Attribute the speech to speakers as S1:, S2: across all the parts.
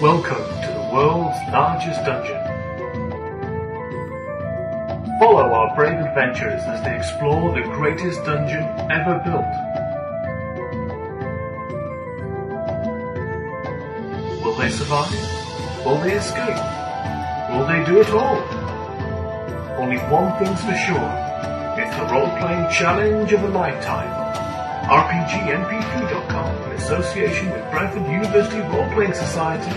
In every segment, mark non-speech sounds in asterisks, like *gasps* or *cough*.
S1: Welcome to the world's largest dungeon. Follow our brave adventurers as they explore the greatest dungeon ever built. Will they survive? Will they escape? Will they do it all? Only one thing's for sure. It's the role-playing challenge of a lifetime. RPGMP3.com, in association with Bradford University Role-Playing Society,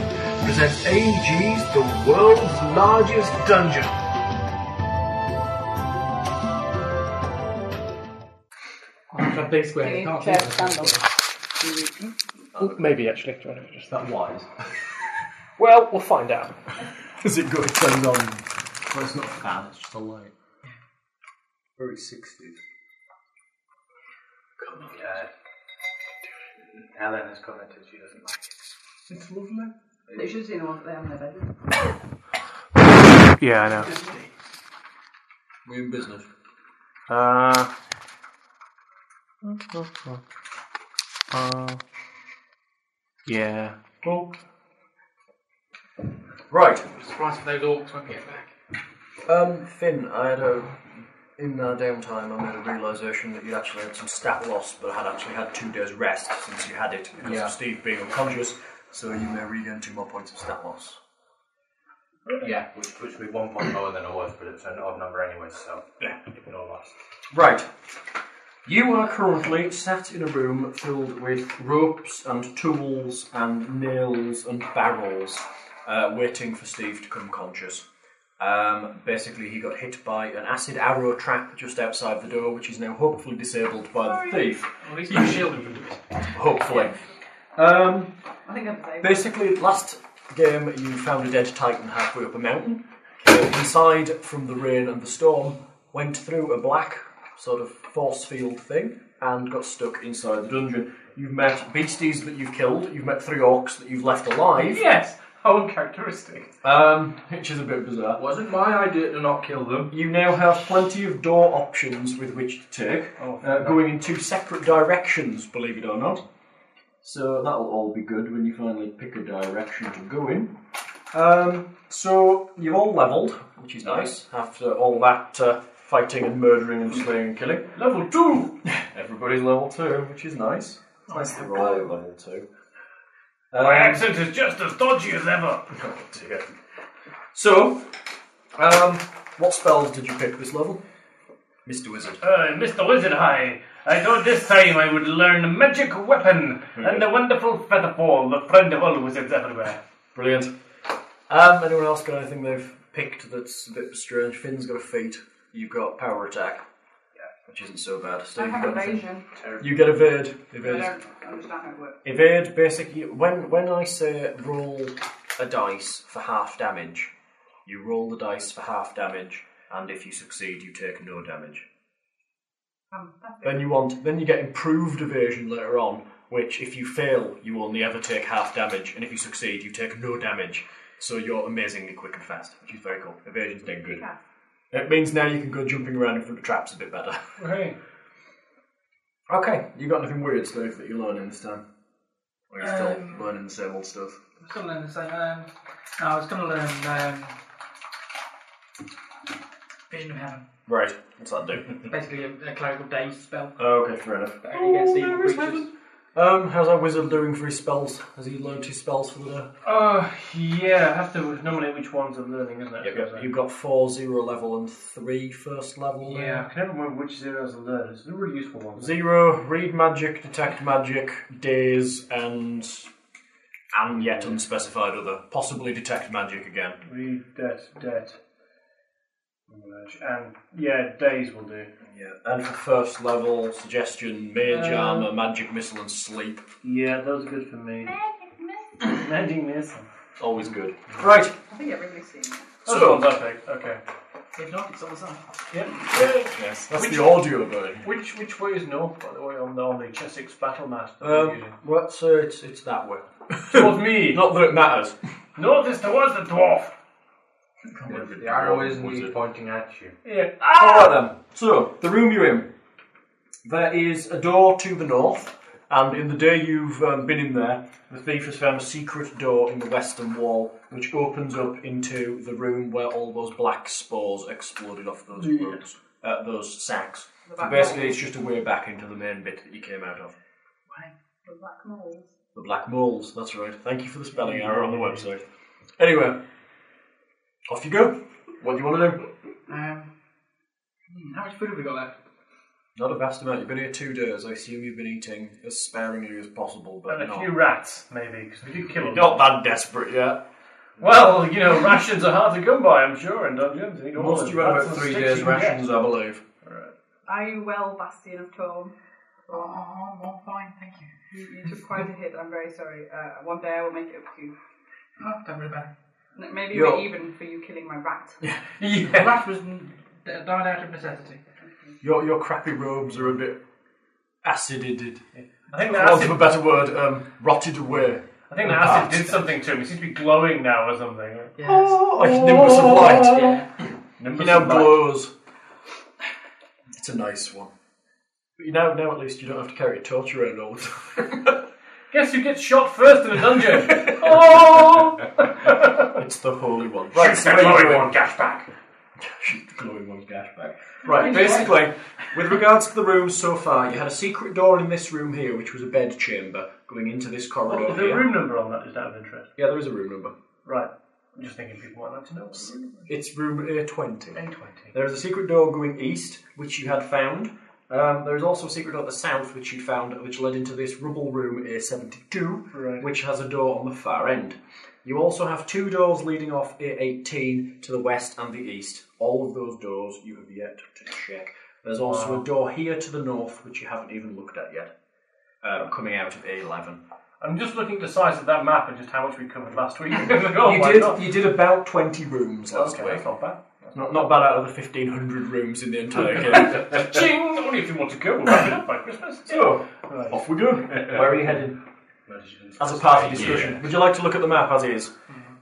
S1: presents AG's The World's Largest Dungeon.
S2: I can play square. I can't play
S3: Fair
S2: square.
S3: standard.
S4: Maybe actually, do you want to just
S5: that wise?
S4: Well, we'll find out.
S5: Has it got its own on? Well, it's not a fan, it's just a light. Very 60s.
S6: Come on, yeah. Helen has commented she doesn't like it.
S5: It's lovely.
S3: They should have seen the ones that they have in their bedroom.
S4: Yeah, I
S5: We're in business.
S4: know. Uh, uh, yeah.
S5: Well. Right.
S2: Surprised for those orcs when we get back.
S6: Um, Finn, I had a. In our downtime, I made a realization that you actually had some stat loss, but had actually had two days rest since you had it because
S5: Yeah.
S6: of Steve being unconscious. So you may regain two more points of stat loss.
S7: Yeah, which puts me one point lower than I was, but it's an odd number anyway, so
S6: Yeah.
S7: ignore that.
S6: Right. You are currently sat in a room filled with ropes and tools and nails and barrels, uh, waiting for Steve to come conscious. Um, basically, he got hit by an acid arrow trap just outside the door, which is now hopefully disabled by the thief.
S2: At least you shield him from doing it.
S6: Hopefully. Um,
S3: I think I'm safe.
S6: Basically, last game you found a dead titan halfway up a mountain, came inside from the rain and the storm, went through a black sort of force field thing, and got stuck inside the dungeon. You've met beasties that you've killed, you've met three orcs that you've left alive,
S2: Yes, how uncharacteristic.
S6: um, which is a bit bizarre.
S5: Wasn't my idea to not kill them.
S6: You now have plenty of door options with which to take,
S5: Oh,
S6: uh, going in two separate directions, believe it or not. So that'll all be good when you finally pick a direction to go in. Um, so you've all levelled, which is nice, after all that uh, fighting and murdering and slaying and killing. Level 2! *laughs* Everybody's level 2, which is nice. It's nice to roll at level 2.
S7: My
S6: Um, Oh,
S7: accent is just as dodgy
S6: *laughs*
S7: as ever!
S6: dear. so, um, what spells did you pick this level? Mr. Wizard.
S7: Uh, Mr. Wizard High, I thought this time I would learn magic weapon
S6: Hmm.
S7: and the wonderful feather fall, the friend of all wizards everywhere.
S6: Brilliant. Um, anyone else got anything they've picked that's a bit strange? Finn's got a feat. You've got power attack. Which isn't so bad.
S3: I
S6: Steve, you,
S3: have
S6: got anything?
S3: evasion.
S6: you get evade.
S3: I
S6: Evade.
S3: don't understand how it works.
S6: Evade basically when when I say roll a dice for half damage, you roll the dice for half damage, and if you succeed you take no damage.
S3: Um,
S6: Then you want then you get improved evasion later on, which if you fail you only ever take half damage, and if you succeed you take no damage. So you're amazingly quick and fast, which is very cool. Evasion's then good. It means now you can go jumping around in front of traps a bit better. *laughs*
S2: Right.
S6: Okay, you got nothing weird Steve that you're learning this time? Or you're still
S2: Um,
S6: learning the same old stuff?
S2: I was going to learn the same. Um, no, I was going to learn um, Vision of Heaven.
S6: Right, what's that do? *laughs*
S2: Basically, a, a clerical daze spell.
S6: okay, fair enough.
S2: That only gets evil creatures.
S6: Oh, Um, how's our wizard doing for his spells? Has he learned his spells for the day?
S7: Oh, yeah, I have to nominate which ones I'm learning, isn't it?
S6: You've got four zero level and three first level.
S7: Yeah, I can never remember which zeros I learned. It's a really useful one.
S6: Zero, read magic, detect magic, daze, and. and yet unspecified other. Possibly detect magic again.
S7: Read debt, debt. And yeah, days will do.
S6: Yeah. And for first level, suggestion, mage armor, magic missile, and sleep.
S7: Yeah, that was good for me. *coughs* Magic missile.
S6: Always good. Right,
S3: I think everybody's seen it.
S7: Those
S6: So-
S7: ones I picked. Okay.
S2: If not, it's on the side.
S6: yes, that's the audio version.
S7: Which which way is north, by the way, on the, on the Chessex battle map? that we're
S6: Um,
S7: using?
S6: well, so it's, it's
S5: *laughs*
S6: that way.
S7: Uh, *coughs* towards me.
S6: Not that it matters.
S7: North is towards the dwarf.
S5: The arrow is indeed pointing at you. Ah!
S7: Yeah.
S6: Alright then, so the room you're in. There is a door to the north, And in the day you've um, been in there, the thief has found a secret door in the western wall, which opens up into the room where all those black spores exploded off those roots, uh, those sacks.
S3: The
S6: So
S3: back
S6: basically,
S3: walls.
S6: it's just a way back into the main bit that you came out of.
S3: The black moles.
S6: The black moles. That's right. Thank you for the spelling error on the website. Anyway, off you go. What do you want to do?
S2: Um, hmm, how much food have we got left?
S6: Not a vast amount. You've been here two days. I assume you've been eating as sparingly as possible, but
S7: And a
S6: not,
S7: few rats, maybe, because we did kill them.
S6: not that desperate yet.
S7: Well, you know, rations are hard to come by, I'm sure, in dungeons. You need all
S6: Most
S7: of
S6: you
S7: them.
S6: had
S7: That's
S6: about
S7: the
S6: three
S7: sticks
S6: days'
S7: you can get.
S6: rations, I believe.
S3: Are you well, Bastion of Tome?
S2: Oh, I'm all fine, thank you.
S3: You, you took quite a hit. I'm very sorry. Uh, one day I will make it up to you.
S2: Oh, don't worry about it.
S3: N- Maybe
S6: You're-
S3: we're even for you killing
S2: *laughs*
S3: my rat.
S2: The
S6: Yeah.
S2: rat was n- d- died out of necessity.
S6: Your, your crappy robes are a bit acided.
S7: I think the
S6: For want of a
S7: acid,
S6: better word, um, rotted away.
S7: I think the acid did something to him. He seems to be glowing now or something.
S2: Yes.
S6: Like Nimbus of Light.
S2: Yeah.
S6: He now glows. It's a nice one. But you now, now at least you don't have to carry a torch around all the time. *laughs*
S7: Guess who gets shot first in a dungeon? Oh!
S6: it's the holy one. Right, so what are you doing?
S7: gash back.
S6: She's glowing on cashback. Right, basically, with regards to the rooms so far, you had a secret door in this room here, which was a bed chamber going into this corridor
S7: What, is there
S6: here.
S7: a Oh, room number on that? Is that of interest?
S6: Yeah, there is a room number.
S7: Right. I'm just thinking people might like to know. what the room
S6: It's room A20.
S7: is. A20.
S6: There is a secret door going east, which you had found. Um, there is also a secret door at the south, which you found, which led into this rubble room A72,
S7: Right.
S6: which has a door on the far end. You also have two doors leading off A18 to the west and the east. All of those doors you have yet to check. There's also a door here to the north, which you haven't even looked at yet, uh, coming out of A11.
S7: I'm just looking at the size of that map and just how much we covered
S6: *laughs*
S7: last week. *laughs* oh,
S6: you
S7: why
S6: did
S7: not?
S6: you did about 20 rooms last
S7: Okay,
S6: week.
S7: that's not bad.
S6: Not, not bad out of the 1,500 rooms in the
S7: *laughs*
S6: entire game.
S7: Ching! Only if you want to go, we'll wrap it up by Christmas.
S6: So,
S7: Right.
S6: off we go. *laughs* Where are you headed? As a part of discussion, would you like to look at the map as is?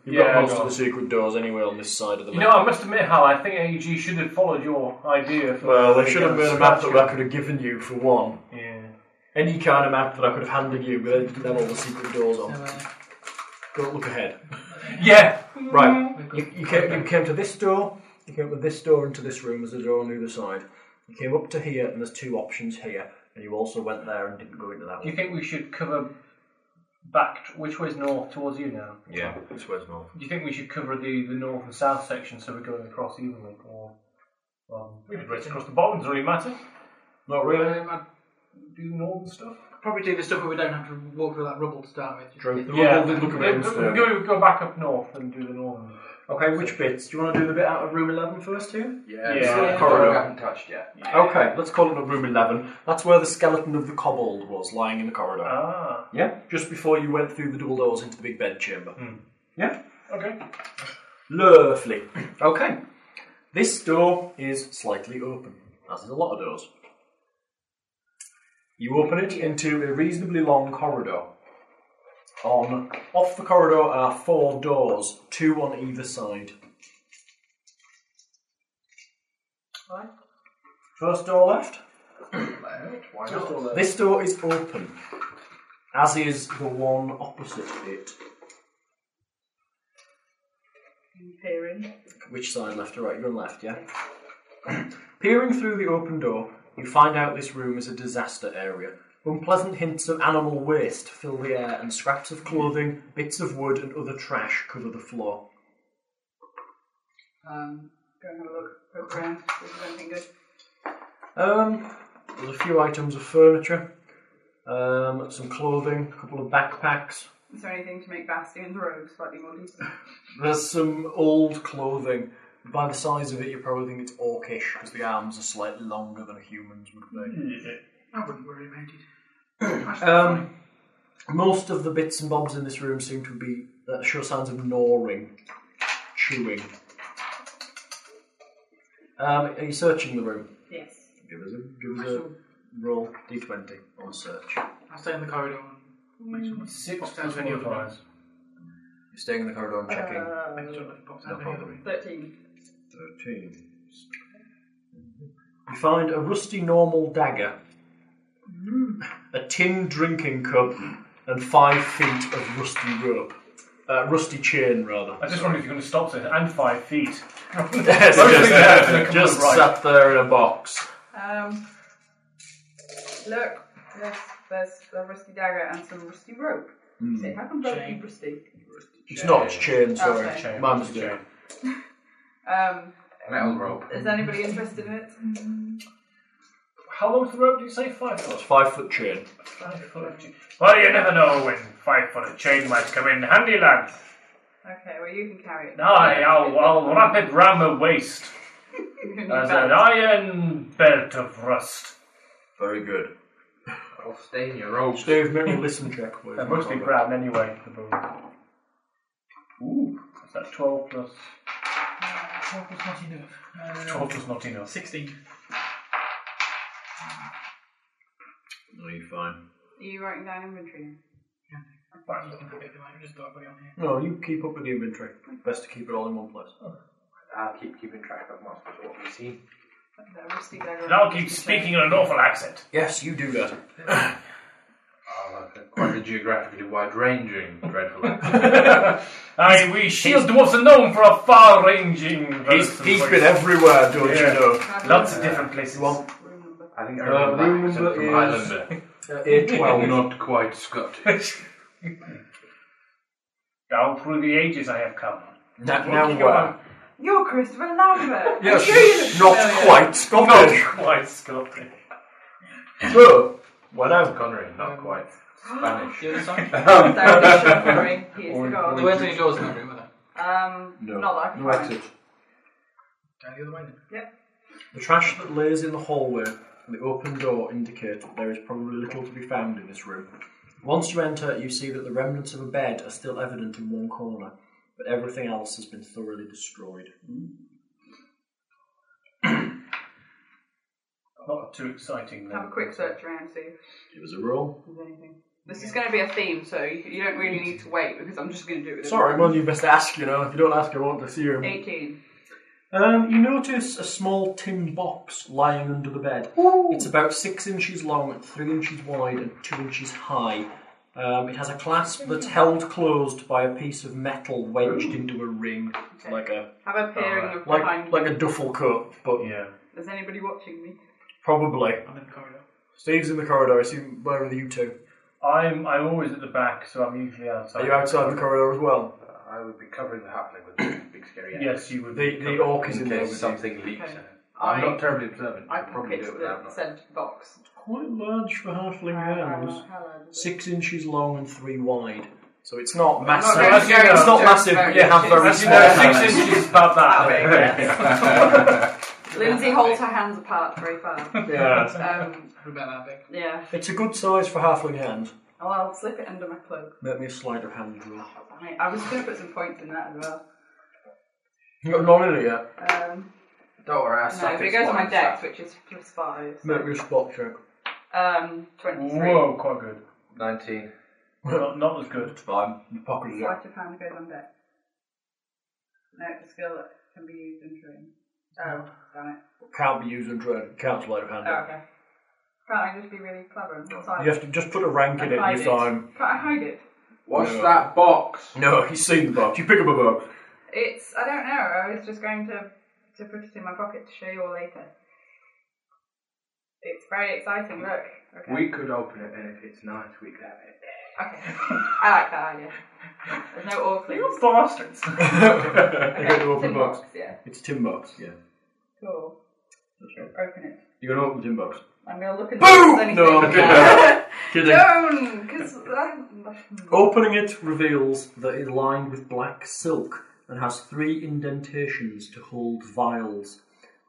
S6: You've
S7: Yeah,
S6: got most
S7: go
S6: of
S7: on.
S6: the secret doors anyway on this side of the
S7: You
S6: map.
S7: know, I must admit, Hal, I think AG should have followed your idea. For
S6: well, they should have made a map that I
S7: Yeah.
S6: could have given you for one. Any kind of map that I could have handed you, but they didn't have all the secret doors on. Don't look ahead.
S7: Yeah.
S6: Right, you, you, came, you came to this door, you came up with this door into this room, there's a door on the other side. You came up to here, and there's two options here, and you also went there and didn't go into that
S7: Do
S6: one.
S7: you think we should cover back? t- Which way's north towards you now?
S6: Yeah, this way's north.
S7: Do you think we should cover the, the north and south section so we're going across evenly, or um, well, we could race across the bottom? Doesn't really matter.
S6: Not really.
S2: Um, I'd
S7: Do northern stuff.
S2: probably do the stuff where we don't have to walk through that rubble to start with.
S6: Drove the
S7: Yeah,
S6: look
S7: we
S6: around
S7: go,
S6: first.
S7: go, go back up north and do the northern.
S6: Okay, which bits? Do you want to do the bit out of room 11 first here?
S4: Yeah,
S7: Yeah.
S4: yeah.
S6: Corridor.
S4: we haven't touched yet.
S6: Okay, let's call it a room 11. That's where the skeleton of the kobold was, lying in the corridor.
S7: Ah,
S6: yeah? Just before you went through the double doors into the big bed chamber. Yeah?
S7: okay.
S6: Lovely. Okay. This door is slightly open, as is a lot of doors. You open it into a reasonably long corridor. On off the corridor are four doors, two on either side. First door left.
S4: Why not?
S6: This door is open, as is the one opposite it.
S3: Peering.
S6: Which side, left or right? You're on left, yeah? *clears throat* Peering through the open door, you find out this room is a disaster area. Unpleasant hints of animal waste fill the air, and scraps of clothing, bits of wood, and other trash cover the floor.
S3: Um, go and have a look. Poke around. See if there's anything good.
S6: Um, there's a few items of furniture, um, some clothing, a couple of backpacks.
S3: Is there anything to make Bastion's robe slightly more decent?
S6: There's some old clothing. By the size of it, you probably think it's orcish because the arms are slightly longer than a human's would be.
S2: I wouldn't worry about it.
S1: *coughs*
S6: Um, most of the bits and bobs in this room seem to be uh, show signs of gnawing, chewing. Um, are you searching the room?
S3: yes.
S6: Give us a give us a roll d20 on search.
S2: I'll stay in the corridor and make sure
S7: Six
S2: Sounds
S7: plus
S2: any
S7: one
S2: other way.
S7: dies.
S6: You're staying in the corridor and checking.
S2: make sure
S3: Uh,
S2: nothing pops
S6: no
S2: out. of
S6: problem.
S3: Thirteen.
S6: Thirteen. You find a rusty normal dagger a tin drinking cup, and five feet of rusty rope. Uh, rusty chain, rather.
S7: I just wondered if you're going to stop it. And five feet.
S6: Yes,
S7: Both
S6: just
S7: things are actually come
S6: just
S7: right.
S6: sat there in a box.
S3: Um, look, there's, there's a rusty dagger and some rusty rope.
S1: Hmm.
S3: Say, how can rope be rusty?
S6: It's not, it's chain, sorry.
S3: Okay. Chain,
S6: My mistake.
S3: Um,
S1: Metal rope.
S3: is anybody interested in it?
S7: How long's the rope? Do you say five foot?
S6: It's five foot chain.
S7: Five foot. Well, you never know when five foot of chain might come in handy, lads.
S3: Okay, well you can carry it.
S2: Uh,
S7: Aye, I'll, I'll wrap it round my waist
S3: You can
S7: as
S3: balance.
S7: an iron belt of rust.
S6: Very good.
S1: I'll stay in your rope.
S6: Dave, make a listen check, please.
S7: That must be brown anyway. The bone. Ooh, is that twelve plus?
S2: Twelve was not enough. Uh,
S7: Twelve plus not enough.
S2: Sixteen.
S6: No, you're fine.
S3: Are you writing down inventory?
S2: Right, I'm looking at it. I just thought I'd put it on here.
S6: No, you keep up with the inventory. Best to keep it all in one place.
S1: I'll keep keeping track of most of what we see.
S3: The rusty dagger.
S7: And I'll keep speaking in an awful accent. *laughs*
S6: Yes, you do that.
S1: Oh, that's quite a geographically wide ranging dreadful accent.
S7: Aye, we shield dwarfs are known for a far-ranging.
S6: He's, he's been everywhere, don't
S7: Yeah.
S6: you know?
S7: Lots of different places.
S3: Room number.
S1: I think I
S8: Uh,
S1: remember
S8: room
S1: that accent
S8: number
S1: from
S8: is-
S1: Highlander. *laughs*
S4: Uh,
S2: *laughs*
S1: Well,
S8: A12.
S1: not quite Scottish.
S7: *laughs* Down through the ages I have come.
S6: Now, now where?
S3: You're Christopher Lambert.
S6: Yes,
S3: I'm sure you look
S6: not
S3: familiar.
S6: quite Scottish.
S7: Quite Scottish.
S6: So, when I
S1: Connery, not quite Spanish. *gasps*
S2: The other side.
S3: Sarah Bishop Murray,
S1: *laughs*
S3: he is the god.
S2: there weren't any doors in that room, were there?
S3: Um, not that I can find.
S2: Down
S6: wetted,
S2: Uh, the other way then.
S6: the trash that lays in the hallway and the open door indicate that there is probably little to be found in this room. Once you enter, you see that the remnants of a bed are still evident in one corner, but everything else has been thoroughly destroyed.
S7: Not too exciting. then.
S3: Have a quick search around, see if
S6: It was a roll.
S3: there's anything. This is going to be a theme, so you, you don't really need to wait because I'm just going to do it.
S6: Sorry, man, you best ask, you know. If you don't ask, I won't assume.
S3: 18.
S6: Um, you notice a small tin box lying under the bed. It's about six inches long, three inches wide, and two inches high. Um, it has a clasp that's held closed by a piece of metal wedged into a ring, like a
S3: Have a peering of
S6: like
S3: behind.
S6: like a duffel coat, but
S7: Yeah.
S3: Is anybody watching me?
S6: probably.
S2: I'm in the corridor.
S6: Steve's in the corridor. I assume where are you two?
S7: I'm I'm always at the back, so I'm usually outside.
S6: Are you outside the corridor as well?
S1: I would be covering the halfling with a big scary axe.
S7: Yes, you would.
S6: The the orc is
S1: in
S6: in there.
S1: case
S6: With you.
S1: something leaks
S3: Okay.
S1: out.
S3: I-
S1: I'm not terribly observant.
S3: I
S1: I could probably
S3: pocket
S1: do it
S3: the
S1: without not.
S3: said box.
S6: Quite large for halfling hands.
S3: Hello, hello.
S6: six inches long and three wide. So it's not
S3: not
S6: massive.
S3: very
S6: it's
S3: scary,
S6: not
S3: it's
S6: massive, but
S3: very
S6: you have very
S3: inches.
S7: You
S6: small
S7: know,
S6: hands.
S7: six inches *laughs* about that.
S3: Lindsay holds her hands apart very
S1: *laughs*
S3: far.
S6: *laughs* Yeah.
S3: Um,
S2: We're about that big.
S3: yeah.
S6: It's a good size for halfling hand.
S3: Well, I'll slip it under my cloak.
S6: Make me a sleight of hand roll.
S3: I, I was going to put some points in that as well.
S6: You got not in it yet.
S3: Um,
S1: Don't worry, I
S3: no,
S1: suck
S3: but it
S1: at
S3: goes on my
S1: spotting
S3: dex,
S1: stuff.
S3: which is plus five. so-
S6: Make me a spot check.
S3: Um, 23.
S7: Whoa, quite good.
S1: 19.
S7: Not, not as good.
S6: Fine. Your pocket is out.
S3: Sleight of hand goes on deck. No, it's a skill that can be used in train. Oh, damn it.
S6: Can't be used in trade. Can't sleight of hand.
S3: Oh, okay. Can't I just be really clever and decide?
S6: You have to just put a rank in it
S3: Hide
S6: every time.
S3: Can't I hide it?
S1: What's
S6: No.
S1: that box?
S6: No, he's seen the box. You pick up a box.
S3: It's, I don't know, I was just going to, to put it in my pocket to show you all later. It's very exciting, look. Okay.
S1: We could open it, and if it's nice, we could have it.
S3: okay. *laughs* I like that idea. There's no awkward.
S7: You
S6: *laughs*
S7: bastards.
S6: you
S3: Okay,
S6: get to open
S3: tin
S6: the box.
S3: box, yeah.
S6: It's a tin box. Yeah.
S3: Cool. Open it.
S6: You're gonna open the tin box.
S3: I'm going to look at
S6: Boom!
S3: it.
S6: No, *laughs* I'm kidding. Kidding.
S3: Don't! Because I...
S6: Opening it reveals that it is lined with black silk and has three indentations to hold vials.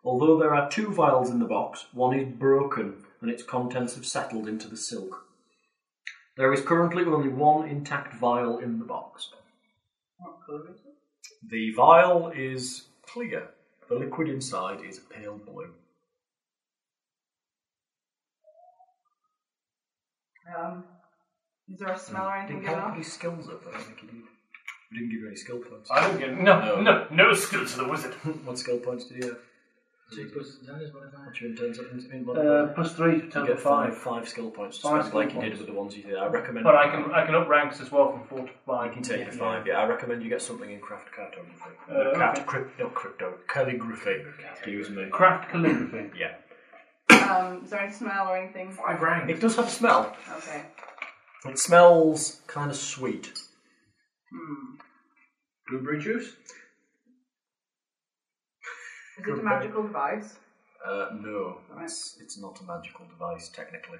S6: Although there are two vials in the box, one is broken and its contents have settled into the silk. There is currently only one intact vial in the box.
S3: What colour is it?
S6: The vial is clear. The liquid inside is a pale blue.
S3: Um, is there a smell or anything
S6: Didn't
S3: going
S6: count
S3: on?
S6: any skills up, I don't think you did. You didn't give you any skill points. *laughs*
S7: I don't get no, no, no skill to the wizard.
S6: what skill points did you have? Two plus ten is whatever. Which one turns up into in one
S7: Uh, plus three, total
S6: You get
S7: five.
S6: five, five skill points to
S7: Five
S6: spend like
S7: skill
S6: you did with the ones you did. I recommend.
S7: But I can I can up ranks as well from four to
S6: I
S7: five.
S6: can take it to five. Yeah, I recommend you get something in craft cartography.
S7: Uh,
S6: craft
S7: okay.
S6: crypt, not crypto calligraphy. Excuse me.
S7: Craft
S6: *laughs*
S7: calligraphy.
S6: Yeah.
S3: Um, is there any smell or anything?
S6: Five rank. It does have a smell.
S3: Okay.
S6: It smells kind of sweet.
S1: Blueberry juice?
S3: Is it a magical device?
S6: Uh, no, it's it's not a magical device technically.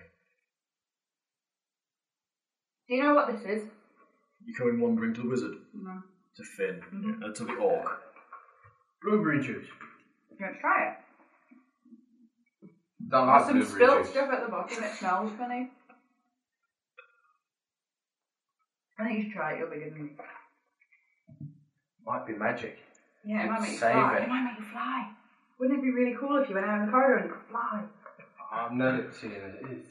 S3: Do you know what this is?
S6: You go in wandering to the wizard,
S3: No.
S6: to Finn, uh, to the orc.
S1: Blueberry juice.
S3: You want to try it?
S1: Don't
S3: There's
S1: like
S3: some
S1: blueberry
S3: spilt
S1: juice.
S3: stuff at the bottom. It smells funny. I think you should try it. You'll be good. in-
S1: Might be magic.
S3: Yeah, it might make you
S1: Save
S3: fly.
S1: it.
S3: It might make you fly. Wouldn't it be really cool if you went out in the corridor and you could fly?
S1: I've never seen it. It is.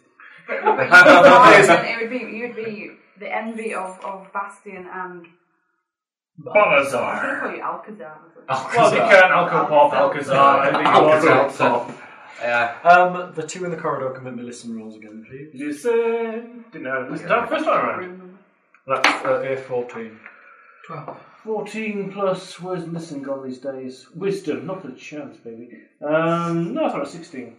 S3: But you could fly, then it would be you'd be the envy of, of Bastion and I was gonna
S7: Balazar.
S3: call you Alcazar. or something.
S7: Well, you can Alco Pop, Alcazar. I think you want to.
S1: Yeah.
S6: Um, the two in the corridor can make me listen rolls again, please.
S7: Listen. Didn't know. Listen. That first one around.
S6: That's uh, a fourteen.
S7: 14 plus, where's listening gone these days? Wisdom, not the chance, baby. Um, no, it's not 16.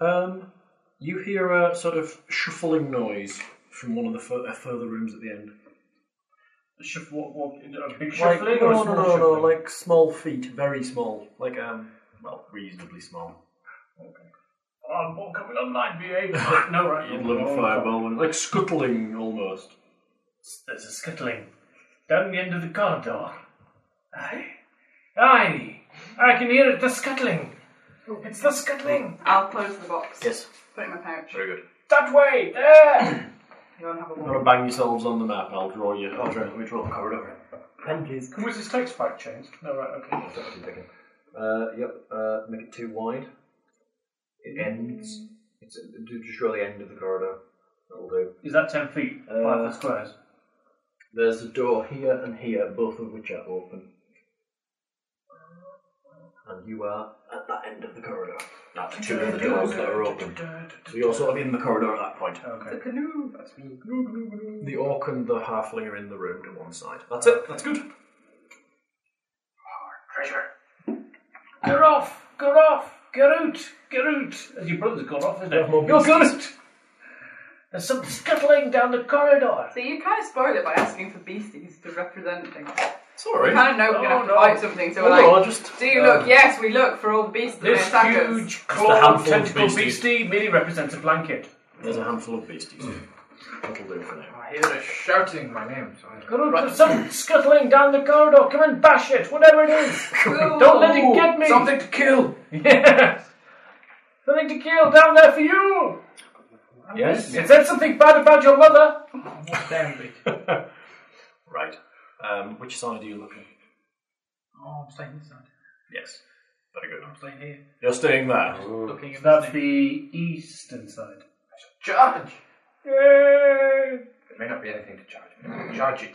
S6: Um, you hear a sort of shuffling noise from one of the fur- uh, further rooms at the end.
S7: Shuff, what, what, a big
S6: Like,
S7: shuffling or
S6: no, no,
S7: a small
S6: no, no,
S7: shuffling?
S6: like small feet, very small, like um, well, reasonably small.
S7: Oh, what can we online, VA? no, *laughs* right. Oh,
S6: You'd love a fireball, wouldn't it? like scuttling almost.
S7: There's a scuttling down the end of the corridor. Aye. Aye. I can hear it, the scuttling. It's the scuttling.
S3: I'll close the box.
S6: Yes,
S3: Put it in my pouch.
S6: very good.
S7: That way, there.
S3: You won't have a
S6: You want
S3: wall.
S6: to bang yourselves on the map? I'll draw you. I'll draw. Let me draw the corridor. Pen, please.
S7: *coughs* can we just take spike chains? No, right, okay.
S6: Uh, yep. Uh, make it too wide. It ends. It's do just draw the end of the corridor. That'll do.
S7: Is that 10 feet? Five
S6: Uh,
S7: foot squares.
S6: There's a door here and here, both of which are open. Uh, And you are at that end of the corridor. That's two of the doors that are open. So you're sort of in the corridor at that point.
S3: The canoe. That's me.
S6: The orc and the halfling are in the room to one side. That's it. That's good.
S7: Treasure. Get off! Get off! Get out! Get out! As your brother's gone off, isn't it?
S6: more
S7: You're gone out! There's some scuttling down the corridor.
S3: So you kind of spoiled it by asking for beasties to represent things.
S6: Sorry.
S3: We kind of know we're going to have to fight something, so we're like,
S6: Although I just-
S3: do you
S6: um,
S3: look? Yes, we look for all the beasts that
S7: This
S3: attack us.
S7: huge
S6: It's the handful
S7: clawed
S6: of
S7: tentacle
S6: beasties.
S7: beastie merely represents a blanket.
S6: There's a handful of beasties.
S1: Mm.
S6: That'll do for now.
S1: I hear they're shouting my name. So I
S7: Get out! There's some scuttling down the corridor. Come and bash it, whatever it is. Don't let it get me.
S1: Something to kill!
S7: *laughs* Yes. Something to kill down there for you.
S6: Yes.
S7: It said something bad about your mother.
S2: Damn big.
S6: Right. Um, which side are you looking?
S2: Oh, I'm staying this side.
S6: Yes. Very good.
S2: I'm staying here.
S6: You're staying there.
S2: Looking at
S7: That's
S2: this
S7: the
S2: thing.
S7: eastern side.
S1: Charge!
S7: Yay!
S1: There may not be anything to charge. Charge it.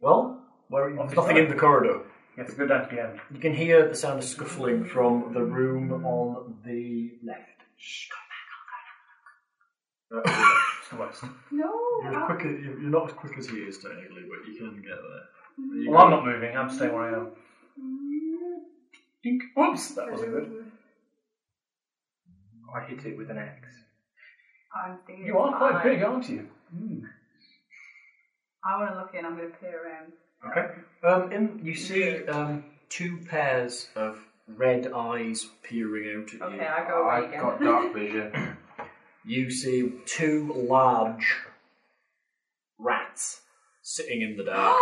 S6: Well, where are you?
S7: Office
S6: Nothing
S7: side.
S6: in the corridor.
S7: You have to go down to the end.
S6: You can hear the sound of scuffling from the room on the left. Shh, go back, I'll go
S7: It's the west.
S3: No.
S6: Uh, You're, quicker, you're you're not as quick as he is, technically, but you can get there. You
S7: *laughs* Well, I'm
S6: go-
S7: not moving. I'm staying where I am. Dink. Oops, that wasn't good.
S1: I hit it with an axe.
S3: I'm thinking
S7: You are quite
S3: fine.
S7: big, aren't you?
S3: I want to look in. I'm going to peer around.
S6: Okay. Um, in, you see um, two pairs of red eyes peering out at you.
S3: Okay, I go away
S1: I've
S3: again.
S1: got
S3: *gasps*
S1: dark vision.
S6: You see two large rats sitting in the dark.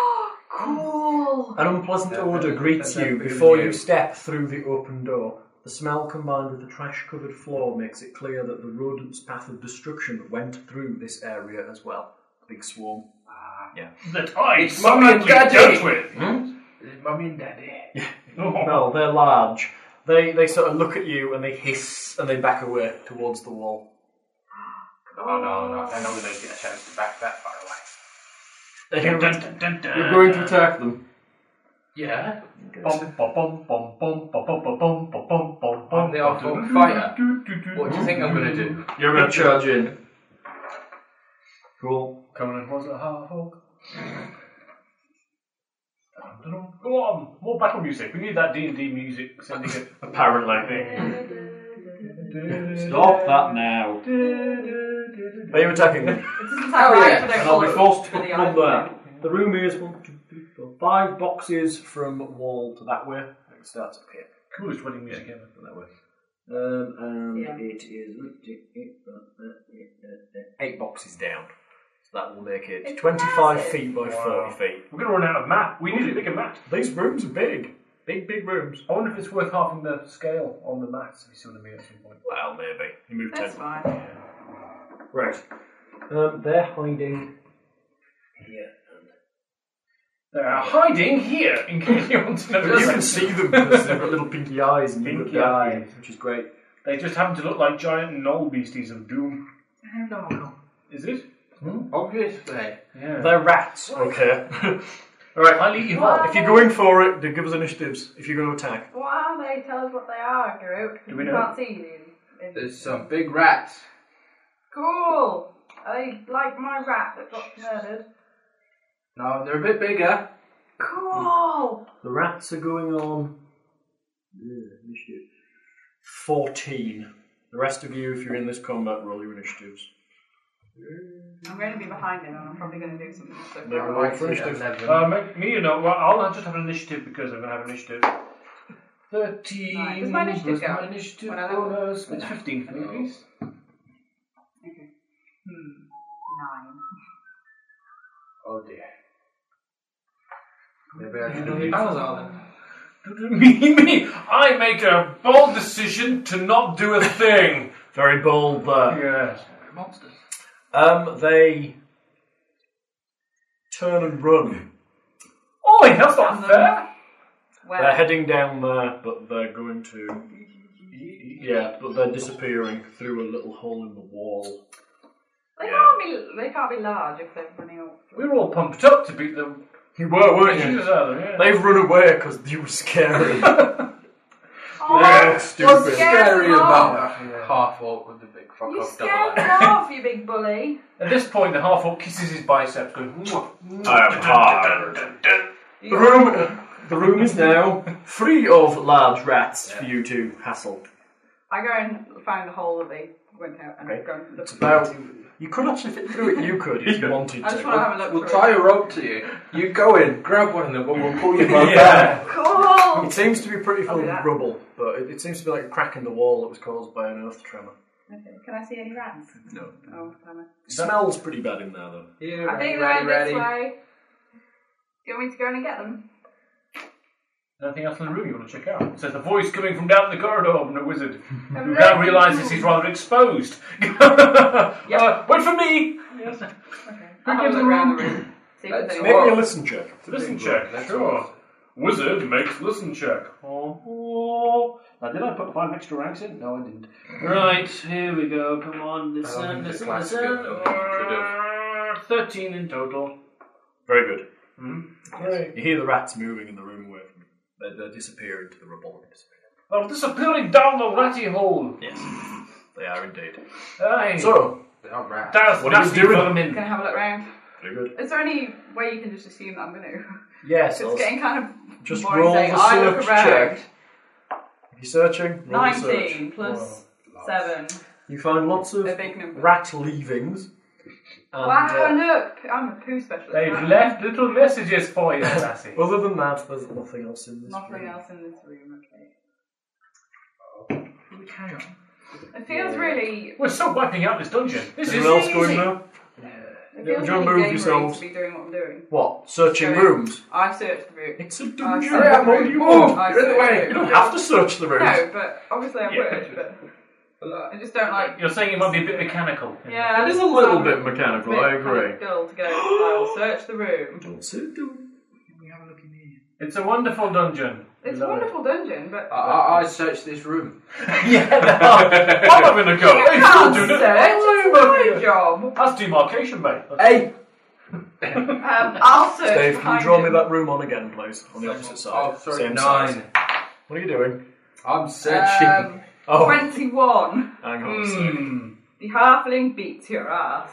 S3: cool.
S6: An unpleasant
S1: Yeah,
S6: odour
S1: that-
S6: greets
S1: that-
S6: you
S1: that-
S6: before
S1: yeah.
S6: you step through the open door. The smell combined with the trash covered floor makes it clear that the rodent's path of destruction went through this area as well. Big swarm.
S7: That I
S1: mummy and
S7: summoned
S1: daddy.
S7: dealt with. Oh.
S1: Is it mummy and
S7: *laughs*
S1: daddy?
S6: Well, they're large. They, they sort of look at you and they hiss and they back away towards the wall.
S1: Oh no, no, they're not going to get a chance to back that far away.
S6: They can,
S7: Dun, dun, dun, dun.
S6: you're going to attack them.
S7: Yeah.
S6: Okay.
S7: Bum, bum, bum, bum, bum, bum, bum, bum, bum, bum, bum, bum, bum,
S2: I'm the
S7: bum,
S2: alpha
S7: doo,
S2: fighter.
S7: doo, doo, doo,
S2: What do you think I'm going to do?
S6: You're going to charge in.
S2: Cool.
S7: Conan was a half orc. Dum, dum, dum. Go on, more battle music. We need that D and D music syndicate
S6: Apparently.
S7: thing.
S6: Stop that now. Are you attacking me?
S3: doesn't
S6: Oh
S3: sound right, but I
S6: and I'll be
S3: follow
S6: forced to
S3: for
S6: put
S3: the
S6: them
S3: eyes.
S6: on there. The room is one, two, three, four, five boxes from wall to that way. It starts up here.
S7: Coolest wedding music ever.
S6: That way. Um, and
S3: Yeah.
S6: it is uh, eight boxes down. So that will make it 25 feet by 40 feet.
S7: We're gonna run out of mat. We need a bigger mat.
S6: These rooms are big. Big, big rooms.
S7: I wonder if it's worth halving the scale on the mat. If you see what I mean at some point.
S6: Well, maybe. You move
S3: That's
S6: 10.
S3: fine.
S6: Right. Um, they're hiding here.
S7: They are hiding here, in case you want to know.
S6: But you can see them because they've got little pinky eyes and you would
S7: Pinky
S6: die,
S7: eyes.
S6: which is great.
S7: They just happen to look like giant knoll beasties of doom.
S9: I don't know.
S7: Is it?
S6: Hmm?
S2: Obviously.
S7: Yeah.
S6: They're rats. Okay.
S7: I'll
S6: Alright.
S7: eat you
S3: What?
S7: all.
S6: If you're going for it, then give us initiatives. If you're going to attack.
S3: What are they? Tell us what they are, Groot.
S7: Do we
S3: You
S7: know?
S3: can't see these.
S2: There's some big rats.
S3: Cool. Are they like my rat that got murdered?
S2: No, they're a bit bigger.
S3: Cool.
S6: The rats are going on. Yeah, initiative. 14. The rest of you, if you're in this combat, roll your initiatives.
S3: I'm going to be behind him, and I'm probably going to do something. So
S6: Never
S3: far.
S6: mind.
S2: I see
S6: Initiative.
S2: eleven.
S7: Uh, me- me, you know, well, I'll just have an initiative because I'm going to have initiative. 13.
S3: Right, does my initiative
S7: plus my
S3: go?
S7: initiative
S3: When I level?
S7: bonus. It's 15 for me,
S2: No.
S7: please.
S3: Okay. Hmm. Nine.
S2: Oh dear. Maybe I should have
S7: Really?
S2: used
S7: *laughs* me, me! I make a bold decision to not do a thing!
S6: Very bold there.
S7: yes.
S2: monsters.
S6: Um, they turn and run.
S7: Oi, Oh, that's not fair!
S3: Well,
S6: They're heading down there, but they're going to. Yeah, but they're disappearing through a little hole in the wall.
S3: they
S6: yeah.
S3: can't be. They can't be large if they're
S2: *laughs*
S3: running out.
S7: We were all pumped up to beat them.
S6: You were, weren't
S7: Jesus, out of them, yeah.
S6: They've run away because you were *laughs* scary.
S3: Oh,
S6: They're
S3: you're
S6: stupid.
S3: scared
S2: Scary
S3: them
S2: about
S3: off.
S2: a half orc with the big fuck
S3: You
S2: off
S3: scared
S2: double
S3: them
S2: eye.
S3: off, you big bully.
S7: At this point, the half orc kisses his biceps, going, "Mwah."
S6: I am hard. The room, the room is now free of large rats for you to hassle.
S3: I go and find the hole that they went out and
S6: Okay.
S3: go and look.
S6: About you could actually fit through it. You could if you wanted
S3: I just
S6: to.
S3: want to have a look.
S2: We'll
S3: through
S2: tie
S3: it.
S2: a rope to you. You go in, grab one of them, and we'll pull you both out.
S6: Yeah.
S3: Cool.
S6: *laughs* uh, It seems to be pretty full
S3: do that.
S6: of rubble, but it, it seems to be like a crack in the wall that was caused by an earth tremor.
S3: Okay, Can I see any rats?
S6: No.
S3: Oh, damn it.
S6: It smells pretty bad in there though.
S2: Yeah,
S3: I
S2: ready,
S3: think they're
S2: ready,
S3: this
S2: ready.
S3: way. Do you want me to go in and get
S6: *laughs*
S3: them?
S7: Anything else in the room you want to check out? It says the voice coming from down the corridor from the wizard, who
S3: Hello.
S7: now realises he's rather exposed. *laughs* Uh, wait for me! Yes.
S3: Okay.
S7: Who
S3: I'll have a
S7: gives
S3: look
S7: a
S3: around the room. See if
S2: That's
S3: there's
S2: what-
S6: Make
S3: anyone.
S6: me a listen check.
S7: Listen check,
S2: That's
S7: sure.
S2: awesome.
S7: Wizard makes listen check. Oh, oh. Now, did I put five extra ranks in? No, I didn't. Right, here we go. Come on,
S2: I don't
S7: listen,
S2: think the
S7: listen,
S2: class
S7: listen.
S2: bit, though, you could
S7: Uh, Thirteen in total.
S6: Very good.
S7: Hmm.
S6: Great. You hear the rats moving in the room away from you. They're, they're disappearing into the rubble.
S7: They're disappearing down the ratty hole.
S6: Yes, they are indeed.
S7: Aye.
S6: So,
S2: They are rats.
S7: that's
S6: what are you
S7: nasty
S6: doing?
S3: I'm
S7: vermin.
S3: gonna have a look round.
S6: very good.
S3: Is there any way you can just assume that I'm gonna? *laughs*
S6: Yes,
S3: It's getting kind of
S6: Just
S3: boring
S6: roll
S3: saying,
S6: the
S3: I look
S6: search
S3: around.
S6: check. If you're searching, roll the search.
S3: Nineteen plus seven.
S6: You find lots of
S3: A big number.
S6: rat leavings. And,
S3: wow!
S6: uh,
S3: Look, I'm a poo specialist.
S7: They've
S3: aren't I?
S7: left little messages for you, *laughs* Sassy.
S6: uh, other than that, there's nothing else in this
S3: Nothing
S6: room.
S3: else in this room. Okay. It feels really.
S7: We're still wiping out this dungeon. This is
S6: Anyone else
S7: easy.
S6: going there?
S3: It
S6: Yeah,
S3: feels
S6: John,
S3: really
S6: move
S3: gamery
S6: yourselves.
S3: to be doing what I'm doing.
S6: What? Searching
S3: Going.
S6: rooms.
S3: I searched the room.
S6: It's a
S3: I
S6: dungeon.
S3: searched
S2: Yeah,
S3: the
S2: what
S3: room.
S2: do you want?
S3: I
S2: You're in the
S3: searched
S2: way.
S3: room.
S6: You don't have to search the rooms.
S3: Oh, No, but obviously I would. But I just don't like.
S7: You're saying it might be a bit mechanical.
S3: Yeah,
S6: It is
S3: just
S6: a little
S3: sound-
S6: bit mechanical,
S3: bit
S6: I
S3: kind of
S6: agree.
S3: dull to
S6: *gasps*
S3: go. I'll search the room.
S6: Don't sit down.
S7: It's a wonderful dungeon. We
S3: It's a
S7: love it.
S3: wonderful dungeon, but
S2: I,
S6: Oh,
S2: I, I searched this room.
S7: yeah, I'm not going to go.
S3: I
S7: Hey,
S3: can't
S7: still doing
S3: search.
S7: it.
S3: It's my job.
S7: That's demarcation, mate.
S2: Hey,
S3: Um, I'll search
S6: Dave, can
S3: behind
S6: you draw
S3: him.
S6: me that room on again, please? On the opposite side.
S4: Oh, sorry,
S6: Same
S4: nine.
S6: size. What are you doing?
S4: *laughs* I'm searching.
S3: Um,
S6: Oh, hang
S3: 21.
S6: on a sec.
S7: Hmm.
S3: The halfling beats your ass.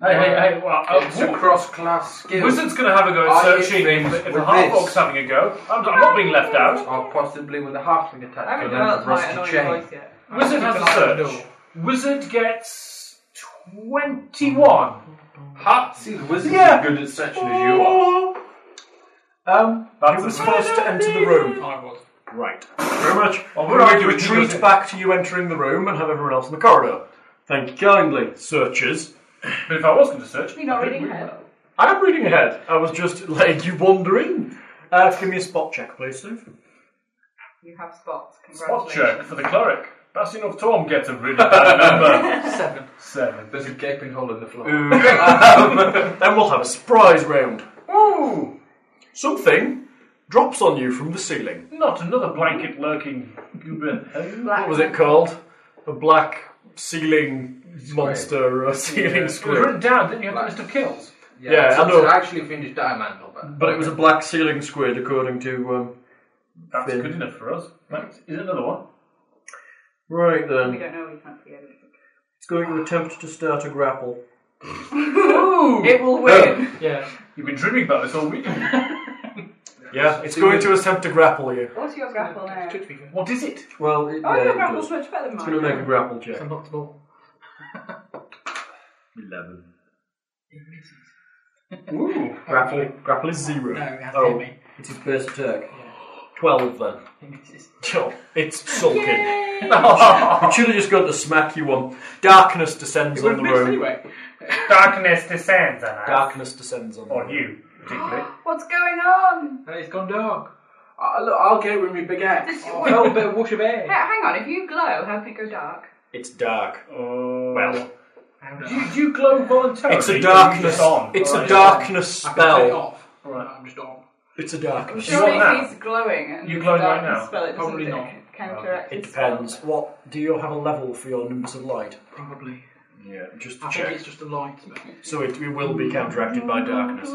S7: Hey, hey, hey, well, uh,
S4: it's a
S7: woo-
S4: cross class skill.
S7: Wizard's going to have a go
S4: I
S7: at searching.
S4: think
S7: If, if
S4: with
S7: the half
S4: this-
S7: orc's having a go, I'm, I'm not being left out.
S4: Or possibly with a halfling attack.
S3: I haven't
S4: and then
S3: developed my
S4: rusty
S3: annoying
S4: chain.
S3: voice yet.
S7: Wizard has a search. Wizard gets 21.
S4: Ha! See, the wizard's
S7: Yeah.
S4: as good at searching as you are.
S6: Um,
S7: That's
S6: who was
S7: a-
S6: first to enter the room?
S2: I was.
S6: Right. Very much.
S7: Well,
S6: we
S7: we're
S6: going to
S7: arguing
S6: retreat
S7: because-
S6: back to you entering the room and have everyone else in the corridor. Thank you kindly, searchers.
S7: But *laughs* if I was going to search,
S3: You're not reading ahead.
S6: I am reading ahead. I was just *laughs* letting you wander in. Uh, give me a spot check, please, Steve.
S3: You have spots.
S7: spot
S3: Congratulations.
S7: check for the cleric. That's enough Tom gets
S3: *laughs*
S7: a rid of that number.
S4: Seven.
S7: Seven.
S4: There's a gaping hole in the floor.
S6: Then we'll have a surprise round.
S7: Ooh!
S6: Something drops on you from the ceiling.
S7: Not another blanket lurking goober.
S3: Black
S6: What was it called? The black ceiling monster uh, *laughs* ceiling
S7: It was written
S6: squid.
S7: down, didn't you have the list of kills?
S4: Yeah,
S6: Yeah,
S4: so
S6: I know.
S4: it's actually finished diamond, but.
S6: But it was a black ceiling squid, according to. Um,
S7: That's
S6: Thin.
S7: good enough for us. Right, Is it another one?
S6: right
S3: We
S6: then,
S3: don't know. We can't see anything.
S6: it's going to attempt to start a grapple.
S7: Ooh!
S3: It will win.
S2: Yeah.
S7: You've been dreaming about this all week.
S6: Yeah, it's going to attempt to grapple you.
S3: *laughs* What's your grapple now?
S2: Good for you.
S7: *laughs* what is it?
S6: Well, it,
S3: Oh,
S6: yeah,
S3: your
S6: it
S3: grapple's
S6: does.
S3: much better than
S6: It's going to
S3: mine.
S6: make a grapple check.
S2: I knocked the ball.
S6: 11.
S7: Ooh!
S6: Grapple, grapple is zero.
S2: No, it hasn't hit
S6: oh,
S2: me.
S6: it's his first attack. *gasps* 12 then. Oh, it's sulking. it should have just gone to smack you on. Darkness descends on the room.
S7: Darkness descends on us.
S6: Darkness descends on the
S7: On
S6: room.
S7: you, *gasps* particularly.
S3: *laughs* What's going on?
S2: Hey, it's gone dark.
S4: I, look, I'll get it with me big axe.
S3: This-
S7: Oh.
S2: I felt a bit of wash of
S3: Hey,
S2: air.
S3: Hang on. If you glow, how can it go dark?
S6: It's dark.
S7: Oh.
S6: Well,
S7: Do you, do you glow voluntarily?
S6: it's a
S7: Or you
S6: darkness.
S7: just on?
S6: It's a
S7: Alright.
S6: darkness
S2: I can take it
S6: spell.
S2: off. Right, I'm just on.
S6: It's a darkness.
S7: You
S3: Surely
S7: want that?
S3: if he's glowing and
S7: You
S3: it's
S7: glowing
S3: dark
S7: right
S3: and
S7: now?
S3: Spell, it doesn't
S2: Probably
S3: do-
S2: not.
S3: Counteract
S6: It
S3: his spell.
S6: depends. What do you have a level for your nimbus of light?
S2: Probably.
S6: Yeah, just to
S2: I think
S6: check.
S2: it's just the light. But...
S6: So it, it will be counteracted by darkness.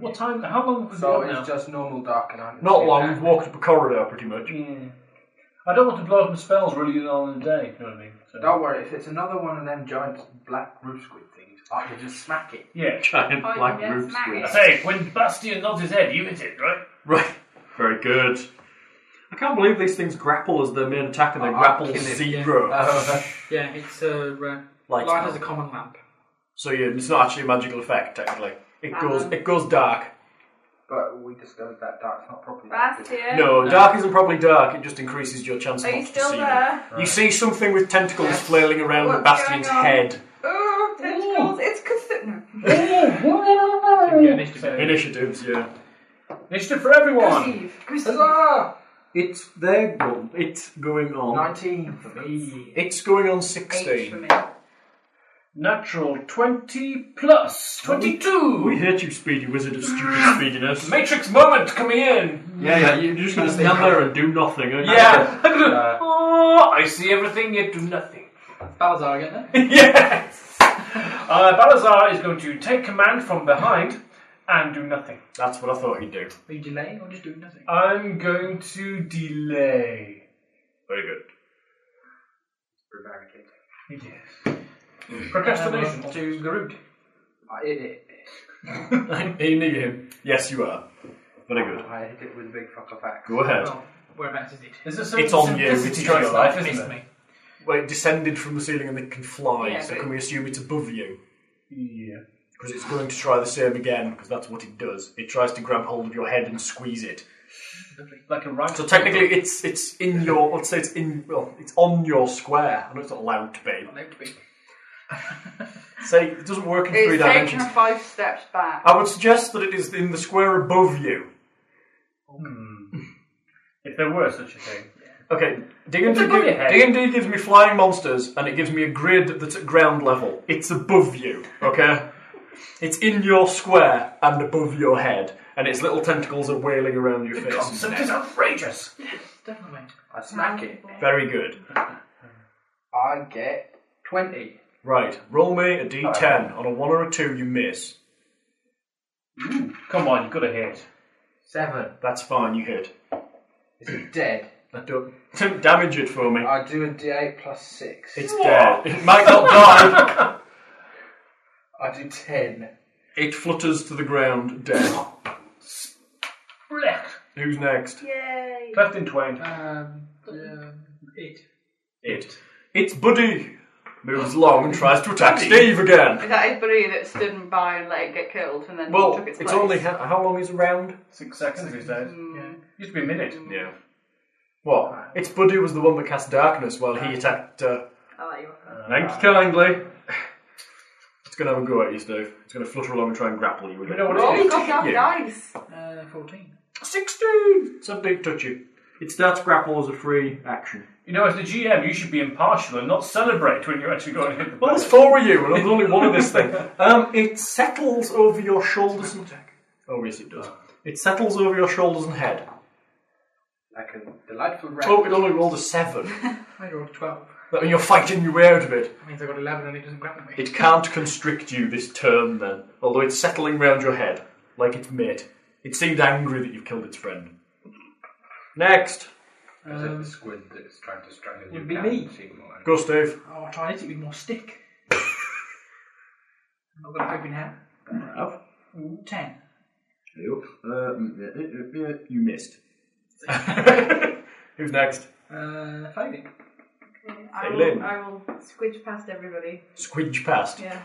S7: What time? How long was
S4: So
S7: it now?
S4: it's just normal dark and honest.
S6: *laughs* Not long. We've walked up a corridor pretty much.
S7: Yeah. I don't want to blow up my spells really long in the day, if you know what I mean. So-
S4: Don't worry, if it's another one of them giant black roof squid things, I
S6: *laughs*
S4: can just smack it.
S7: Yeah.
S6: *laughs* Giant
S3: Oh,
S6: black
S3: yes,
S6: roofs.
S3: smack
S6: with-
S3: it.
S7: I say, when Bastion nods his head, you hit it, right?
S6: Right. Very good. I can't believe these things grapple as their main attack and they grapple
S4: kidding.
S6: zero.
S4: Uh,
S2: Yeah, it's a uh, light,
S6: Light spell.
S2: as a common lamp.
S6: So yeah, it's not actually a magical effect technically. It goes
S3: Um.
S6: it goes dark.
S4: but we discovered that dark's not properly.
S3: Bastion.
S6: No, dark isn't probably dark. It just increases your chance
S3: Are
S6: of
S3: you
S6: not to
S3: still
S6: see them.
S3: there?
S6: You see something with tentacles flailing around
S3: What's
S6: the bastion's
S3: going on?
S6: head.
S3: Oh, tentacles. It's Cthulhu.
S6: Initiatives, yeah.
S7: Initiative for everyone!
S3: Perceive. Perceive.
S4: Huzzah!
S6: It's their gun. It's going on.
S4: 19 for me.
S6: It's going on
S3: Eight for
S6: sixteen.
S3: me.
S7: Natural 20 plus 22!
S6: We hate you, Speedy Wizard of Stupid *gasps* Speediness.
S7: Matrix moment coming in!
S6: Yeah, yeah. You're just gonna stand there and do nothing. Aren't
S7: *laughs* Yeah! oh, I see everything, yet do nothing. *laughs*
S2: Balazar again there.
S7: yes! Uh, Balazar is going to take command from behind and do nothing.
S6: you? That's what I thought you'd do.
S2: Are you delaying or just doing nothing?
S7: I'm going to delay.
S6: Very good.
S4: Prevaricating.
S7: Yes. Procrastination.
S2: Um, to Garud.
S4: I hit it.
S7: *laughs*
S6: He knew him. Yes, you are. Very good.
S4: I hit it with a big fuck of axe.
S6: Go ahead.
S3: Oh.
S2: Well, whereabouts is it?
S7: There's a certain
S6: It's on you.
S7: simplicity
S6: It's
S7: to
S6: trying
S7: your
S6: to
S7: life,
S2: Missed
S7: isn't
S2: me.
S6: Well, it descended from the ceiling and it can fly.
S3: Yeah,
S6: so
S3: but
S6: can
S3: it-
S6: we assume it's above you?
S7: it? Yeah.
S6: Because it's going to try the same again, because that's what it does. It tries to grab hold of your head and squeeze it.
S7: Like a right.
S6: So technically, it's it's in your. Let's say it's in. Well, it's on your square. I know it's not allowed to be.
S2: Allowed to be.
S6: Say it doesn't work in three
S3: It's taken
S6: dimensions.
S3: five steps back.
S7: Uh,
S6: I would suggest that it is in the square above you.
S7: If there were such a thing.
S6: Okay, D&D,
S7: above your head.
S6: give, D&D gives me flying monsters, and it gives me a grid that's at ground level. It's above you, okay? it's in your square and above your head, and its little tentacles are wailing around your
S7: The
S6: face. and
S7: concept is
S6: neck.
S7: outrageous!
S2: Definitely.
S4: I smack it.
S6: Very good.
S4: I get 20.
S6: Right, roll me a d10. On a 1 or a 2, you miss.
S7: Ooh, come on, you've got to hit.
S4: Seven.
S6: That's fine, you hit. *laughs*
S4: Is it dead?
S6: I don't, don't damage it for me.
S4: I do a D8 plus six.
S6: It's dead. It might not die.
S4: I do ten.
S6: It flutters to the ground, dead.
S7: Blech.
S6: Who's next?
S3: Yay!
S7: Cleft in twain.
S2: Um, um, eight.
S6: It. It's Buddy. Moves along and tries to attack Steve again.
S3: Is that his buddy that stood by and let it get killed and then
S6: Well,
S3: took its
S6: it's,
S3: place?
S6: only how, how long is a round?
S7: Six seconds these days. Yeah. Used to be a minute.
S6: Yeah. What? It's Buddy was the one that cast darkness while
S3: Ah.
S6: he attacked. Uh,
S3: I'll let you off.
S6: Thanks
S7: Uh,
S6: kindly. It's gonna have a go at you, Steve. It's gonna flutter along and try and grapple you.
S7: You know
S3: Oh,
S7: what it
S3: you
S7: is?
S3: got that
S6: Yeah.
S3: dice!
S2: Uh, fourteen.
S6: Sixteen. It's a big touchy. It starts grapple as a free action.
S7: You know, as the GM, you should be impartial and not celebrate when you actually go and hit the
S6: Well, there's four of you, and there's only one of this thing. *laughs* Um, it settles over your shoulders and Oh yes, it does. It settles over your shoulders and head.
S4: Like a delightful rat.
S6: Oh, it only rolled a seven.
S2: I rolled twelve.
S6: That means you're fighting your way out of it.
S2: That means I got eleven and it doesn't grapple me.
S6: It can't constrict you this turn then, although it's settling round your head, like its mate. It seemed angry that you've killed its friend. Next!
S10: As if the squid that's trying to strangle you
S2: Would be
S10: can
S2: me.
S10: seem like-
S6: Go, Steve.
S2: Oh, I'll try and hit it with more stick. I'm not gonna open hand.
S6: Have.
S2: Ooh, ten.
S6: Um, you missed. *laughs* Who's next?
S2: Uh, failing.
S3: I
S6: Hey,
S3: will,
S6: Lynn.
S3: I will squidge past everybody.
S6: Squidge past.
S3: Yeah.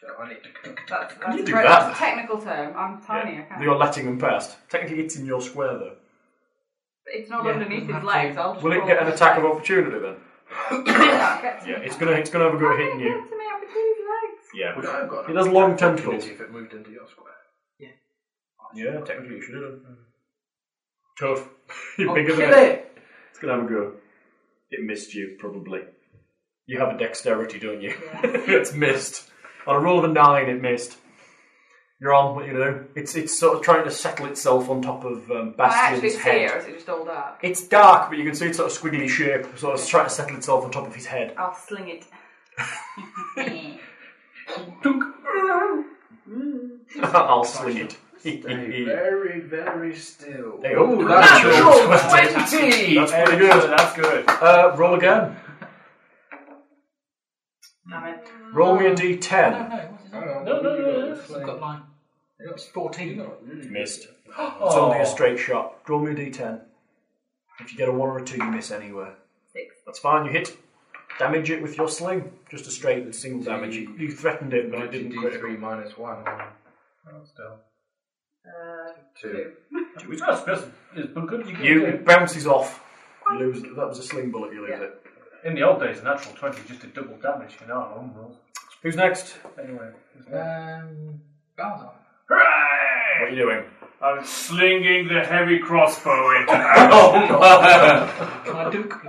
S10: So I need to cook.
S3: That's, that's
S6: you do
S3: right.
S6: that?
S3: That's a technical term. I'm tiny, I can't.
S6: You're letting them past. Technically, it's in your square though.
S3: It's not
S2: Yeah, doesn't
S3: underneath his
S2: have
S3: legs.
S2: to.
S3: I'll just
S6: Will it
S3: roll
S6: get an
S3: his *coughs*
S6: attack of
S3: legs.
S6: opportunity then?
S3: Yeah, get to
S6: Yeah,
S3: me.
S6: it's gonna it's gonna have a go at hitting
S3: Get
S6: you.
S3: to me, I'll be through his legs.
S6: Yeah.
S10: Would I have got
S6: It has long
S10: opportunity
S6: tentacles.
S10: If it moved into your square.
S6: Yeah, technically you should have done. Tough. *laughs* You're
S4: Oh,
S6: bigger than
S4: kill
S6: it.
S4: it.
S6: It's gonna have a go. It missed you, probably. You have a dexterity, don't you? *laughs* it's missed. On a roll of a nine, it missed. You're on. What you know? It's it's sort of trying to settle itself on top of um,
S3: I actually
S6: Bastion's
S3: see it,
S6: head.
S3: or is it just all dark?
S6: It's dark, but you can see its sort of squiggly shape, sort of trying to settle itself on top of his head. *laughs*
S3: I'll sling it.
S6: I'll sling it. *laughs* hey,
S4: Very, very still.
S6: oh,
S3: *laughs*
S6: that's
S3: Wait,
S6: good. That's pretty good.
S7: *laughs* That's good.
S6: Uh, roll again.
S3: Damn it.
S6: Roll me a d10.
S2: No, what's it?
S7: No, no, no, no.
S2: I've got mine. It's fourteen.
S6: Missed. It's only a
S7: Oh,
S6: straight shot. Roll me a d10. If you get a 1 or a 2, you miss anywhere.
S3: Six.
S6: That's fine, you hit. Damage it with your sling. Just a straight single damage. You, you threatened it, but it didn't
S10: D3
S6: critical.
S10: minus one. Oh, still.
S3: Uh,
S10: Two.
S7: that's best. It's been good. You,
S6: You,
S7: you,
S6: it bounces off. You lose it. That was a sling bullet, you lose it.
S7: in the old days, a natural 20 just did double damage. You know, our own rules.
S6: Who's next?
S7: Anyway. it's not-
S2: Um, Balzar.
S6: What are
S7: Hooray!
S6: you *laughs* doing?
S7: I'm slinging the heavy crossbow into
S6: Oh,
S2: Can I duke?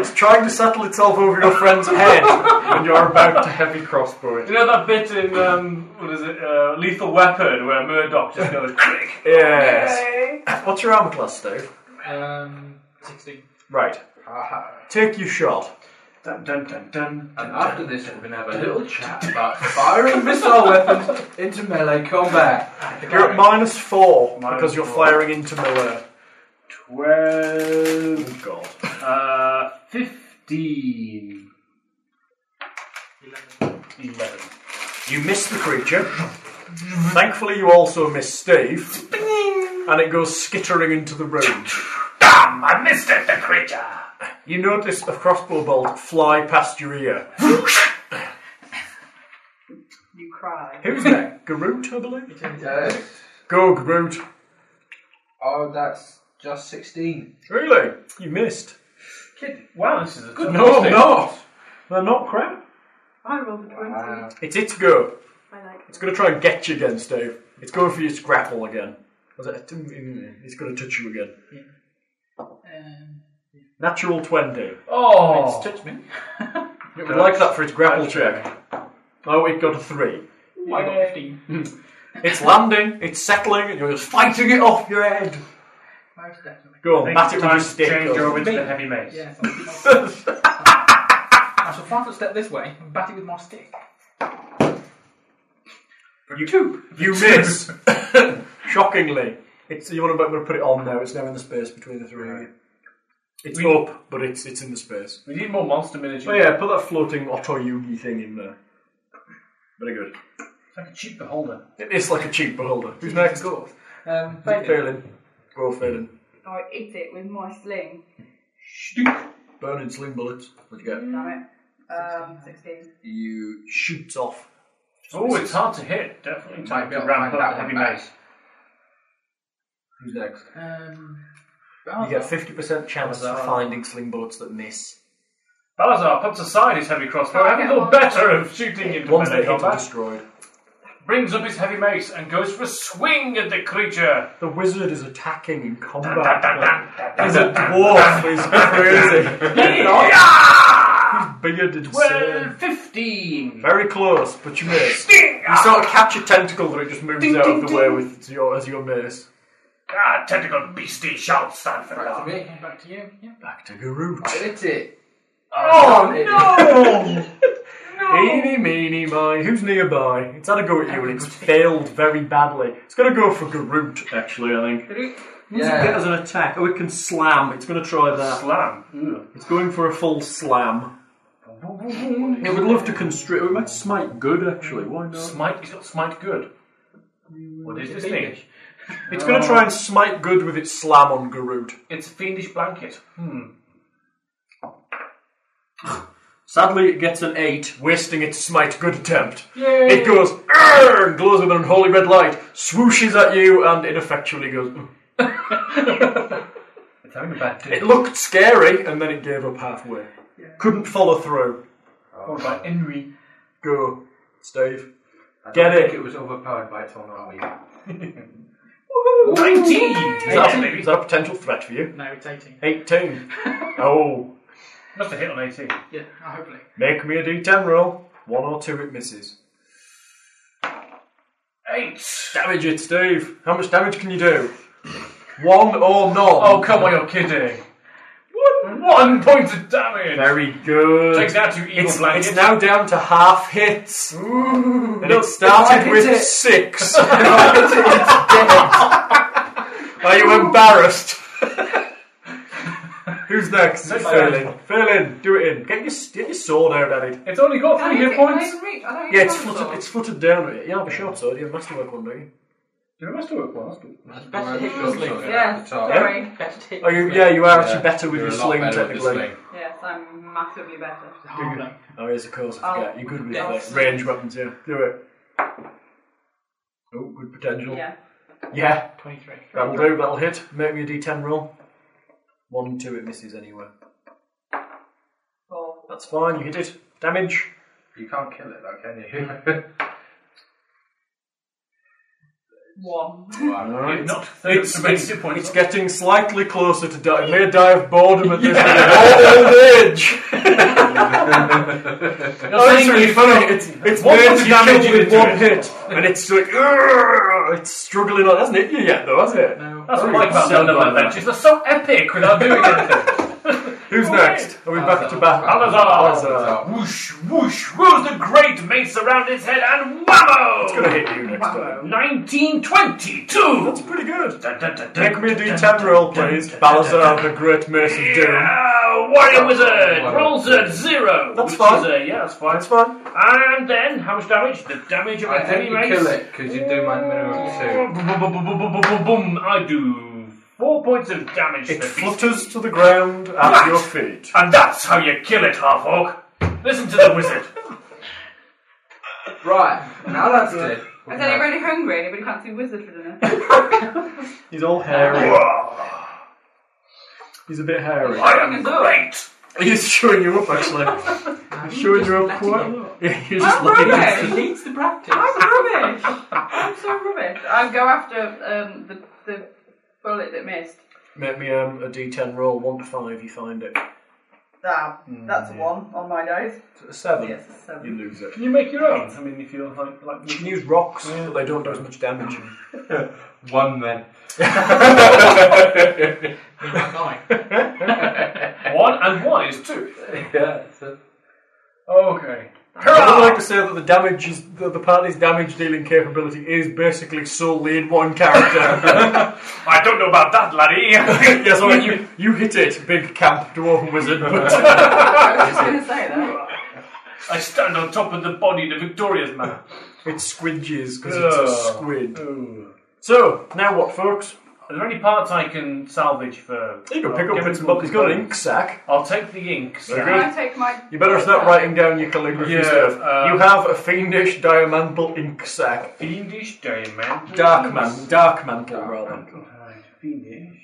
S6: it's trying to settle itself over your friend's head, and you're about to heavy crossbow it.
S7: *laughs* You know that bit in um, what is it, uh, Lethal Weapon, where Murdoch just goes click.
S3: Uh,
S6: Yes. What's your armor class, Steve?
S2: Um, sixteen.
S6: Right. Take your shot.
S7: Dun dun dun dun.
S4: And after this, we're going to have a little chat about firing missile weapons into melee combat.
S6: You're at minus four
S7: Minus
S6: because you're
S7: four.
S6: firing into melee.
S7: Twelve.
S6: Oh god.
S7: Uh, fifteen. Eleven. Eleven.
S6: You miss the creature. Thankfully, you also miss Steve. And it goes skittering into the room.
S7: Damn! I missed it, the creature.
S6: You notice a crossbow bolt fly past your ear.
S3: You cry.
S6: Who's that? Garut, I believe.
S4: Yes.
S6: Go, Garut.
S4: Oh, that's just 16.
S6: Really? You missed.
S7: Kid, wow, this is a good.
S6: No, I'm not. They're not crap.
S3: I rolled a 20.
S4: Wow.
S6: It's its go.
S3: I like
S6: It's going to try and get you again, Steve. It's going for you to grapple again. Was it- Mm-hmm. It's going to touch you again.
S2: Um,
S6: Natural 20.
S7: Oh,
S2: touch
S6: *laughs*
S2: me.
S6: It would like that for its grapple check. Oh, it got a 3.
S2: I got fifteen.
S6: It's landing, it's settling, and you're just fighting it off your head.
S2: Most definitely.
S6: Go on,
S7: Next
S6: bat it with
S7: time,
S6: your stick.
S7: change
S6: or-
S7: over to the heavy mace.
S2: Yes. I
S6: *laughs*
S2: shall find a step this way and bat it with my stick.
S11: You two. You miss.
S6: *laughs* Shockingly. It's, you want to, to put it on now, it's now in the space between the three of you. It's up, but it's it's in the space.
S7: We need more monster miniatures.
S6: Oh yeah, put that floating Otto Yugi thing in there. Very good.
S7: It's like a cheap beholder.
S6: It is like a cheap beholder. Who's next? Go.
S2: Um,
S6: Phelan. We're all Phelan.
S3: I eat it with my sling.
S5: Burning sling bullets. What do you get?
S3: Damn it. Um, 16.
S5: You shoot off.
S7: Oh, it's hard to hit. Definitely.
S4: Might
S7: Time
S4: be
S7: to
S4: able to
S7: ramp
S4: find
S7: up
S4: that one
S7: the heavy
S4: back.
S7: mace.
S5: Who's next?
S2: um,
S6: You get fifty percent chance of finding sling bullets that miss.
S7: Balazar puts aside his heavy crossbow,
S3: Oh,
S7: having
S3: okay,
S7: got
S3: well-
S7: better of shooting into
S6: Ones that
S7: melee
S6: hit are
S7: combat,
S6: destroyed.
S7: brings up his heavy mace and goes for a swing at the creature.
S6: The wizard is attacking
S5: *laughs*
S6: in combat.
S7: Dun, dun, dun, dun,
S6: He's
S7: dun,
S6: a dwarf.
S5: *laughs*
S6: He's crazy.
S7: Yeah!
S6: He's bearded. same.
S7: Well, 15.
S6: Very close, but you miss.
S7: *laughs* Ding!
S6: You sort of catch a tentacle, but it just moves
S7: Ding,
S6: out
S7: ding,
S6: of the way
S7: ding.
S6: with as your, as your mace.
S7: Ah, tentacle beastie shall stand for
S12: Back to
S7: long.
S12: me.
S2: back to you. Yeah.
S6: Back to Garut.
S12: Hit it.
S6: Oh *laughs* no! *laughs* Eeny, meeny, miny. Who's nearby? It's had a go at you and it's failed very badly. It's going to go for Garut, actually, I think.
S2: Mm-hmm.
S6: What does it get as an attack? Oh, it can slam. It's going to try that.
S7: Slam.
S6: It's going for a full
S7: *laughs*
S6: slam. It would love to constrict. It might smite good, actually. Why not?
S7: Smite, is not smite good. What is this thing?
S6: It's going to try and smite good with its slam on Garut.
S7: It's a fiendish blanket. Hmm.
S6: Sadly, it gets an 8, wasting its smite good attempt. It goes, "Arr!" and glows with an unholy red light, swooshes at you, and ineffectually goes, "Mm."
S7: *laughs* It's having a bad day.
S6: It looked scary, and then it gave up halfway. Couldn't follow through.
S7: What about Henry?
S6: Go, Steve.
S4: I don't
S6: Get
S4: think
S6: it.
S4: It was overpowered by its own army.
S7: 19!
S6: Is that, is that a potential threat for you?
S2: No, it's 18.
S7: *laughs*
S6: 18. oh,
S7: Must have hit on 18.
S2: Yeah, hopefully.
S6: make me a d10 roll. One or two, it misses.
S7: 8!
S6: Damage it, Steve. How much damage can you do? One or none.
S7: Oh, come on, you're kidding. One, one point of damage!
S6: Very good.
S7: Take that, you evil
S6: It's,
S7: blanket.
S6: it's now down to half hits. and it started with six. *laughs* Are you *laughs* embarrassed? Who's next?
S7: Next
S6: Phelan. Phelan, do it in. Get your, get your sword out at it.
S7: It's only got three
S3: Can I
S7: hit
S3: get- can I
S7: points.
S3: even reach? I don't
S6: Yeah,
S3: even
S6: it's
S3: have a
S6: fluttered,
S3: sword.
S6: it's fluttered down at it. You have a short sword, you have a masterwork one, don't you?
S7: Do we must work well? that's good.
S12: Better hit your sling.
S3: Yeah, sorry.
S12: Better hit
S6: Oh,
S12: your
S6: you,
S12: sling.
S6: yeah, you are actually
S4: Yeah,
S6: better with
S4: You're a
S6: your
S4: lot
S6: sling,
S4: better with the
S6: technically.
S4: sling.
S3: Yes, I'm massively better.
S2: Harmless.
S6: Oh, yes, of course, I
S3: Oh,
S6: forget. You're good with
S3: yeah.
S6: like, range weapons, yeah. Do it. Oh, good potential.
S3: Yeah.
S6: yeah.
S2: 23.
S6: That'll do, that'll hit. Make me a d10 roll. One and two, it misses anyway.
S3: Four.
S6: That's fine, you hit it. Damage.
S4: You can't kill it, though, can you?
S3: One. *laughs*
S6: Alright.
S7: It's not thirty
S6: It's,
S7: to make
S6: it's,
S7: hit points.
S6: it's getting slightly closer to die. It may die of boredom at this *laughs* point. Old age!
S7: You're
S6: it's
S7: saying
S6: really
S7: you
S6: funny. It's, it's
S7: What
S6: made
S7: was
S6: to
S7: the damage
S6: kill
S7: you
S6: with
S7: did to
S6: one
S7: it?
S6: hit. And it's like, "Urgh!" it's struggling on. It hasn't hit you yet, though, has it?
S7: That's what I
S6: Oh,
S7: like about
S6: so
S7: them
S6: bad.
S7: adventures. They're so epic
S6: *laughs*
S7: without doing anything.
S6: Who's next? Are we back to back?
S7: Alazar.
S6: Alazar.
S7: Whoosh, whoosh, rolls the great mace around his head and whammo!
S6: It's going to hit you next time.
S7: 1922!
S6: That's pretty good.
S7: Dun, dun, dun,
S6: Make
S7: dun,
S6: me a
S7: dun,
S6: d10
S7: dun,
S6: roll,
S7: dun,
S6: please.
S7: dun, dun, dun,
S6: Balazar, the Great Mace of Doom.
S7: Yeah, warrior wizard rolls at zero.
S6: That's
S7: which
S6: fine.
S7: Is a, yeah, that's fine.
S6: That's fun.
S7: And then, how much damage? The damage of
S4: *laughs*
S7: a *laughs*
S4: I
S7: heavy
S4: think you
S7: mace.
S4: kill it, because you do my minimum of two.
S7: Boom! I do four points of damage. to
S6: It
S7: the beast.
S6: flutters to the ground at your feet.
S7: And that's how you kill it, half orc. Listen to the
S4: *laughs*
S7: wizard.
S12: Right. Now that's dead.
S3: Is anybody hungry? Anybody fancy wizard for dinner?
S6: He's all hairy.
S7: Whoa,
S6: He's a bit hairy.
S7: I am great.
S6: He's showing you up, *laughs* actually. He's showing you up quite a lot. Yeah, You're just
S3: I'm
S6: looking at
S3: rubbish.
S12: He needs the practice.
S3: *laughs* I'm rubbish. I'm so rubbish. I go after um, the the bullet that missed.
S6: Make me um, a d10 roll, 1 to 5, you find it.
S3: Damn, that's a one on my dice.
S6: 7.
S3: Yes, it's a seven.
S6: You lose it.
S7: Can you make your own? I mean, if you're like,
S6: You
S7: like
S6: can use rocks, but they don't do as much damage.
S4: One then.
S7: one and one is two.
S4: Yeah, so
S7: Okay.
S6: Someone like to say that the damage is that the party's damage dealing capability is basically solely in one *laughs* character.
S7: I don't know about that, laddie. *laughs*
S6: yes, I mean, you you hit it, big camp dwarven wizard.
S3: *laughs*
S6: But *laughs*
S3: I was just going to say *laughs* that.
S7: I stand on top of the body of the victorious man.
S6: it squidges because it's a squid. So now what, folks?
S7: Are there any parts I can salvage for? uh,
S6: You can
S7: I'll
S6: pick up
S7: give
S6: bits
S7: it
S6: and
S7: more
S6: bobs. He's got an ink
S7: components.
S6: sack.
S7: I'll take the ink. so-
S3: Can I take my.
S6: You better start writing down your calligraphy
S7: Yeah,
S6: stuff.
S7: um,
S6: you have a fiendish diamantal ink sack.
S7: Fiendish diamond.
S6: Dark man, dark mantle rather.
S7: Right, Fiendish.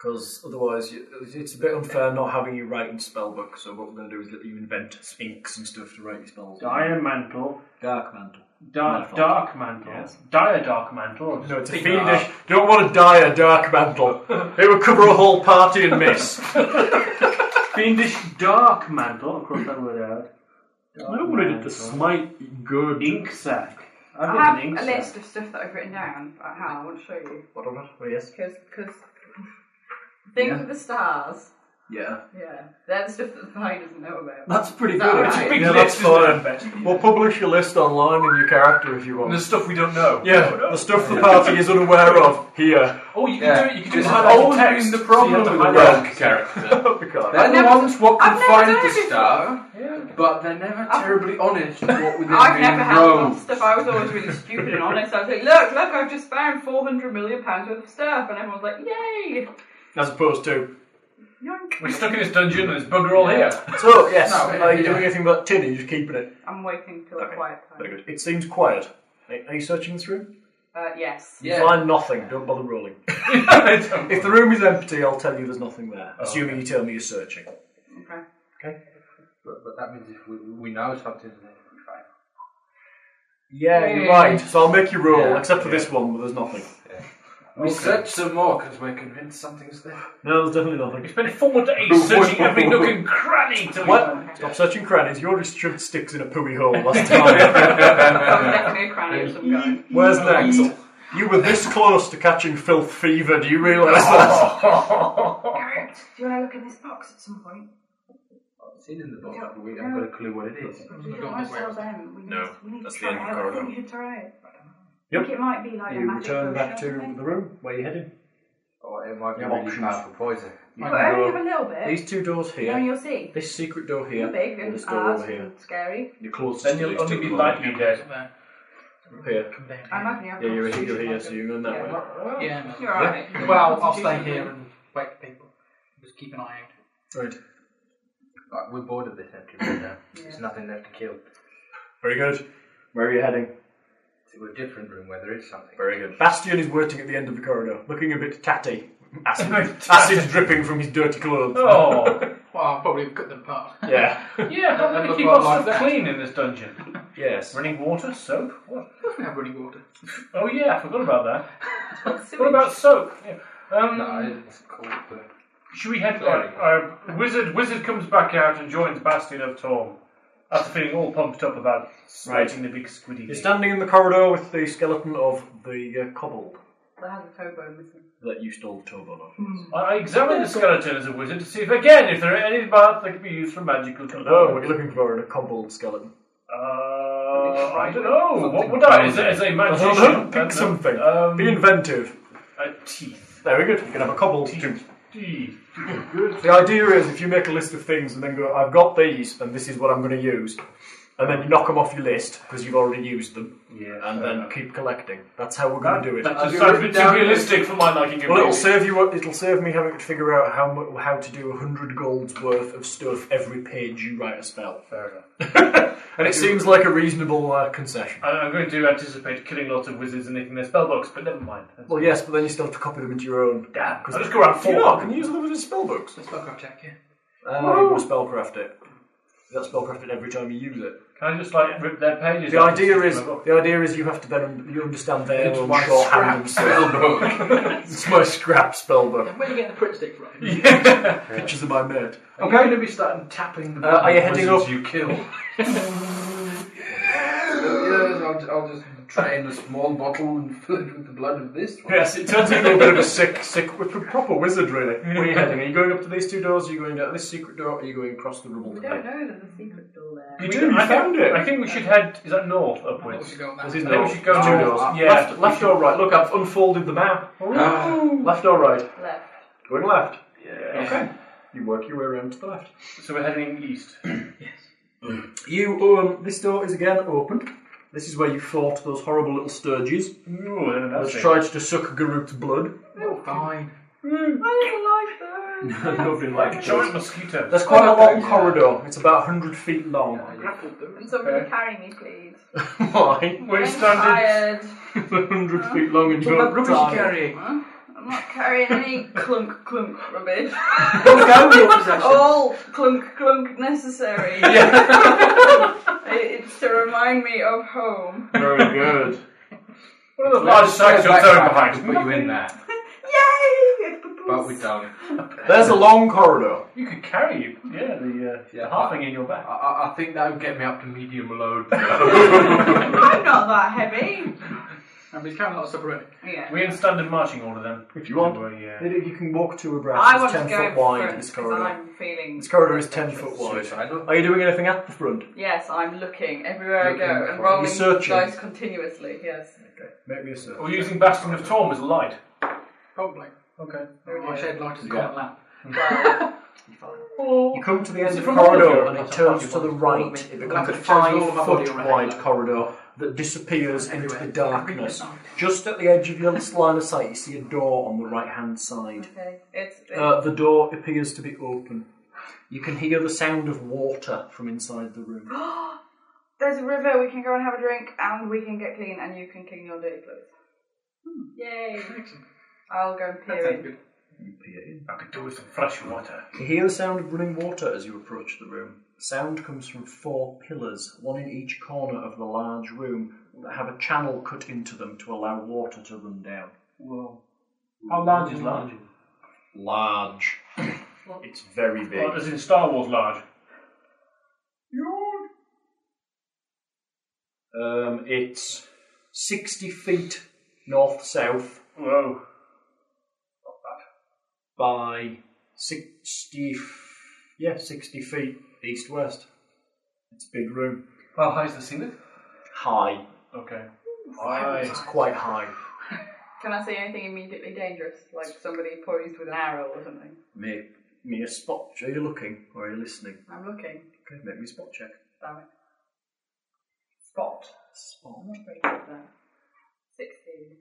S6: Because otherwise, you, it's a bit unfair not having you write in spellbook. So what we're going to do is let you invent inks and stuff to write your spells.
S7: Diamantle.
S6: Dark mantle.
S7: Dark,
S6: Mantle.
S7: dark mantle. Dire dark mantle.
S6: No, it's a fiendish. Don't want to die a dark mantle. It would cover a whole party and *laughs* miss.
S7: Fiendish dark mantle. Of course, that word out.
S6: I don't want it to smite good.
S7: Ink sack. I've
S3: I
S7: got an
S3: have
S7: ink
S3: a
S7: sack.
S3: list of stuff that I've written down, but how? I want to show you.
S6: What on earth? Oh, yes.
S3: Because. Cause things with the stars.
S6: Yeah.
S3: Yeah. They're the stuff that the pie doesn't know about.
S6: That's pretty
S3: that
S6: good.
S3: right?
S6: actually.
S3: Big
S6: yeah,
S7: list,
S6: that's
S7: isn't
S6: fine. We'll publish your list online and your character if you want.
S11: The stuff we don't know.
S6: yeah, the stuff the party is unaware of here.
S11: Oh, you can
S12: Yeah.
S11: do it. You can do
S12: It's
S11: it.
S12: always
S11: text.
S12: been the problem
S11: so you
S12: with
S11: have to
S12: rock
S11: hide it.
S12: character.
S6: Because-
S12: They're
S3: I've
S12: the
S3: never-
S12: ones what can
S3: I've never
S12: find
S3: done
S12: the
S3: it before.
S12: star, but they're never terribly honest with what within
S3: *laughs* I've
S12: being
S3: never had
S12: rogue.
S3: enough stuff. I was always really stupid and honest. I was like, look, look, I've just found 400 million pounds worth of stuff. And everyone was like, yay!
S6: *laughs* As opposed to.
S3: Yoink.
S11: We're stuck in this dungeon and there's bugger all here.
S7: *laughs*
S6: So, yes.
S12: No,
S6: are you
S12: yeah.
S6: doing anything about tin? Are you just keeping it?
S3: I'm waiting till a quiet time.
S6: Very good. It seems quiet. Are are you searching this room?
S3: Uh, yes.
S6: You
S12: Yeah.
S6: Find nothing. Don't bother rolling. if the room is empty, I'll tell you there's nothing there. assuming you tell me you're searching.
S3: Okay.
S4: But, but that means if we, we know something, then we fail.
S6: Yeah,
S3: Yay.
S6: you're right. So I'll make you roll,
S12: Yeah,
S6: except for this one, where there's nothing.
S12: We search some more because we're convinced something's there.
S6: No, there's definitely nothing.
S7: Spent four days searching every nook and cranny till
S6: What? Stop searching crannies. You already shoved sticks in a pooey hole last time.
S3: I'm definitely a cranny of some
S6: *laughs*
S3: kind.
S6: Where's next? You were this close to catching filth fever. Do you realise that?
S3: Garrett, do you want to look in this box at some point?
S4: I've seen in the book, but we haven't got a clue what it is.
S3: We don't want to tell them. We need,
S11: No,
S3: we need
S11: that's
S3: to
S11: the
S3: try
S11: end of
S3: it
S11: the corridor.
S3: out. I think you try it. I
S6: Yep.
S3: think it might be like a
S6: You
S3: magic
S6: return back to
S3: potion or something.
S6: the room. Where are you headed?
S12: Oh,
S4: Or it might be
S6: Yeah,
S4: really
S6: options.
S4: powerful poison.
S6: You
S3: Well,
S6: can
S3: only
S6: go
S3: have a little bit.
S6: These two doors
S3: Then
S6: here.
S3: you'll see.
S6: This secret door
S3: You're
S6: here.
S3: big
S6: and
S3: and
S6: this door over
S3: odd
S6: here.
S3: and scary.
S6: You're close
S11: Then
S6: to
S11: you'll
S6: these
S11: only
S6: two
S11: be
S6: doors.
S11: lightly
S7: *laughs*
S11: dead.
S6: Up here.
S3: I imagine you have
S6: Yeah, you're
S3: constitution
S6: you're here,
S3: like
S6: so
S3: a-
S6: you're going that way.
S3: Yeah.
S13: Yeah.
S3: You're alright.
S13: Well, I'll stay here and wait for people. Just keep an eye out.
S6: Right.
S4: Like, we're bored of this empty room now. There's nothing left to kill.
S6: Very good. Where are you heading?
S4: To a different room where there is something.
S6: Very good. Bastion is waiting at the end of the corridor, looking a bit tatty. Acid, *laughs* acid dripping from his dirty clothes.
S7: Oh,
S13: Well, I'll probably cut them
S2: *laughs*
S13: apart.
S6: *laughs* Yeah.
S7: yeah, how
S13: That
S7: do we
S13: looked
S7: keep
S13: like
S7: our stuff
S13: that.
S7: clean in this dungeon?
S6: Yes.
S7: Running water, soap? What?
S13: We have running water.
S7: Oh, yeah, I forgot about that. what about soap? Yeah. Um,
S4: No, Uh, it's called the...
S7: Should we head right? Uh, wizard, wizard comes back out and joins Bastion of Torm. After feeling all pumped up about smiting the big squiddy.
S6: You're standing in the corridor with the skeleton of the uh, kobold
S3: That has a toe bone missing.
S6: that you stole the turban off.
S7: I examine the skeleton as a wizard to see if again if there are any parts that can be used for magical.
S6: No, Oh, what are you looking for in a kobold skeleton?
S7: Uh, I don't know. What would I? Is it as a magician?
S6: I don't know,
S7: I
S6: pick
S7: don't
S6: something.
S7: know. Um,
S6: Be inventive.
S7: uh, teeth.
S6: Very good. You can have a kobold tooth.
S7: Teeth.
S6: The idea is if you make a list of things and then go, I've got these and this is what I'm going to use, and then you knock them off your list because you've already used them,
S7: Yeah.
S6: and then keep collecting. That's how we're going to do it.
S7: That just Uh, sounds a bit too realistic for my liking.
S6: Well, it'll
S7: really.
S6: save you. It'll save me having to figure out how mu- how to do hundred golds worth of stuff every page you write a spell.
S7: Fair
S6: *laughs*
S7: enough.
S6: And it seems like a reasonable uh, concession.
S7: I- I'm going to anticipate killing lots of wizards and nicking their spellbooks, but never mind.
S6: Well, yes, but then you still have to copy them into your own.
S7: Damn. I'll
S6: Because
S7: just go around
S6: you
S7: four.
S6: can use them as spellbooks.
S13: Let's back up check here.
S6: Uh, you will spellcraft it. You'll spellcraft it every time you use it.
S7: Can I just like rip their pages?
S6: The
S7: out and
S6: idea
S7: stick
S6: is
S7: them up?
S6: the idea is you have to then you understand their own
S12: my
S6: shorthand and stuff. *laughs* It's my scrap spellbook.
S13: And where are you getting the print stick from?
S6: Pictures of my mate.
S12: I'm going to be starting tapping the
S6: Uh, are you heading up?
S12: you kill.
S4: Yes, I'll, I'll just
S12: tray and a small bottle
S4: *laughs*
S12: and fill it with the blood of this one.
S6: *laughs* Yes, it turns into a little bit of a sick, sick, proper wizard, really. Where are you heading? Are you going up to these two doors? Are you going down this secret door? Are you going across the rubble?
S3: We don't know there's a secret door there.
S6: You do, you found
S7: think,
S6: it.
S7: I think we should head. Is that north upwards?
S6: As
S7: I
S6: in
S7: think
S6: no,
S7: we should go
S6: two
S7: north.
S6: doors.
S7: Yeah.
S6: Left, left or right? Look, I've unfolded the map. Left or right? *laughs*
S3: Left.
S6: Going left. Yeah. Okay. You work your way around to the left.
S7: So we're heading east.
S6: You um, this door is again open. This is where you fought those horrible little sturges.
S7: Ooh,
S6: Which tried to suck Garut's *laughs* blood.
S13: Fine.
S3: I don't
S6: *laughs*
S3: like that.
S6: Nobody liked
S7: Giant
S6: it.
S7: mosquitoes.
S6: There's quite a long corridor. It's about hundred feet long.
S3: Can somebody carry me, please?
S6: *laughs* Why?
S7: We're
S3: I'm
S7: standing.
S3: tired.
S6: *laughs* hundred feet long and
S13: What
S6: you're
S13: about rubbish you
S6: tired. *laughs*
S13: carrying?
S3: Huh? I'm not carrying any clunk clunk
S6: *laughs*
S3: rubbish.
S13: Don't go with your
S3: *laughs*
S13: possessions.
S3: All Oh, clunk clunk necessary. It- *laughs* it's to remind me of home. *laughs*
S6: Very good.
S7: One of those large sacks of
S4: Backpack
S7: tow
S4: to
S7: behind.
S4: put you in there,
S3: Yay!
S4: but we don't.
S6: There's a long corridor.
S7: You could carry, yeah, the, uh,
S4: Yeah.
S7: the halfing in your back.
S4: I, I- I think that would get me up to medium *laughs* load.
S3: I'm not that heavy.
S13: And he's carrying a lot of stuff already.
S3: Yeah.
S7: We're in standard marching order then.
S6: If you want.
S7: We're, yeah.
S6: It- You can walk to a breath.
S3: I
S6: it's
S3: want to
S6: ten
S3: go
S6: foot wide.
S3: first
S6: this
S3: because
S6: corridor.
S3: I'm feeling.
S6: This corridor is ten foot wide.
S4: Suicidal.
S6: Are you doing anything at the front?
S3: Yes, I'm looking everywhere I go and
S6: for-
S3: rolling
S6: You're searching.
S3: dice continuously. Yes.
S6: Make me a search.
S7: We're using Bastion of Torm as a light.
S13: Probably.
S7: Okay.
S13: Oh, I shed light as a common *laughs* lamp. Oh.
S6: You come to the end of the
S7: From all of you,
S6: corridor and
S7: and
S6: it
S7: it's
S6: turns
S7: a
S6: to the
S7: fucking
S6: right. It becomes a
S13: It shows all
S6: five
S13: of my body
S6: foot
S13: around.
S6: wide corridor that disappears into the
S13: Everywhere.
S6: darkness. Just at the edge of your line of sight, you see a door on the right hand side.
S3: Okay. It's. it's
S6: Uh, the door appears to be open. You can hear the sound of water from inside the room. *gasps*
S3: there's a river. We can go and have a drink, and we can get clean, and you can clean your dirty clothes. Yay! I'll go and peer in.
S7: I could do with some fresh water.
S6: You hear the sound of running water as you approach the room. Sound comes from four pillars, one in each corner of the large room, that have a channel cut into them to allow water to run down.
S7: How large is large?
S6: Large. it's very big.
S7: Well, as in Star Wars large.
S6: Um, it's 60 feet north south
S7: Whoa.
S6: by 60, f- yeah, 60 feet east west. It's a big room.
S13: How high is the ceiling?
S6: High.
S7: Okay.
S6: It's quite high.
S3: Can I see anything immediately dangerous, like somebody poised with an arrow or something?
S6: Make me a spot. Are you looking or are you listening?
S3: I'm looking.
S6: Okay, make me a spot check.
S3: Damn it. Spot.
S6: Spot.
S3: I'm not very good at that. Sixteen.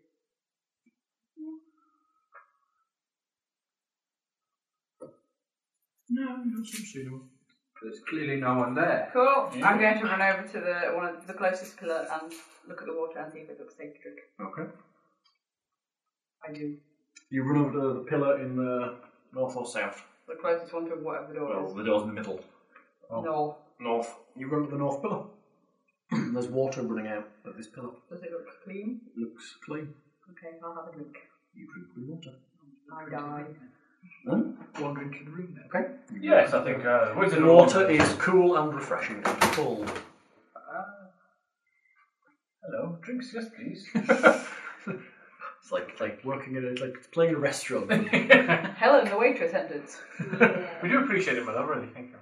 S6: No, you don't seem suitable.
S12: There's clearly no one there.
S3: Cool. I'm going to run over to the one of the closest pillar and look at the water and see if it looks safe to drink.
S6: Okay.
S3: I do.
S6: You run over to the pillar in the north or south.
S3: The closest one to whatever the door
S6: Well,
S3: is.
S6: the door's in the middle.
S3: No.
S6: North. You run to the north pillar. *clears throat* There's water running out of this pillar.
S3: Does it look clean?
S6: Looks clean.
S3: Okay, I'll have a drink.
S6: You drink the water.
S3: I die.
S13: Wander into the room then.
S6: Okay.
S7: Yes, I think uh, Wizard
S6: The
S7: of
S6: water
S7: Oz.
S6: is cool and refreshing and full. Ah.
S7: Hello, drinks, yes,
S6: *laughs*
S7: please.
S6: It's like like working in a like playing in a *laughs* restaurant.
S3: Helen, the waitress entered.
S7: we do appreciate it, my love, really. Thank you.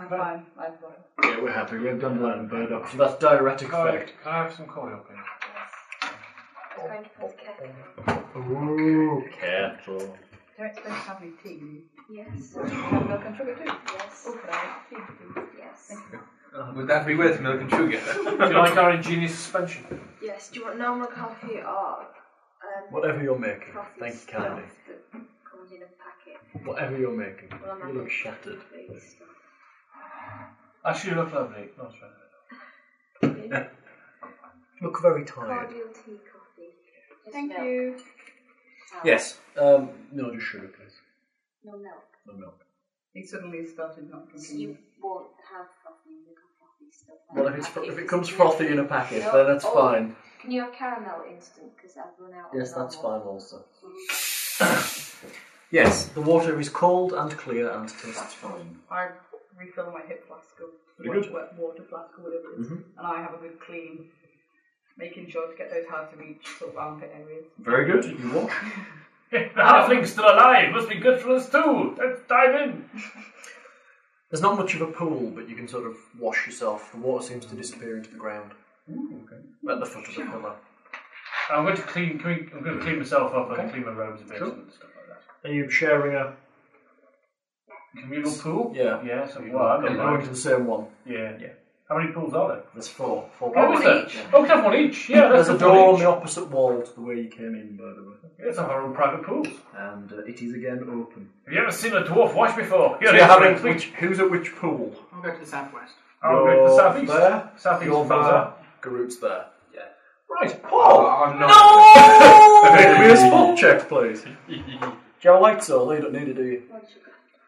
S3: I'm fine. I'm fine.
S6: yeah, we're happy. We've done well in Burdock for that diuretic
S7: Can I,
S6: effect.
S7: can I have some cordial, please?
S6: Ooh, careful.
S3: They're expected to have any tea.
S14: Yes.
S3: Have milk and sugar too.
S14: Yes.
S3: Oh, can I have tea, please?
S14: Yes.
S12: Would that be with milk and sugar?
S7: Do you like our ingenious suspension? *laughs*
S14: Yes. Do you want normal coffee or um,
S6: Whatever you're making,
S14: coffee
S6: thank you
S14: stuff
S6: kindly.
S14: that comes in a packet?
S6: Whatever you're making,
S14: Well, I'm
S6: you
S14: having
S6: look shattered.
S14: coffee stuff.
S7: Actually, you look lovely. Not sure.
S6: *laughs* Look very tired.
S14: Cordial tea coffee. Just
S3: Thank
S14: milk.
S3: you.
S6: Yes. Um, no, just sugar, please.
S14: No milk.
S6: No milk.
S3: He suddenly started not
S14: So
S3: drinking.
S14: you won't have frothy milk and frothy stuff.
S6: Well,
S14: in
S6: if
S14: a
S6: it's fr-
S14: packet.
S6: if it comes frothy in a packet,
S14: No,
S6: then that's
S14: oh,
S6: fine.
S14: Can you have caramel instant? Because I've run out. of
S6: Yes, that's fine
S14: normal.
S6: also. *coughs* yes, the water is cold and clear and tastes fine.
S3: I refill my hip flask of
S6: Very
S3: wet,
S6: good. Mm-hmm.
S3: wet water flask or whatever it is, and I have a good clean. making sure to get those hard to reach sort of armpit areas.
S6: Very good. You walk.
S7: the halfling's still alive. Must be good for us too. Let's dive in.
S11: There's not much of a pool, but you can sort of wash yourself. The water seems to disappear into the ground. At the foot of the pillar.
S7: I'm going to clean. Can we, I'm going to clean myself up. and clean my robes a bit and stuff like that.
S6: Are you sharing a
S7: Communal pool.
S6: Yeah.
S7: Yeah. So well, I'm
S6: You're
S7: not
S6: going to the same one.
S7: Yeah. Yeah. How many pools are there?
S6: There's four. Four
S7: Oh, is there? Oh, we can have one each. Yeah.
S6: There's
S7: That's
S6: a door on the opposite wall to the way you came in, by the way.
S7: It's our own private pools.
S6: And uh, it is again open.
S7: Have you ever seen a dwarf wash
S6: So
S7: before? Here
S6: you're
S7: it is,
S6: having
S7: please.
S6: which, who's at which pool?
S13: I'll go to the southwest.
S7: I'll go to the
S6: You're
S7: southeast.
S6: There.
S7: Southeast
S6: You're
S7: pools are.
S6: there. Garut's there.
S13: Yeah.
S6: Right, *laughs* Paul.
S12: I'm not.
S6: Make me a spot check, please. *laughs* Do you have a light on? You don't need it, do you?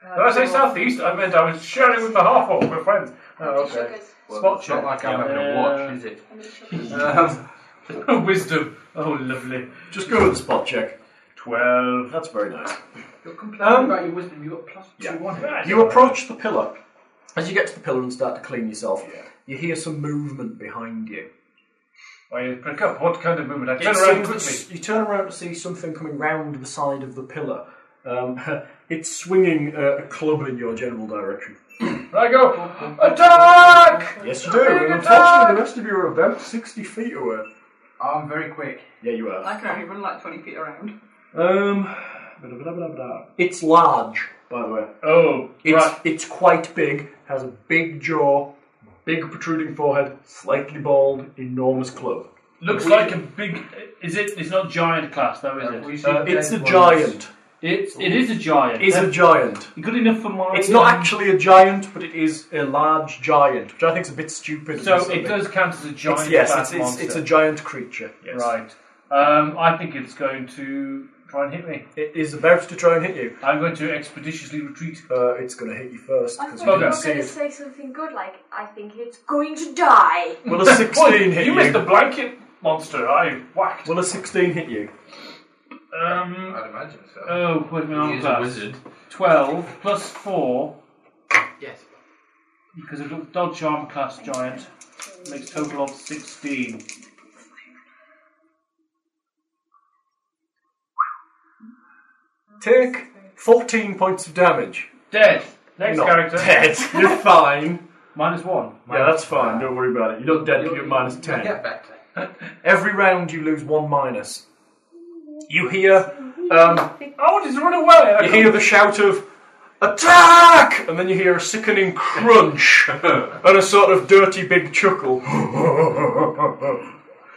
S7: When I say southeast, I meant I was sharing with the half orc, my friends.
S12: Oh, okay. Well,
S7: Spot
S12: it's
S7: check.
S12: not like I'm having a watch, is it? Um,
S7: *laughs* Wisdom. Oh, lovely.
S6: Just go with the spot check.
S7: 12.
S6: That's very nice.
S13: You're complaining
S12: Um,
S13: about your wisdom. You've got plus two
S6: yeah.
S13: on it.
S6: You approach the pillar. As you get to the pillar and start to clean yourself, you hear some movement behind you.
S7: I pick up. What kind of movement? I
S6: It
S7: turn around
S6: seems that
S7: quickly.
S6: s- You turn around to see something coming round the side of the pillar. Um, *laughs* it's swinging uh, a, a club in your general direction.
S7: I go, attack!
S6: Yes, you do. And unfortunately, the
S7: attacked!
S6: rest of you are about 60 feet away.
S12: I'm very quick.
S6: Yeah, you are.
S3: I can only run like 20 feet
S6: *laughs*
S3: around.
S6: Um, blah, blah, blah, blah. It's large, by the way.
S7: Oh,
S6: It's,
S7: right.
S6: it's quite big, has a big jaw, big protruding forehead, slightly bald, enormous club.
S7: Looks like a big. Is it? It's not giant class though, is
S12: we
S7: it? Uh,
S12: see
S6: It's a
S12: dead ones.
S6: giant.
S7: It's. It is a giant. Uh,
S6: Is a giant.
S7: good enough for my.
S6: It's not actually a giant, but it is a large giant, which I think is a bit stupid.
S7: So
S6: It's a
S7: it
S6: bit-
S7: does count as a giant
S6: It's, yes,
S7: class
S6: it's, it's, it's
S7: monster.
S6: a giant creature. Yes.
S7: Right. Um, I think it's going to try and hit me.
S6: It is about to try and hit you.
S7: I'm going to expeditiously retreat.
S6: Uh, it's going to hit you first
S14: I
S6: because
S14: thought
S6: you
S14: you were
S6: didn't
S14: going
S6: see
S14: to
S6: it.
S14: say something good, like, I think it's going to die.
S7: *laughs*
S6: Will a sixteen hit
S7: you
S6: you?
S7: missed the blanket monster. I whacked.
S6: Will a sixteen hit you?
S7: Um.
S12: I'd imagine so.
S7: Oh, where's my
S12: he
S7: arm
S12: is
S7: class?
S12: a wizard.
S7: Twelve plus four
S13: Yes.
S7: because it's a dodge arm class giant. Makes total of sixteen.
S6: Take fourteen points of damage.
S7: Dead. Next
S6: Not
S7: character. *laughs*
S6: dead. You're fine.
S7: Minus one.
S6: yeah, that's fine. Don't worry about it. You're not dead. You're, minus ten.
S12: Get back to
S6: Every round you lose one minus. You hear, um,
S7: I wanted to run away.
S6: *laughs*
S7: I
S6: you hear the shout of attack, and then you hear a sickening crunch
S7: *laughs*
S6: and a sort of dirty big chuckle.
S7: It's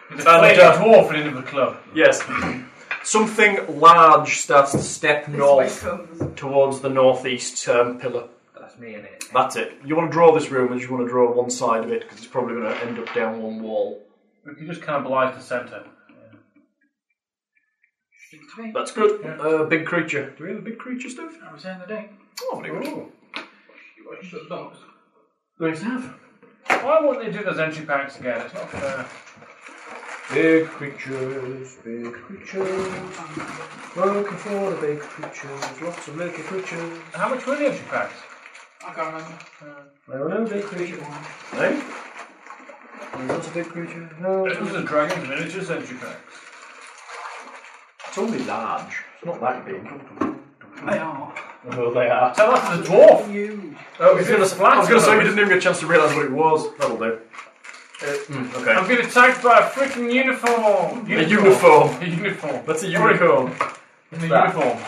S6: And,
S7: playing
S6: uh,
S7: a dwarf in the club.
S6: yes, something large starts to
S3: *laughs*
S6: step north
S3: comes.
S6: towards the northeast um, pillar.
S13: That's me in it.
S6: That's it. You want to draw this room, and you want to draw one side of it because it's probably going to end up down one wall.
S7: We can just cannibalise the centre.
S6: That's good. Uh, big creature. Do we have a big creature stuff?
S13: I was in the day.
S6: Oh, very good.
S12: it. Dogs.
S6: Oh. Nice to have.
S7: Why won't they do those entry packs again? It's not fair.
S6: Big creatures, big creatures. Looking for the big creatures, lots of little creatures.
S7: How much were the entry packs?
S13: I can't remember.
S6: There are no big creatures. No? There's not a big creature.
S7: It was
S6: No.
S7: a dragon miniatures entry packs.
S6: It's only large. It's not that big.
S13: They are.
S6: Oh, they are.
S7: So that's the dwarf.
S13: Huge.
S6: Oh, it's gonna,
S7: flat,
S6: I was going to say
S7: though.
S6: we didn't even get a chance to realise what it was. That'll do. Uh, mm,
S7: I'm
S6: okay.
S7: being attacked by a freaking uniform.
S6: A uniform.
S7: A uniform.
S6: That's a unicorn.
S7: In the
S6: That.
S7: uniform.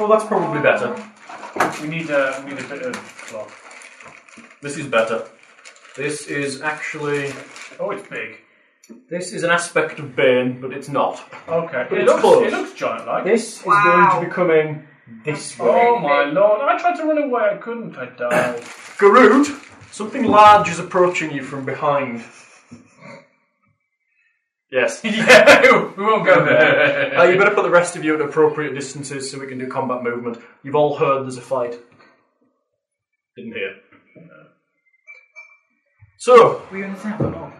S6: Well, that's probably better.
S7: We need a we need a bit of cloth.
S6: This is better. This is actually.
S7: Oh, it's big.
S6: This is an aspect of Bane, but it's not.
S7: Okay.
S6: But
S7: it
S6: it's
S7: looks
S6: close.
S7: it looks giant like.
S6: This
S3: Wow.
S6: is going to be coming this way.
S7: Oh my lord! I tried to run away. I couldn't.
S6: *coughs*
S7: I died.
S6: Garud, something large is approaching you from behind. Yes.
S7: yeah, we won't go there.
S6: Uh, you better put the rest of you at appropriate distances so we can do combat movement. You've all heard there's a fight. Didn't hear. So,
S13: Were you in the south or north?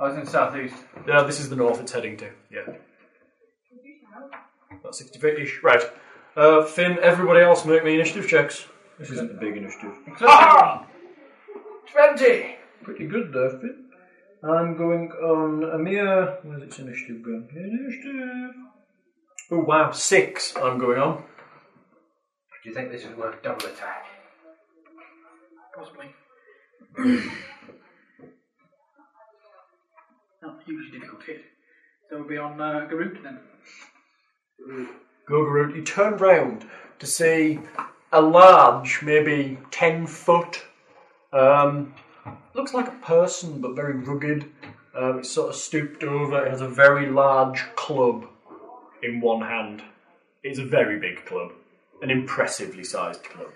S7: I was in southeast.
S6: yeah, this is the north it's heading to. Yeah. About 60 feet ish. Right. Uh, Finn, everybody else make me initiative checks. This isn't a big initiative.
S7: Ah!
S6: Pretty good, though, Finn. I'm going on a mere. Where's its initiative gone? Initiative. Oh wow, six. I'm going on.
S13: Do you think this is worth double attack? Possibly. Not hugely difficult hit. So we'll be on uh, Garut then.
S6: Gogorut, you turn round to see a large, maybe 10 foot, um, looks like a person but very rugged. Um, it's sort of stooped over, it has a very large club in one hand. It's a very big club, an impressively sized club.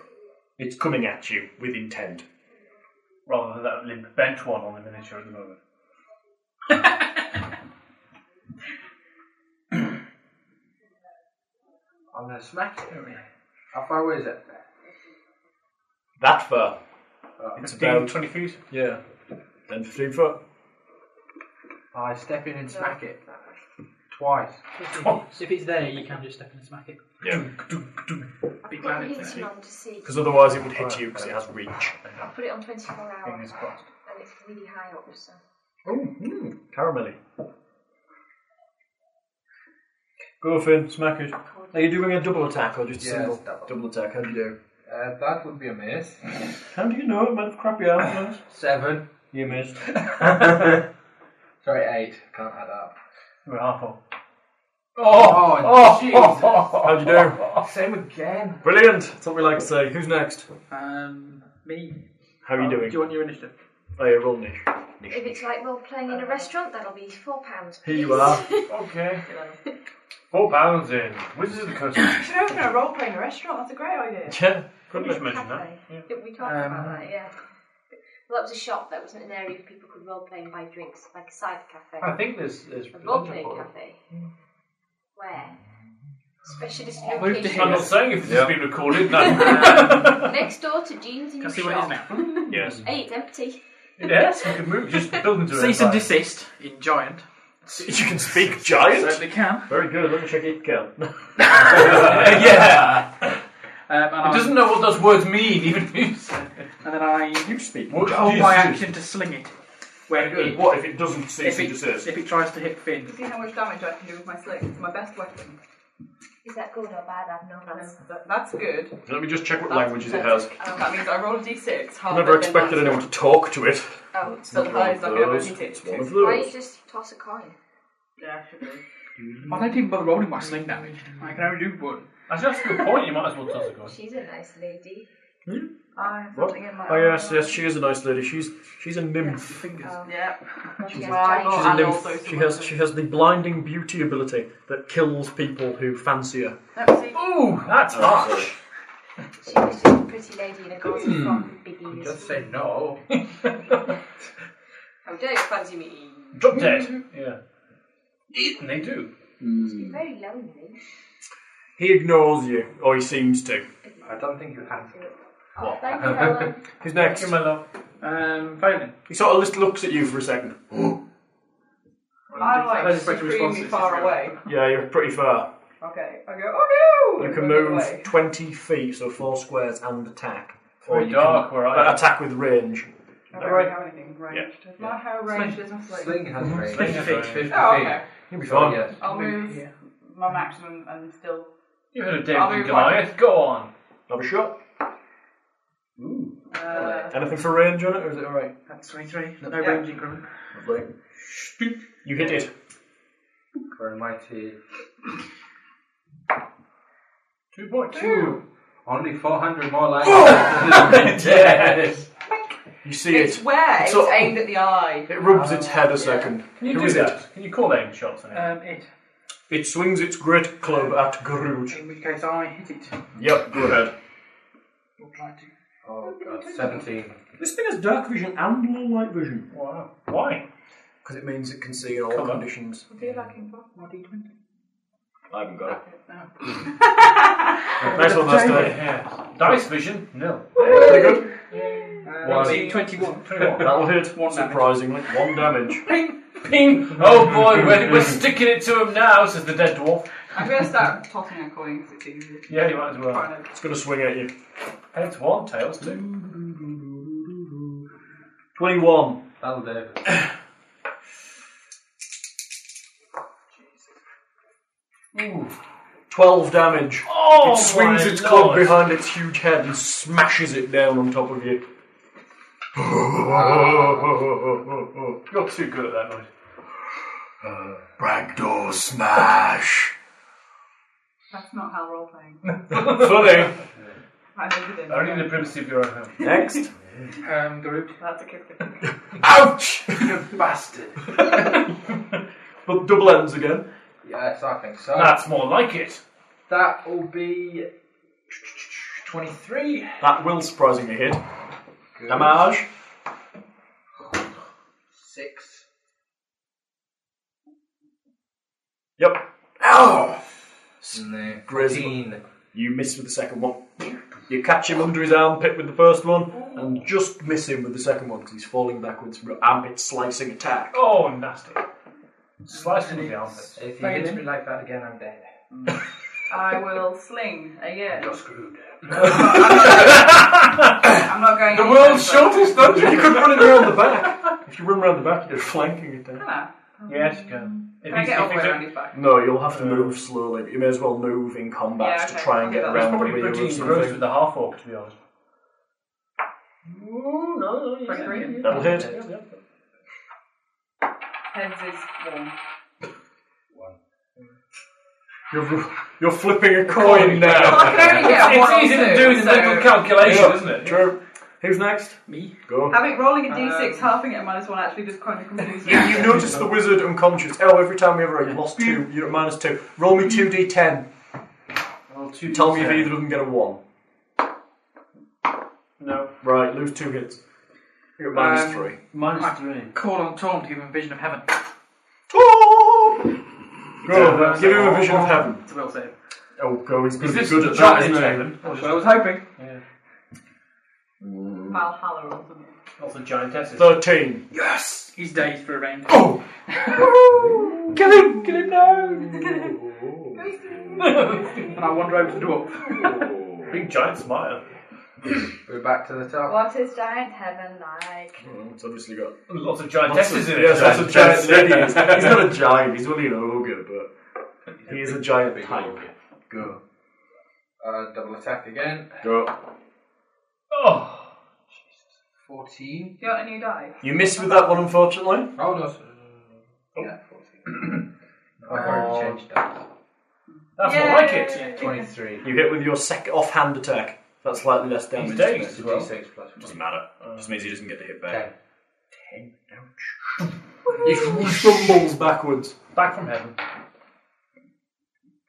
S6: It's coming at you with intent.
S7: Rather than that limp bent one on the miniature at the moment.
S13: I'm gonna smack it.
S12: How far away is it?
S6: That far. It's
S7: 15,
S6: about *laughs*
S7: 20 feet.
S6: Yeah. 10 15 foot.
S12: I step in and smack it. Twice.
S13: If it's there, you can just step in and smack it.
S6: Yeah.
S14: I
S13: Be
S14: put
S13: glad it's
S14: Legion on to see.
S6: Because otherwise it would hit you because it has reach.
S14: I put it on 24 hours.
S6: Fingers crossed.
S14: And it's really high up, so.
S6: Oh, mm, caramelly. Go Finn, smack it. Are you doing a double attack or just a
S12: Yes,
S6: single?
S12: double.
S6: attack, how do you do?
S12: Uh, that would be a miss.
S6: How do you know? It might have crappy arms.
S12: Seven.
S6: *laughs* you *laughs* missed.
S12: Sorry, eight. Can't add up.
S7: We're half up.
S12: Oh, Jesus.
S6: How'd you do? *laughs*
S12: Same again.
S6: Brilliant! That's what we like to say. Who's next?
S13: Um, me.
S6: How are you
S13: Do
S6: doing?
S13: you want your initiative?
S6: Oh, yeah, roll Nish.
S14: If it's like role playing in a restaurant, that'll be four pounds.
S6: Here you are.
S7: Okay. Four pounds in. Wizards of the Coast.
S3: We should open a role playing restaurant. That's a great idea.
S6: *coughs* Yeah.
S7: Couldn't have mentioned that.
S14: Cafe. Didn't we talk
S13: Um,
S14: about that? Yeah. Well, that was a shop that wasn't an area where people could role play and buy drinks, like a side cafe.
S13: I think there's there's
S14: a
S13: potential
S14: role playing
S13: for it.
S14: cafe. Where? Specialist
S13: Move to
S7: I'm
S14: location.
S7: not saying if this has been recorded,
S6: *laughs*
S7: no.
S14: Next door to Jean's in
S13: Can I
S14: the
S13: see what it is
S14: shop.
S13: now?
S7: yes.
S14: Hey, it's empty.
S7: Yes, we can move, just build into it.
S13: Cease and desist in giant. Um,
S6: You can speak giant?
S13: Certainly can.
S6: Very good, let me check it can.
S13: yeah. Um, and,
S12: He
S13: I,
S12: doesn't know what those words mean, even if you said it.
S13: and then I
S6: You speak
S13: hold
S7: Oh,
S2: Oh,
S6: giant.
S13: my action to sling it. When it,
S6: What if it doesn't cease
S13: if,
S6: and
S13: it,
S6: desist?
S13: if it tries to hit Finn,
S3: See how much damage I can do with my sling. It's my best weapon.
S14: Is that good or bad? I've no answer.
S3: That- that's good.
S6: *laughs* Let me just check what
S3: That's
S6: languages it has.
S3: pathetic. Um, that means I roll a d6. half
S6: I
S3: of
S6: never
S3: it, then
S6: expected
S3: that's-
S6: anyone to talk to it.
S3: Oh, it's still high as I've ever
S6: Those-
S3: hit
S6: It's one of
S3: it.
S14: Why
S6: those.
S14: you just toss a coin?
S3: Yeah, should be.
S13: Mm-hmm. I don't even bother rolling my sling damage. I can only do one.
S7: Actually, that's a good point. You might as well toss a coin.
S14: She's a nice lady.
S3: I have
S6: What?
S3: something in my
S6: Oh yes, yes, she is a nice lady. She's she's a nymph.
S13: Fingers.
S14: Oh.
S3: Yeah.
S14: Well, she has
S3: rival.
S6: She's a
S14: giant-
S3: Oh, and also
S6: nymph. She
S3: some
S6: has
S3: weapons.
S6: she has the blinding beauty ability that kills people who fancy her.
S3: Let me see.
S7: Ooh, that's harsh.
S14: She was just a pretty lady in a golden
S13: Hmm.
S14: frock, big ears.
S12: Just say no.
S3: Oh,
S14: How dare you fancy me?
S7: Drop dead. Yeah. And they do.
S14: She's
S13: *laughs*
S14: very lonely.
S6: He ignores you, or he seems to.
S12: I don't think you have.
S14: Oh, thank you, Helen.
S6: Who's next?
S7: Give my love.
S13: Um, Valen.
S6: He sort of just looks at you for a second.
S3: I'm like
S13: Those are pretty
S3: supremely
S13: responses,
S3: far
S13: yeah.
S3: away.
S6: Yeah, you're pretty far.
S3: Okay, I go, oh no!
S6: You
S3: I
S6: can
S3: run
S6: move
S3: away.
S6: 20 feet, so four squares and attack.
S7: Or
S6: you
S7: dark,
S6: can-
S7: where I
S6: uh,
S7: am.
S6: Attack with range.
S3: I don't really have anything ranged. Does my whole range is my sling?
S12: Sling has range.
S7: Sling has range.
S12: 50 feet.
S3: Oh, okay.
S6: You'll be
S12: Oh,
S6: fine.
S12: yes.
S3: I'll move
S13: Yeah.
S3: my maximum and still.
S7: You heard of
S3: I'll
S7: David
S3: be
S7: and Goliath? Go on.
S6: Have a shot.
S3: Uh,
S6: Anything for range on it, or is it alright?
S13: That's 23. No
S3: Yeah.
S13: range increment.
S6: Lovely. You hit it.
S12: For a mighty
S7: Two point two.
S12: two. Only 400 more life.
S6: *laughs* Yes! You see
S3: it's
S6: it.
S3: where? It's
S6: So-
S3: aimed at the eye.
S6: It rubs its head a second.
S7: Can you
S6: Who
S7: do
S6: is
S7: that?
S6: it?
S7: Can you call aim shots
S3: Uh,
S7: on it?
S13: Um, it.
S6: It swings its great club at Garud.
S13: In which case I hit it.
S6: Yep, go ahead.
S13: Or try to.
S12: oh, God. 17.
S6: This thing has dark vision and low light vision.
S7: wow. Why?
S6: Because it means it can see in all
S7: Colour.
S6: conditions.
S3: What are you looking for?
S13: My d20.
S6: I haven't got it.
S13: No.
S6: *laughs* Nice one last day.
S7: Yeah. Dice vision. Nil.
S6: Very good.
S13: Um,
S6: One.
S13: see, 21.
S6: That'll hit,
S13: One damage.
S6: surprisingly. One damage.
S7: Ping, *laughs* ping. Oh boy, we're, *laughs* we're sticking it to him now. Says the dead dwarf.
S3: I'm going to start tossing a coin because it's easier.
S7: Yeah, you might as well.
S3: Trying to-
S6: It's going to swing at you.
S7: Heads one, tails two.
S6: 21.
S12: That'll do.
S6: Ooh. 12 damage.
S7: Oh,
S6: it swings
S7: my
S6: its club
S7: lord.
S6: behind its huge head and smashes it down on top of you. You're too good at that noise. Bragdoor smash.
S3: That's not how role playing.
S6: Funny.
S3: I never did.
S7: Only in the privacy of your own home.
S6: *laughs* Next.
S2: Um, Garut.
S3: That's a kick.
S6: Ouch!
S7: *laughs*
S12: You
S6: *laughs*
S12: bastard.
S6: But double ends again.
S13: Yes, I think so.
S7: That's more like it.
S13: That will be 23.
S6: That will surprisingly hit. Damage.
S13: Six.
S6: Yep. Ow!
S13: No.
S6: Grizzly. You miss with the second one. You catch him under his armpit with the first one, and just miss him with the second one because he's falling backwards from your armpit slicing attack.
S7: Oh, nasty. Slice him with the armpit.
S13: If he
S3: Fine.
S13: hits me like that again, I'm dead.
S3: I will sling again.
S13: You're screwed.
S3: I'm not going.
S6: The
S3: any
S6: world's
S3: further.
S6: shortest dungeon! You could run it around the back. If you run around the back, you're flanking it down.
S3: Can I?
S7: Yes, you can. If
S3: Um, Can I
S7: he's-
S3: get all the
S7: if
S3: way
S7: he's-
S3: around his back?
S6: No, you'll have
S7: Uh,
S6: to move slowly. You may as well move in combat
S3: Yeah,
S6: to
S3: okay,
S6: try and
S3: I'll
S6: get
S3: do that.
S6: around the
S7: Probably
S6: rear or
S7: pretty engrossed with
S6: something.
S7: the half orc, to be honest. Ooh, no,
S3: For three.
S6: That'll hit.
S3: Heads is one.
S6: You're, you're flipping a coin now.
S3: I can only get a
S7: It's
S3: one or
S7: easy to
S3: two,
S7: do in the
S3: so-
S7: mental calculation,
S6: Yeah,
S7: isn't it?
S6: True. Who's next? Me. Go.
S3: Having rolling a
S2: Uh,
S3: d6, halving it at minus one actually just kind of confused me.
S6: You notice the wizard unconscious. Oh, every time we ever roll, you lost two. You're at minus two. Roll me two d10.
S7: Well, two
S6: Tell me if
S7: percent.
S6: either of them get a one.
S7: No.
S6: Right, lose two hits. You're at minus
S2: Um,
S6: three.
S7: Minus three.
S2: Call on Torm to give him a vision of heaven.
S6: Oh! Go. give him a vision of heaven.
S2: It's a will save.
S6: Oh, go. He's good,
S7: this
S6: good at that,
S7: the giant
S6: isn't he?
S7: heaven? Or
S2: That's what
S7: just-
S2: I was hoping.
S3: Valhalla or something.
S7: Not the giantesses.
S6: Thirteen.
S2: He's dazed for a range. *laughs*
S6: Oh.
S2: Kill him! Kill him now! *laughs* and I wander over to the dwarf.
S6: *laughs*
S7: Big giant smile.
S13: We're back to the top.
S14: What is giant heaven like?
S6: Well, Mm, It's obviously got
S7: Lots of giantesses in it.
S6: Yes, that's a giant
S7: Giantess.
S6: lady. *laughs* He's not a giant, he's only an ogre, but he is a giant type.
S13: Go. Uh, double attack again.
S6: Go.
S7: *laughs* Oh,
S13: 14.
S3: Do you want a new die?
S6: You missed with that one, unfortunately.
S13: Oh, no. s-
S4: Oh.
S13: Yeah, 14.
S4: *clears throat*
S15: Oh.
S13: I've already changed that.
S7: that's more like it.
S13: 23.
S6: You hit with your sec- offhand attack. That's slightly less damage.
S7: He's
S6: doesn't
S7: dazed
S6: it?
S7: as well.
S13: D6 plus
S6: Doesn't
S13: 1.
S6: matter.
S2: Uh,
S6: Just means he doesn't get to hit back.
S13: 10.
S6: *laughs* He stumbles backwards.
S7: Back from heaven.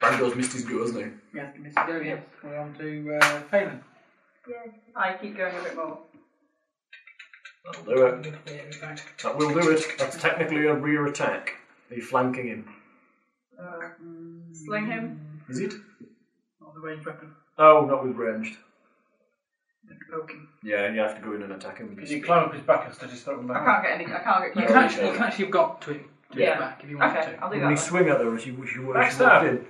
S6: Brandor's missed his go, hasn't he?
S2: We have to miss go, yes. We're on to uh, Phelan.
S3: I keep going a bit more.
S6: That'll do it. That will do it. That's technically a rear attack. Are you flanking him?
S3: Uh, sling him.
S6: Is it?
S2: Mm. On the range weapon.
S6: Oh, not with ranged.
S2: Poking.
S6: Yeah, you have to go in and attack him. with your
S7: Because you
S6: spear.
S7: climb up his back instead of stopping
S3: I
S7: back.
S3: can't get any. I can't get
S2: You
S3: close.
S2: can actually, you can actually have got to him. To
S3: Yeah.
S2: his back if you wanted
S3: Okay,
S2: to.
S3: I'll do
S6: Can you
S3: that.
S6: swing at her as you, as you were as you
S7: Backstab.
S6: walked in?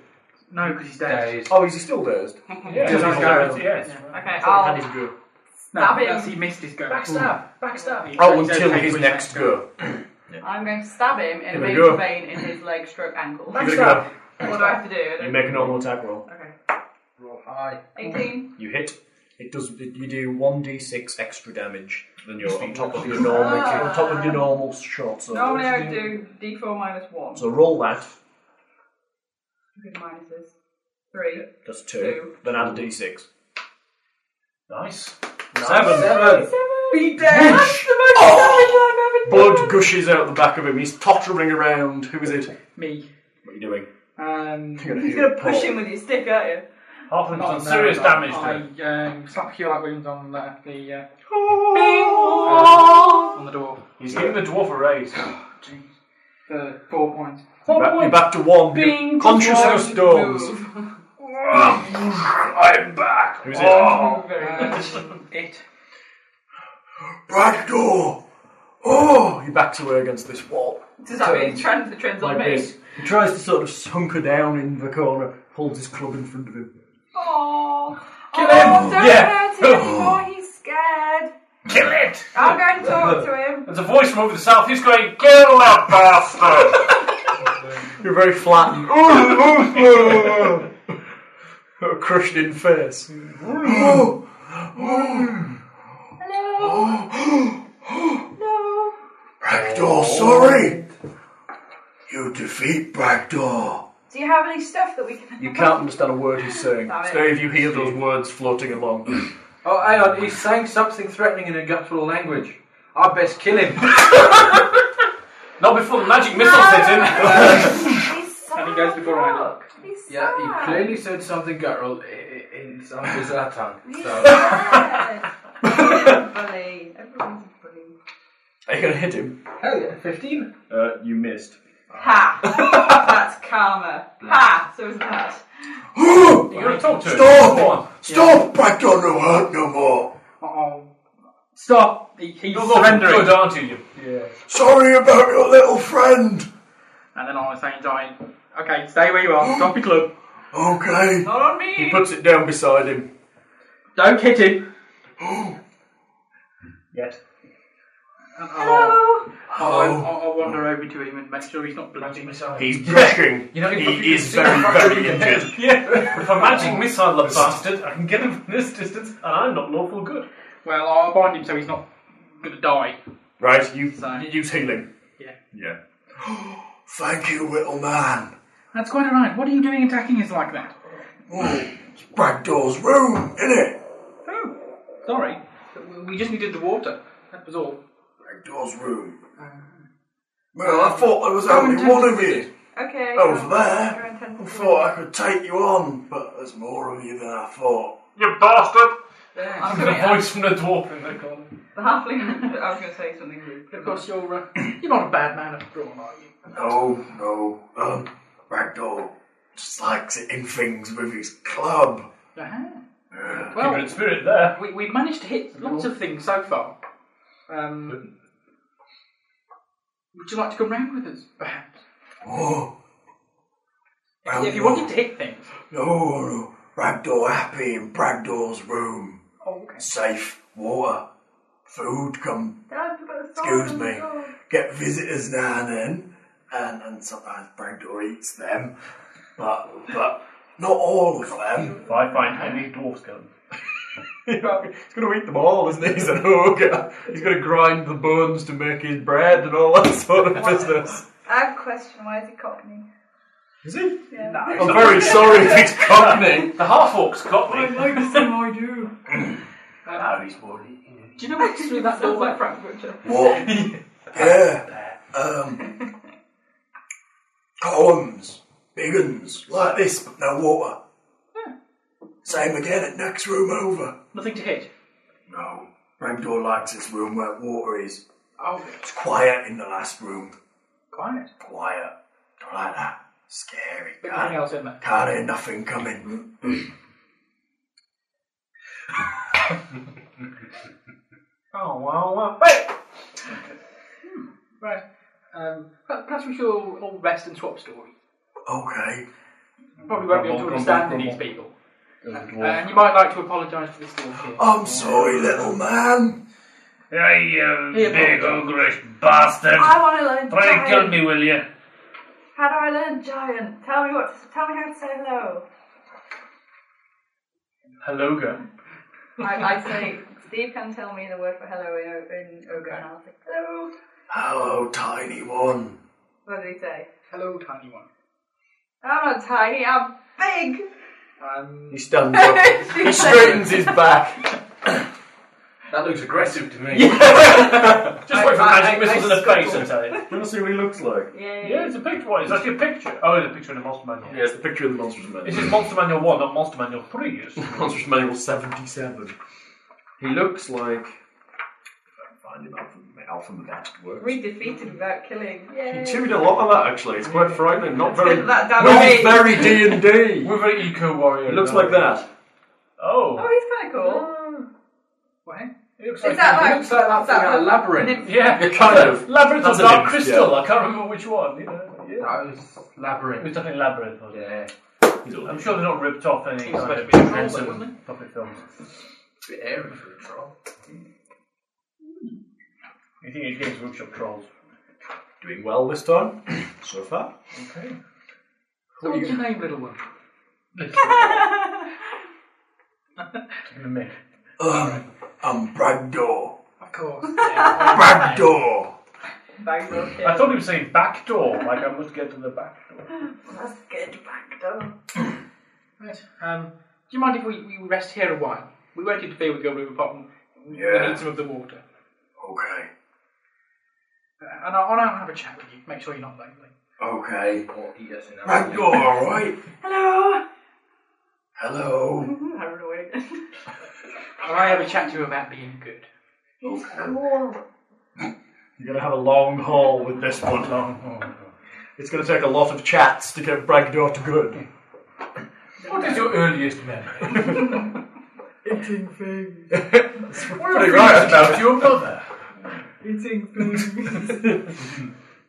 S2: No, because he's dead.
S6: Oh, is he still dazed?
S7: Yeah,
S6: Just
S7: that's
S6: like
S7: right,
S6: that.
S7: yes.
S3: then. Okay, I'll
S6: Had his go.
S2: No,
S3: stab him.
S2: that's- he missed his go.
S7: Backstab, backstab.
S2: He's-
S6: Oh,
S2: he's
S6: until
S2: okay
S6: his
S2: with
S6: next
S2: that
S6: go.
S3: I'm going to stab him in a
S6: Give it a
S3: major
S6: go.
S3: vein in his leg, stroke, ankle.
S6: Give
S3: What
S6: it a go.
S3: do I have to do?
S6: You make a normal attack roll.
S3: Okay.
S13: Roll high.
S3: 18.
S6: You hit. It does. It, you do one d six extra damage than your on top of your normal on top of your normal shot. So,
S3: Normally I would do d4 minus 1.
S6: so roll that.
S3: Good minuses. 3.
S6: That's two.
S3: Two.
S6: Then add a d six.
S7: Nice.
S6: Seven. Seven.
S3: Be
S6: *laughs*
S3: dead!
S6: Blood Oh. gushes out the back of him. He's tottering around. Who is it?
S2: Me.
S6: What are you doing?
S2: Um,
S6: You're
S3: He's
S6: hit
S3: going to push
S6: Paul.
S3: him with your stick, aren't you?
S7: Half of them's
S2: not
S7: done
S2: on there,
S7: Oh, serious
S2: but
S7: damage to him.
S2: I um, slap heal like wounds on the, the uh, on the dwarf.
S7: He's giving the dwarf a raise.
S2: Jeez. For four points.
S6: You're back, you're back to one. You're
S2: Bing,
S6: conscious
S2: one,
S6: of storms.
S3: Move.
S7: I'm back.
S6: Who's it?
S2: Oh.
S3: Move very much.
S2: Um, it.
S6: Back door. Oh, your back's away against this wall.
S3: Does that mean trend, the trend's on
S6: like
S3: me?
S6: this. He tries to sort of hunker down in the corner, holds his club in front of him.
S3: Aww. Kill oh,
S6: him.
S3: Don't
S6: Yeah.
S3: hurt him
S6: *laughs*
S3: anymore, he's scared.
S7: Kill it!
S3: I'm going to talk to him.
S6: *gasps*
S7: There's a voice from over the southeast going, Kill that bastard!
S6: You're very flat and oh, oh, oh. crushed in face.
S3: Hello.
S6: *gasps*
S3: no.
S1: Bragdor, sorry. You defeat Bragdor.
S3: Do you have any stuff that we can?
S6: You can't understand a word he's saying.
S3: Damn it.
S6: So if you hear those words floating along,
S4: Oh, hang on, he's saying something threatening in a guttural language. I'd best kill him.
S15: *laughs* Not before the magic missile sets in.
S3: He's sad.
S4: And he goes before I do.
S3: Look, He's
S4: *laughs* yeah,
S3: sad.
S4: he clearly said something guttural i- i- in some bizarre tongue. *laughs*
S3: He's
S4: So,
S3: sad. Everyone's a bully. Everyone's a bully.
S6: are you going to hit him?
S4: hell yeah, 15?
S6: Uh, you missed.
S3: Ha! That's karma. Ha! So is that.
S15: You gotta talk to him.
S1: Stop!
S15: Go on.
S1: Stop! Bragdor no hurt no more.
S2: Stop! He, he's
S15: You're not
S2: surrendering.
S15: good, aren't you?
S1: Sorry about your little friend.
S2: And then I was saying, giant. Okay, stay where you are. Drop your club.
S1: Okay.
S2: Not on me.
S6: He puts it down beside him.
S2: Don't hit him.
S16: Yet.
S3: Hello!
S1: Hello.
S2: I'll, I'll wander over to him and make sure he's not bleeding.
S6: He's blushing.
S15: You know, if I could
S6: he is
S15: see
S6: very,
S15: the
S6: very injured.
S7: Yeah, with a magic missile, the bastard, I can get him from this distance, and I'm not lawful good.
S2: Well, I'll bind him so he's not gonna die.
S6: Right, you,
S2: So-
S6: you use healing.
S2: Yeah.
S6: Yeah.
S1: Thank you, little man.
S2: That's quite alright. What are you doing attacking us like that?
S1: It's Bragdor's room, innit?
S2: Oh, sorry. We just needed the water. That was all.
S1: Bragdor's room. Well, I thought there was only one of you
S3: Okay.
S1: over
S3: You're
S1: there.
S3: intense.
S1: I thought I could take you on, but there's more of you than I thought.
S7: You bastard!
S3: Yeah.
S7: Get a voice from the dwarf in the corner.
S3: The halfling. I was going to say something rude.
S2: Of course, you're uh, you're not a bad man after all, are you?
S1: No, no. Um, Bragdor just likes it in things with his club.
S2: Uh-huh.
S7: Keeping it spirit there.
S2: We, we've managed to hit lots of things so far. Um, would you like to come round with us, perhaps?
S1: Oh.
S2: if you wanted to hit things.
S1: No, no. Bragdor happy in Bragdor's room.
S2: Oh, okay.
S1: Safe, water, food come
S3: Dad, you've got a sword
S6: Oh
S1: Excuse
S3: on
S1: me.
S3: the door.
S1: Get visitors now and then, and, and sometimes Bragdor eats them, but but not all of them.
S7: If I find any dwarfs gun.
S6: *laughs* he's going to eat them all, isn't he? He's an ogre. He's going to grind the bones to make his bread and all that sort of business.
S3: I have a question. Why is he cockney?
S6: Is he?
S3: Yeah.
S6: I'm very sorry
S3: *laughs*
S6: if he's cockney.
S7: The half orc's got me.
S16: like the thing I do.
S3: Um,
S4: no, he's more. he-
S2: Do you know what's through that door there?
S3: Frankfurter.
S1: What? yeah. Um, columns, big uns, like this, but no water.
S6: Hmm.
S1: Same again at next room over.
S2: Nothing to hit.
S1: No, Bragdor likes this room where water is.
S2: Oh,
S1: It's quiet in the last room.
S2: quiet.
S1: Quiet. Don't like that. Scary.
S2: But nothing
S1: Can't,
S2: else in there.
S1: can't hear nothing coming.
S7: Oh, wow, wow. Hey!
S2: Right. Um, per- perhaps we should all all rest and swap stories.
S1: Okay.
S2: Probably won't be able to
S7: Grumble,
S2: understand
S7: grumble,
S2: these people. Uh,
S7: Hey,
S2: and you might like to apologise for this dwarf here.
S17: Oh.
S1: I'm sorry, little man.
S7: you
S2: Here,
S7: big
S2: Bob.
S7: ogreish bastard.
S3: I want to learn
S7: Try and kill
S3: giant.
S7: me, will you?
S3: How do I learn giant? Tell me what. To, tell me how to say hello.
S7: Hello, girl.
S3: I, I say Steve can tell me the word for hello in, O- in ogre, and I'll say hello.
S1: Hello, tiny one.
S3: What did he say?
S2: Hello, tiny one.
S3: I'm not tiny. I'm big.
S2: Um,
S6: He stands
S1: *laughs*
S6: up. He straightens his back.
S4: That looks aggressive to me.
S7: Just wait for
S2: I-
S7: magic
S2: I-
S7: missiles in
S2: I
S7: the face and tell it.
S6: Let us see what he looks like.
S3: Yay.
S7: Yeah, it's a picture. What is that? Your picture? Oh, it's a picture in the monster manual.
S6: Yeah, it's the picture of the Monsters Manual.
S7: This is Monster Manual 1, not Monster Manual 3. It's
S6: Monsters Manual 77. He looks like. if I can Find him out from, out from the best work.
S3: We defeated without killing.
S6: He
S3: Yay.
S6: chewed a lot of that actually. It's quite frightening. Not very,
S3: That down
S6: not
S3: me.
S6: very D and D.
S7: With an eco warrior.
S6: It looks like that.
S7: Oh.
S3: Oh, he's kind of cool.
S2: wait.
S7: It looks
S3: Is that
S4: It
S3: like *laughs*
S4: looks like that thing out of Labyrinth.
S3: nymph?
S6: *laughs*
S7: Yeah.
S6: Yeah, kind of.
S7: Labyrinth or
S6: That's a
S7: Dark
S6: nymph,
S7: Crystal? I can't remember which one. You know. Yeah.
S4: That was
S7: It
S4: Labyrinth.
S7: was definitely Labyrinth, wasn't it?
S4: Yeah.
S6: He's all
S7: I'm
S6: right.
S7: sure they're not ripped off any
S2: It was
S7: kind
S2: supposed to
S7: of
S2: be a troll,
S7: Benson
S2: wasn't
S7: puppet films.
S4: It's a bit airy for a troll.
S7: You think it games workshop trolls?
S6: Doing well this time, so far.
S2: Okay.
S6: What are
S2: What's
S6: you
S2: your name, little one?
S17: Um, I'm Bragdo.
S2: Of course. *laughs*
S17: Bragdo.
S7: I thought he was saying back door, like I must get to the back door.
S3: That's good, Bragdo.
S2: Right. Um, do you mind if we, we rest here a while? We won't interfere with Goblin Pop. We
S17: Yeah.
S2: need some of the water.
S17: Okay.
S2: Uh, and I'll, and I'll have a chat with you. Make sure you're not lonely.
S17: Okay.
S2: Right,
S17: Bragdo, alright?
S3: Hello. Hmm,
S17: Hello.
S3: I run away again. *laughs*
S2: Or I have a chat to you about being good.
S6: You're going to have a long haul with this one. It's going to take a lot of chats to get Bragdor to good.
S13: What is your earliest memory?
S5: Eating things.
S13: What do you right about your mother?
S5: Eating things.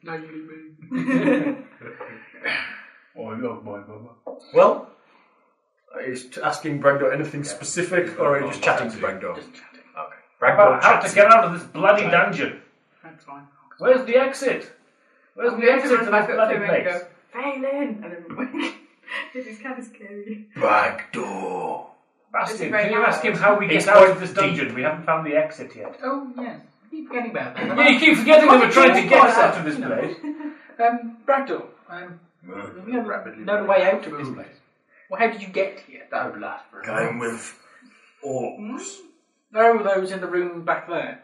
S2: No, you
S7: Oh, I love my mama.
S6: Well, are you just asking Bragdor anything specific, or are you just chatting to Bragdor? Just chatting. Okay.
S7: How about how to get out of this bloody dungeon?
S2: That's fine.
S7: Where's the exit? Where's
S3: I'm
S7: the
S3: going to
S7: exit to
S3: run
S7: this
S3: back up to
S7: bloody
S3: him and go,
S7: place?
S3: Phelan! And then *laughs* run away. This is kind of scary.
S17: Bragdo.
S7: Bastion,
S2: very
S7: can you
S2: narrow.
S7: ask him how we
S2: It's
S7: get out of
S2: quite
S7: this
S2: deep.
S7: dungeon? We haven't found the exit yet.
S2: Oh, yes. Keep forgetting about *laughs* that.
S7: Yeah, you keep forgetting that we're trying to get us out of this
S2: No.
S7: place.
S2: Um, Bragdor, um, we have no way out of this place. Well, how did you get here?
S13: That would last for
S17: Going with orcs.
S2: Hmm? No, those in the room back there.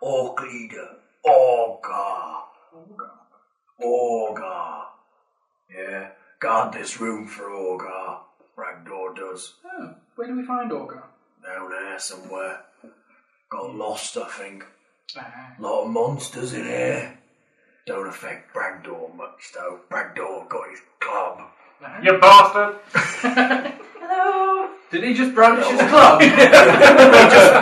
S17: Orc leader. Orgar. Orgar. Yeah. Guard this room for Orgar. Bragdor does.
S2: Oh, where do we find Orgar?
S17: Down there somewhere. Got lost, I think.
S3: Uh-huh.
S2: Ah.
S17: Lot of monsters in here. Don't affect Bragdor much though. Bragdor got his club.
S7: You bastard!
S3: Hello.
S12: Did he just brandish his *laughs* club? just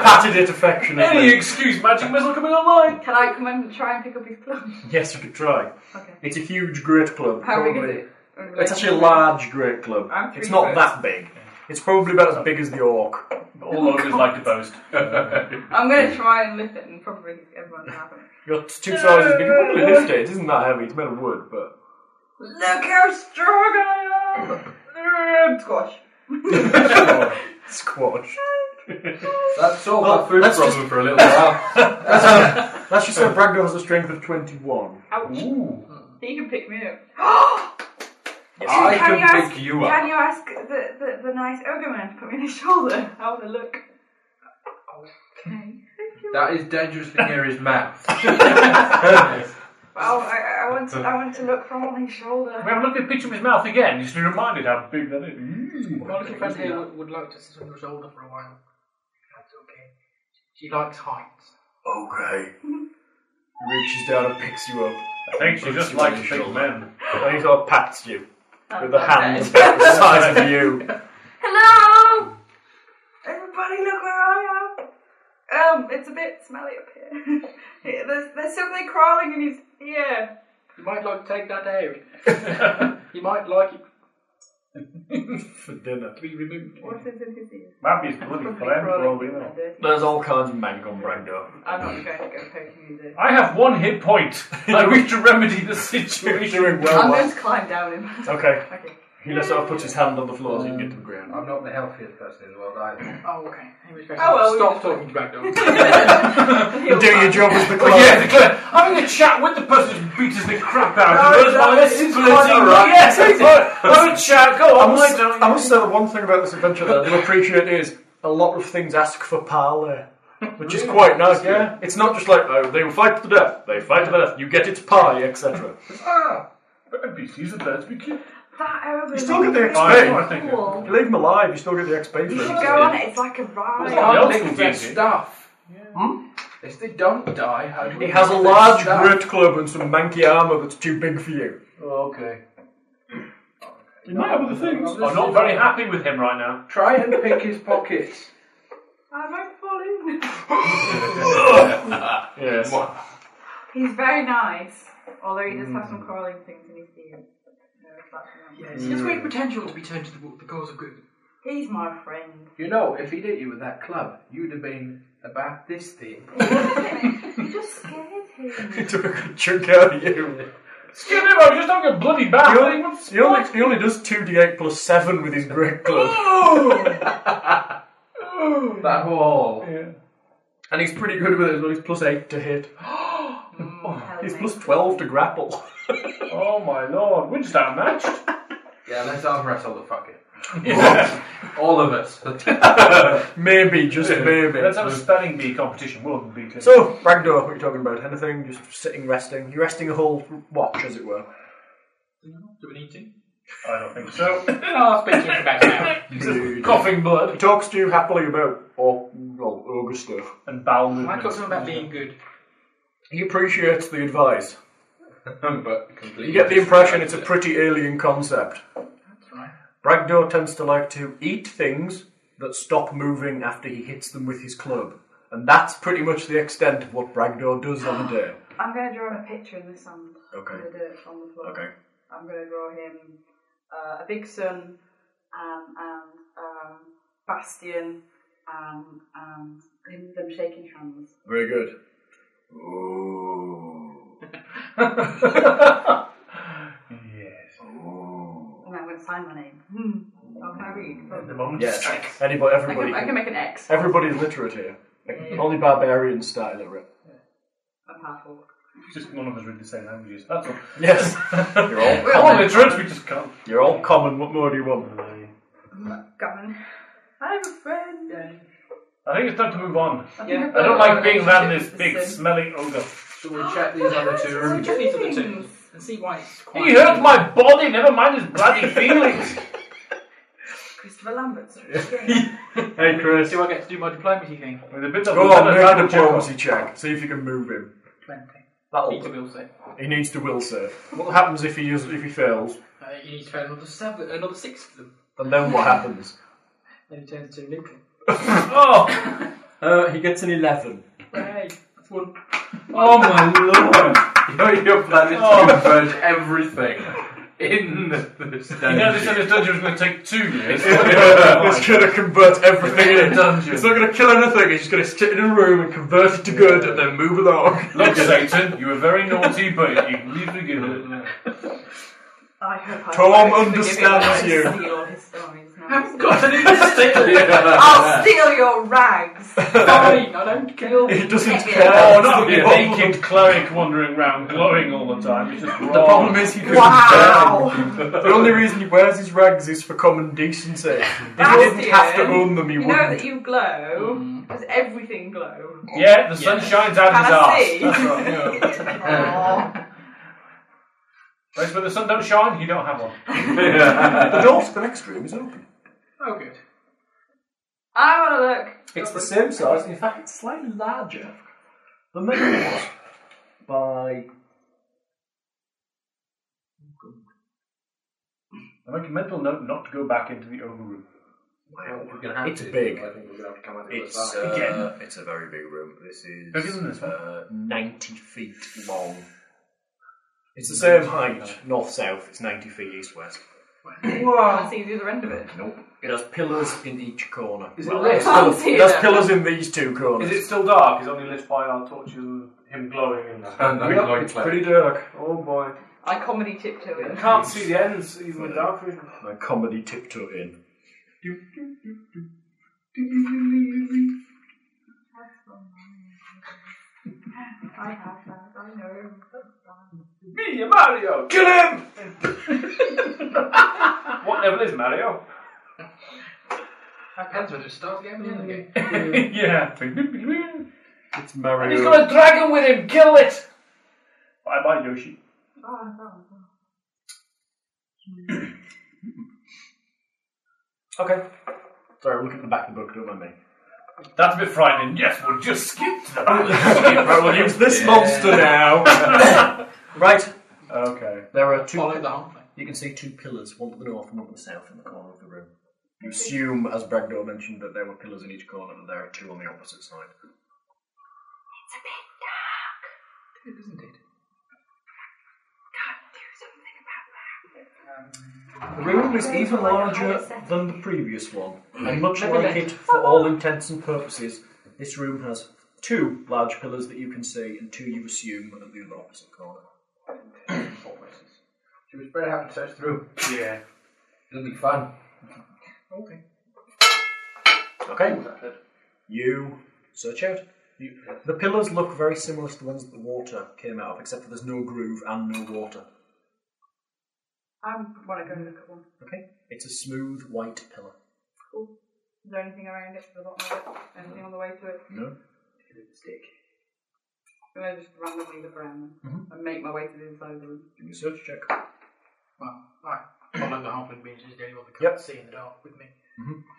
S6: patted it affectionately.
S7: Any excuse, magic missile coming online!
S3: Can I come and try and pick up his club?
S6: Yes, you could try.
S3: Okay.
S6: It's a huge great
S3: *laughs*
S6: club.
S3: How big is
S6: probably.
S3: it?
S6: It's actually a large great club.
S3: I'm three
S6: It's not
S3: foot.
S6: that big. It's probably about as big as the orc.
S7: All ogres like to boast.
S3: I'm going to try and lift it and probably everyone's happy.
S6: You're two sizes big. You can probably lift it. It isn't that heavy. It's made of wood, *laughs* but
S3: Look how strong I am! Squash.
S6: squash.
S12: That's all
S6: Well,
S12: my food
S6: let's
S12: problem
S6: just-
S12: for a little
S6: *laughs*
S12: while.
S6: That's, um, that's just *laughs* so Bragdor has a strength of *laughs* 21.
S3: Ouch.
S7: Ooh.
S3: He can pick me up. *gasps*
S6: I can
S3: you ask,
S6: pick you
S3: Can
S6: up.
S3: you ask the, the, the nice ogre man to put me on his shoulder? *laughs* How would I look? Okay.
S12: That is dangerously near his mouth.
S3: Well, I, I, want to, I want to look from on his shoulder.
S7: We have a look at a picture of his mouth again, just to be reminded how big that is. Mm.
S2: My little friend here would, would like to sit on your shoulder for a while. That's okay. She likes heights.
S17: Okay.
S6: Reaches down and picks you up.
S7: I think she just likes big men.
S6: And he sort of pats you with a hand
S3: Oh, Okay.
S6: *laughs* about the size of you.
S3: Hello! Everybody, look where I am. Um, it's a bit smelly up here. *laughs* Yeah, there's, there's something crawling in his ear.
S2: You might like to take that area.
S17: *laughs*
S2: you might like it
S6: *laughs* For dinner.
S2: to be removed.
S3: What is in his ear?
S7: Might be his bloody
S3: Something
S7: friend for all we
S3: in
S7: know.
S3: my dirty-
S6: There's all kinds of mank on Bragdor. *laughs*
S3: I'm not going to go poking his ear.
S7: I have one hit point. I wish to remedy
S6: *laughs*
S7: the situation.
S6: Doing
S3: I'm
S6: well.
S3: going
S6: well.
S3: to climb down him.
S6: Okay.
S3: Okay.
S6: He just sort of puts his hand on the floor so you can get to the ground.
S13: I'm not the healthiest person in the world either.
S2: Oh, okay. In which case,
S3: Oh, well, we
S2: stop
S3: just-
S2: talking to Bragdor.
S3: He'll
S6: Do your
S3: find-
S6: job *laughs* as the
S7: But yeah,
S6: clerk.
S7: the clerk. Having a chat with the person who beats us the crap out of us.
S6: no,
S7: while
S6: this
S7: it's
S6: is
S7: bloody-
S6: quite all right.
S7: Yes, it's fine. Have a chat. Go
S6: I
S7: on.
S6: must,
S7: why don't
S6: I
S7: you?
S6: must say the one thing about this adventure that I do appreciate is a lot of things ask for parley, which is quite nice. Yeah, it's not just like oh they will fight to the death, they fight to the death, you get its pie, etc.
S7: Ah, NPCs are there to be killed.
S3: That ogre
S6: You still get the
S3: man.
S7: Fine, I
S6: XP.
S7: think.
S3: Cool.
S6: You leave them alive, you still get the XP.
S3: You
S6: for
S3: should
S6: it.
S3: go on it. It's like a
S7: Yeah.
S3: ride.
S7: else
S12: They
S7: will
S12: can
S7: do
S12: get
S7: it.
S12: stuff. If they don't die, how do we
S6: It Hmm? has a
S12: get
S6: large
S12: stuff?
S6: grit club and some manky armour that's too big for you.
S12: Oh, okay.
S6: You might have other things.
S7: I'm not very happy with him right now.
S12: Try and pick his pockets.
S3: I might fall in.
S6: Yes.
S3: He's very nice, although he does have
S6: Hmm.
S3: some crawling things in his ear. No, that's not-
S2: Yes, yes,
S17: Hmm.
S2: we have potential to be turned to the, the cause of good.
S3: He's my friend.
S12: You know, if he'd hit you with that club, you'd have been about this thing.
S3: You just scared him.
S6: *laughs* He took a good chunk out of you.
S7: Skip him, I'm just having a bloody bath.
S6: He only, he only, he only does 2d8 plus 7 with his great club.
S12: that wall.
S6: Yeah. And he's pretty good with it as well. He's plus 8 to hit. he's plus 12 to grapple. *laughs*
S7: oh my lord, we're just outmatched.
S12: Yeah, let's arm wrestle the fucker.
S7: Yeah.
S12: All of
S6: *laughs*
S12: us. *laughs*
S6: maybe, just maybe.
S7: Let's have a spelling bee competition. We'll be good.
S6: So, Bragdor, what are you talking about? Anything? Just sitting, resting? You're resting a whole watch, as it were.
S13: Do we need to?
S7: I don't think so.
S2: I'll speak to you about now.
S6: *laughs*
S7: coughing blood.
S6: He talks to you happily about or well, ogre stuff.
S7: And bowel
S2: I
S7: movements.
S2: talked to him about
S7: *laughs*
S2: being good.
S6: He appreciates the advice.
S12: *laughs* but completely.
S6: You get the impression it's a pretty alien concept.
S2: That's right.
S6: Bragdor tends to like to eat things that stop moving after he hits them with his club. And that's pretty much the extent of what Bragdor does on the day.
S3: I'm going to draw him a picture in the sand.
S6: Okay.
S3: In the dirt on the floor.
S6: Okay.
S3: I'm going to draw him uh, a big sun um, and um, bastion and um, him, them shaking hands.
S6: Very good.
S3: And Oh, I'm going to sign my name. Hmm. How can I read?
S7: The moment
S6: Yes.
S7: strike.
S6: Anybody,
S3: I
S6: everybody.
S3: can, I can make an X.
S6: Everybody's literate here.
S3: Yeah.
S6: Only barbarians start illiterate.
S3: I'm half orc.
S7: Just none of us read the same languages. That's all.
S6: Yes. You're all
S7: We're all
S6: common.
S7: literate, we just can't.
S6: You're all common. What more do you want?
S3: Gavin. I have a friend.
S7: I think it's time to move on.
S3: I think I've
S7: I don't
S3: got
S12: Uh,
S7: like being around this
S3: relationship
S7: big
S3: with sin.
S7: smelly ogre.
S12: Shall we check these other two rooms?
S2: Check these other two and see why it's quite.
S7: He hurt my body, never mind
S12: *laughs*
S7: his bloody feelings.
S3: Christopher Lambert's.
S6: Hey, Chris.
S2: Do I get to do my diplomacy thing?
S7: With a bit of
S6: Go on, make a
S7: radical
S6: *laughs* diplomacy check. See if you can move him.
S2: Twenty.
S6: That'll
S2: Peter will say.
S6: He needs to will save. What happens if he uses, if he fails?
S2: Uh, you need to find another seven, another six of them.
S6: And then what happens?
S2: Then he turns to *laughs* neutral.
S6: oh, uh, he gets an eleven.
S2: Yay! That's one.
S12: Oh my lord! Your, your plan is
S6: Oh.
S12: to converge everything
S6: *laughs*
S12: in the, this
S7: You know, this,
S12: dungeon.
S7: this dungeon was going to take two years.
S1: *laughs*
S6: *laughs* it's going to convert everything in.
S12: Dungeon.
S6: It's not going to kill anything. It's just going to sit in a room and convert it to good, and then move along.
S11: *laughs*
S7: Look, Satan, you were very naughty, but you can leave the good.
S3: I hope I
S6: Tom
S3: won't
S6: understands
S3: forgive him.
S6: you.
S3: Steal all his stories now.
S12: God, I need to steal it.
S3: I'll steal your rags.
S2: Fine, I don't kill.
S6: It doesn't
S3: Yeah.
S6: care.
S7: Oh,
S6: That's
S7: not
S6: the
S7: be a
S6: problem.
S7: naked cleric wandering around glowing all the time. It's just wrong.
S6: The problem is he couldn't
S3: Wow.
S6: burn. The only reason he wears his rags is for common decency.
S3: *laughs*
S6: If he
S3: Bastion,
S6: didn't have to own them, he
S3: You know
S6: wouldn't.
S3: that you glow.
S6: Mm.
S3: Does everything
S6: *laughs*
S3: glow?
S7: Yeah, the sun shines out
S3: Can I
S7: of
S3: see?
S7: his arse. That's right.
S3: Aw.
S7: Whereas when the sun don't shine, you don't have one.
S6: *laughs* the door to the next room is open.
S2: Oh, good.
S3: I want to look.
S6: It's the same size, in fact, it's slightly larger than the other was by.
S7: I make a mental note not to go back into the ogre room.
S12: We're gonna have
S6: It's
S12: to.
S6: big.
S12: I think we're gonna have to come out the other
S6: It's,
S12: side.
S6: uh, it's a very big room. This is
S7: Bigger than this one?
S6: uh, 90 feet long. It's the same height, north south, it's 90 feet east west.
S3: Can't see the other end of it.
S6: Nope. It has pillars in each corner.
S12: Is it
S6: Well,
S12: lit?
S6: it has *laughs* pillars-
S3: Can't see
S6: it has
S3: that.
S6: pillars in these two corners.
S7: Is it still dark? Is only lit by our torches and him glowing and that.
S12: And I'm
S6: Yep,
S12: going
S6: it's
S12: clever.
S6: pretty dark.
S7: Oh boy.
S3: I comedy tiptoe in.
S7: Can't see the ends even with dark vision.
S6: My comedy tiptoe in.
S3: I have that. I know.
S7: Me, Mario!
S6: Kill him!
S7: *laughs* What level is Mario?
S2: I can't just start the game and end the game.
S7: *laughs* yeah. He's
S6: It's Mario.
S7: got a dragon with him, kill it! Bye bye, Yoshi.
S3: Oh, oh, oh.
S6: Okay. Sorry, I'm looking at the back of the book, don't mind me.
S7: That's a bit frightening. Yes, we'll just skip to that.
S6: I will use this monster now. right.
S7: Okay.
S6: There are two.
S2: Follow the hump.
S6: You can see two pillars, one to the north and one to the south, in the corner of the room. You assume, as Bragdor mentioned, that there were pillars in each corner, and there are two on the opposite side.
S3: It's a bit dark.
S2: It isn't it?
S3: Can't do something about that.
S6: The room is even larger than the previous one, and much like it, for all intents and purposes, this room has two large pillars that you can see, and two you assume at the other opposite corner.
S4: Should we spread out and search through?
S6: Yeah.
S4: It'll be fun.
S6: Okay. Okay. You search out. You, the pillars look very similar to the ones that the water came out of, except for there's no groove and no water.
S3: I want to go look at one.
S6: Okay. It's a smooth white pillar.
S3: Cool. Is there anything around it for the bottom of it? Anything on the way to it?
S6: No.
S4: Stick.
S3: I'm going to just randomly look around
S6: Mm-hmm.
S3: and make my way to the inside of the room.
S6: Give me a search check.
S2: Well, I follow the halfling means is the only one that can't see in the dark with me.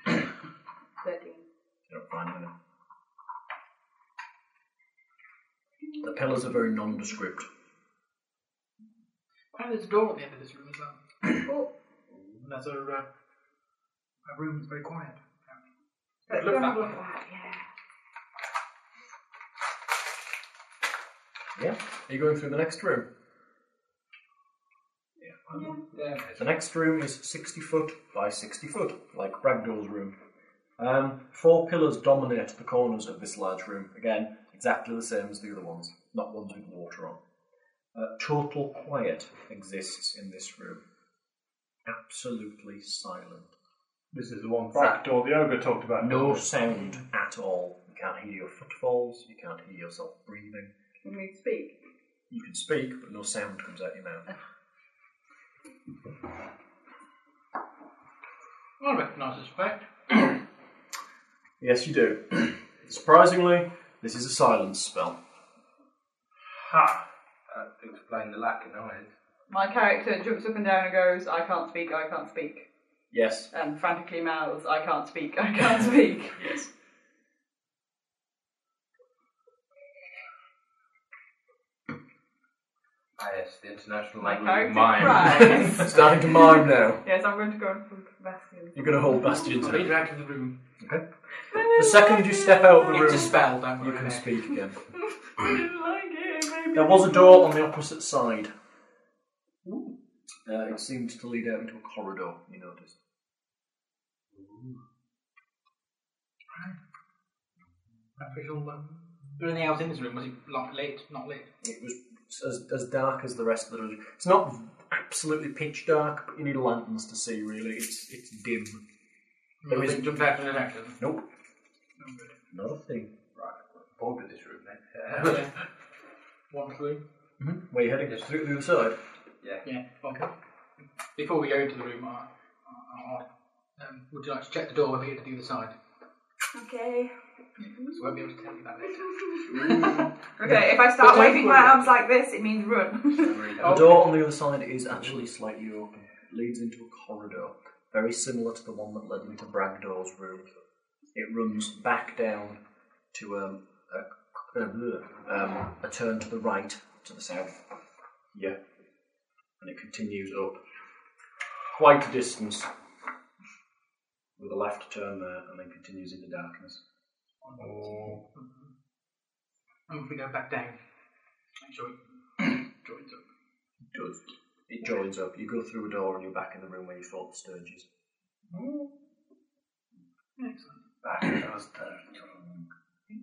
S3: 13.
S6: You don't find anything. The pillars are very nondescript.
S2: Oh, there's a door at the end of this room as *coughs* well. Oh. And there's a, uh, a room that's very quiet.
S3: Let's
S2: Look
S3: go and
S2: that
S3: have a
S2: way.
S3: look at that, yeah.
S6: Yeah. Are you going through the next room?
S4: Yeah.
S6: The next room is 60 foot by 60 foot, like Ragdoll's room. Um, four pillars dominate the corners of this large room. Again, exactly the same as the other ones, not ones with water on. Uh, total quiet exists in this room. Absolutely silent.
S1: This is the one
S6: Right.
S1: back door the ogre talked about.
S6: No sound at all. You can't hear your footfalls, you can't hear yourself breathing.
S3: Can we speak?
S6: You can speak, but no sound comes out your mouth.
S2: I recognise this fact.
S6: Yes, you do. *clears throat* Surprisingly, this is a silence spell.
S2: Ha!
S4: That explain the lack of noise.
S3: My character jumps up and down and goes, I can't speak, I can't speak.
S6: Yes.
S3: And frantically mouths, I can't speak, I can't speak.
S6: Yes.
S4: Ah, yes, the international
S3: My
S4: language
S3: character
S4: of mime.
S3: cries.
S6: *laughs* Starting to mime now.
S3: Yes, I'm going to go and full Sebastian.
S6: You're going to hold Bastion to
S2: Lead
S6: it.
S2: her out of the room.
S6: Okay. The second you step out the room,
S2: It's a spell, don't worry.
S6: you can speak again.
S3: I didn't like it, maybe.
S6: There was a door on the opposite side. Uh, it seemed to lead out into a corridor, you noticed.
S2: I feel, um, there anything else in this room? Was it like lit? Not lit?
S6: It was as, as dark as the rest of the room. It's not absolutely pitch dark, but you need lanterns to see, really. It's, it's dim. There
S2: Nothing
S6: is
S2: jumped out in an action.
S6: Nope. Not a thing.
S4: Bored with this room, then. *laughs*
S2: Yeah. *laughs* One clue.
S6: Mhm. Where are you heading? Just through the other side.
S2: Yeah. Okay. Before we go into the room, I, I, I, um, would you like to check the door when we get to the other side?
S3: Okay.
S2: So I won't be able to tell you that later.
S3: Okay, if I start
S2: But don't
S3: waving my
S2: worry.
S3: arms like this, it means run.
S6: The door on the other side is actually slightly open. It leads into a corridor, very similar to the one that led into Bragdor's room. It runs back down to um, a, uh, um, a turn to the right, to the south. Yeah. And it continues up quite a distance with a left turn there and then continues into darkness.
S2: And if we go back down, make *clears throat* sure it joins up.
S6: It does. It joins up. You go through a door and you're back in the room where you fought the Sturges.
S2: Excellent.
S1: Back in those days.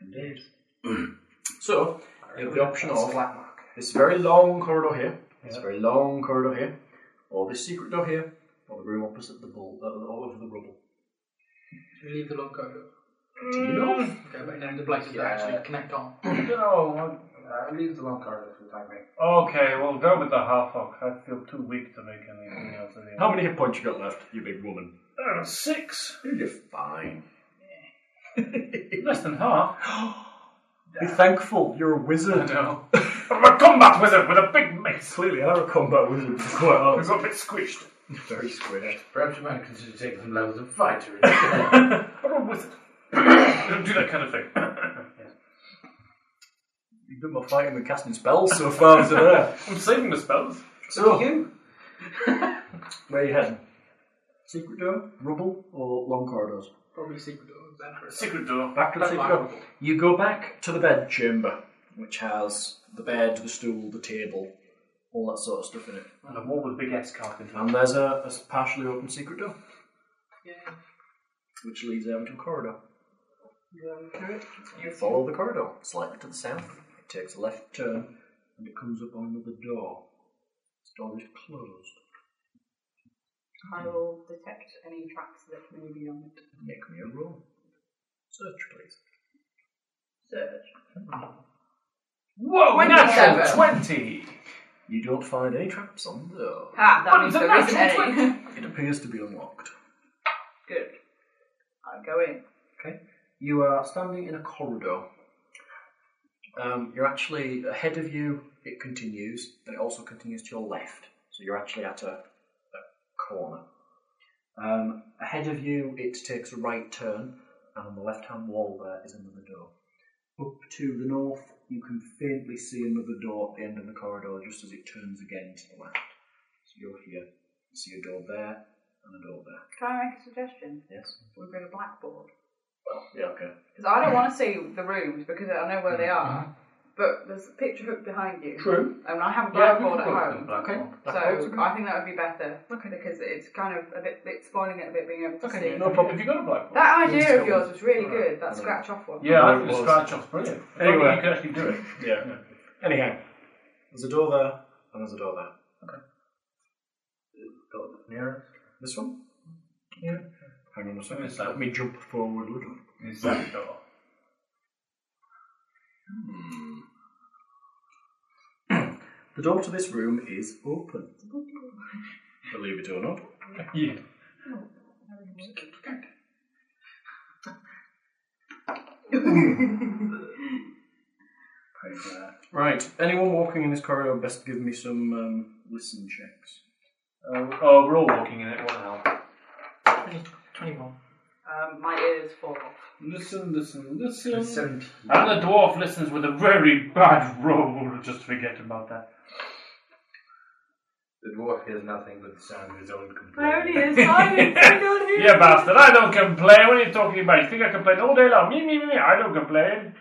S6: Indeed. so, you have the option of this very long corridor here, this very long corridor here, or this secret door here, or the room opposite the bull, uh, all over the rubble.
S2: Should we leave the long corridor?
S6: Continue north.
S2: Go back down to places that actually connect on.
S4: no, I Uh, leave the long corridor for the time being.
S7: Okay, well, go with the half hog. I feel too weak to make anything else. Anyway.
S18: How many hit points you got left, you big woman?
S7: Uh, six.
S6: You're fine.
S7: Less than half.
S18: Be thankful, you're a wizard.
S7: *laughs* know. I'm a combat wizard with a big mace.
S18: Clearly are a combat wizard, it's quite
S7: I
S18: hard.
S7: got a bit squished.
S6: Very squished.
S4: Perhaps you might consider taking some levels of fighter *laughs* instead.
S7: I'm a wizard. I *coughs* don't do that kind of thing. *coughs*
S6: You've done more fighting than casting spells so far *laughs* today.
S7: I'm saving the spells.
S6: So, you. *laughs* where are you heading? Secret door, rubble, or long corridors?
S2: Probably secret doors. then.
S7: Secret door.
S6: Back to the
S2: Don't
S6: secret
S2: like
S6: door.
S2: rubble.
S6: You go back to the bed chamber, which has the bed, the stool, the table, all that sort of stuff in it.
S7: And a wall with big S carpet.
S6: And there's a, a partially open secret door,
S2: Yeah.
S6: which leads out into a corridor. You follow the corridor slightly to the south. It takes a left turn and it comes up on another door. This door is closed.
S3: I will detect any tracks that may be on it.
S6: Make me a roll. Search, please.
S3: Search.
S7: Whoa,
S3: Twenty-seven.
S7: natural 20!
S6: You don't find any traps on the door.
S3: Ah, that
S7: What
S3: means
S7: is a
S3: there isn't
S7: natural
S3: any.
S6: It appears to be unlocked.
S3: Good. I'll go in.
S6: Okay. You are standing in a corridor. Um, you're actually ahead of you. It continues, but it also continues to your left. So you're actually at a, a corner. Um, ahead of you, it takes a right turn, and on the left-hand wall there is another door. Up to the north, you can faintly see another door at the end of the corridor, just as it turns again to the left. So you're here. You see a door there and a door there.
S3: Can I make a suggestion?
S6: Yes.
S3: We bring a blackboard.
S6: Yeah. Okay.
S3: Because I don't want to see the rooms because I know where they are. But there's a picture hook behind you.
S6: Mm-hmm. True.
S3: And I have a
S6: Yeah, we
S3: blackboard
S6: can
S3: at
S6: put it
S3: home.
S6: on the blackboard.
S3: So
S6: Blackboard's good.
S3: I think that would be better. Because it's kind of a bit, it's spoiling it a bit being able to see.
S7: No problem. Have you got a blackboard?
S3: That idea of
S7: Installed.
S3: yours was really
S7: Alright.
S3: good. That scratch off one.
S7: Yeah, I think
S6: It
S7: the
S6: was.
S7: scratch off's brilliant. If only
S6: Anyway.
S7: you could actually do it.
S6: Yeah. Anyhow, there's a door there, and there's a door there. Okay. Door nearer. This one? Yeah. Hang on a second.
S7: It's like-
S6: Let me jump forward a little.
S7: It's that door.
S6: Hmm. *clears throat* The door to this room is open. Believe it or not.
S7: Yeah.
S6: Right. Anyone walking in this corridor best give me some um, listen checks.
S7: Uh, oh, we're all walking in it. What the hell?
S2: 21.
S3: Um, my ears fall off.
S7: *laughs* Listen, listen, listen. And the dwarf listens with a very bad *laughs* roll. Just forget about that.
S4: The dwarf hears nothing but the sound of his own complaint.
S3: I only hear *laughs* silence. I don't hear
S7: Yeah, bastard. I don't complain. What are you talking about? You think I complain all day long? Me, me, me, me. I don't complain.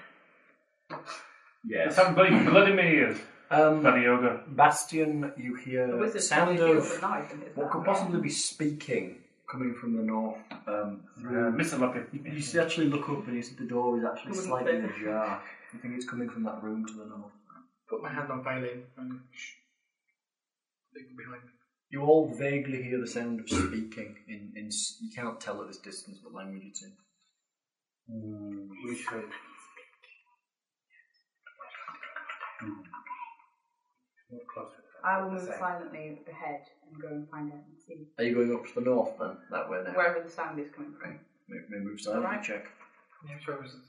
S6: Yes.
S7: Let's have bloody blood in my ears.
S6: Um,
S7: bloody ogre.
S6: Bastion, you hear
S3: The
S6: the
S3: wizard's
S6: sound
S3: trying to
S6: of
S3: steal the knife and it's
S6: what could
S3: not.
S6: possibly be speaking coming from the north. Um, through,
S7: *laughs*
S6: You, you see- actually look up and you see the door is actually
S2: Wouldn't
S6: slightly
S2: fit.
S6: ajar. You think it's coming from that room to the north.
S2: Put my hand on Bailey and shh. They go behind me.
S6: You all vaguely hear the sound of speaking. In, in s- you can't tell at this distance what language it's in.
S4: We should. Not close with that.
S3: I will move
S4: Same.
S3: silently ahead and go and find out and see
S6: Are you going up to the north then? That way now.
S3: wherever the sound is coming from.
S6: Move, move silently.
S3: Alright.
S6: Check.
S2: Yeah, so it was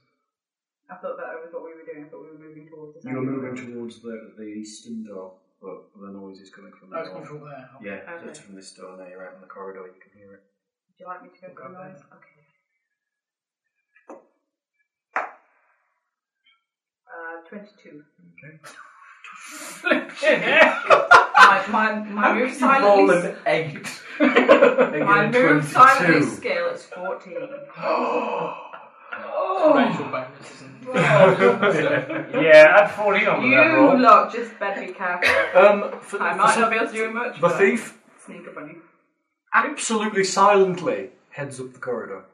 S3: I thought that was what we were doing. I thought we were moving towards the sound.
S6: You are moving towards the, the eastern door, but the noise is coming from
S2: Oh,
S6: the
S2: it's coming
S6: door.
S2: from there.
S6: Yeah,
S3: Okay.
S6: it's from this door now. You're out in the corridor, you can hear it.
S3: Would you like me to go for the noise? Okay. Uh, 22. my my, my move
S19: Roll
S3: silently,
S19: an eight.
S3: my
S19: My
S3: move silently skill is 14.
S2: Racial bonus and
S7: yeah, at 40 on the that
S3: you
S7: roll.
S3: lot just better be careful.
S6: Um, for-
S3: I
S6: for
S3: might
S6: some-
S3: not be able to do much.
S6: The
S3: but
S6: thief
S3: Sneak up on you.
S6: absolutely silently heads up the corridor.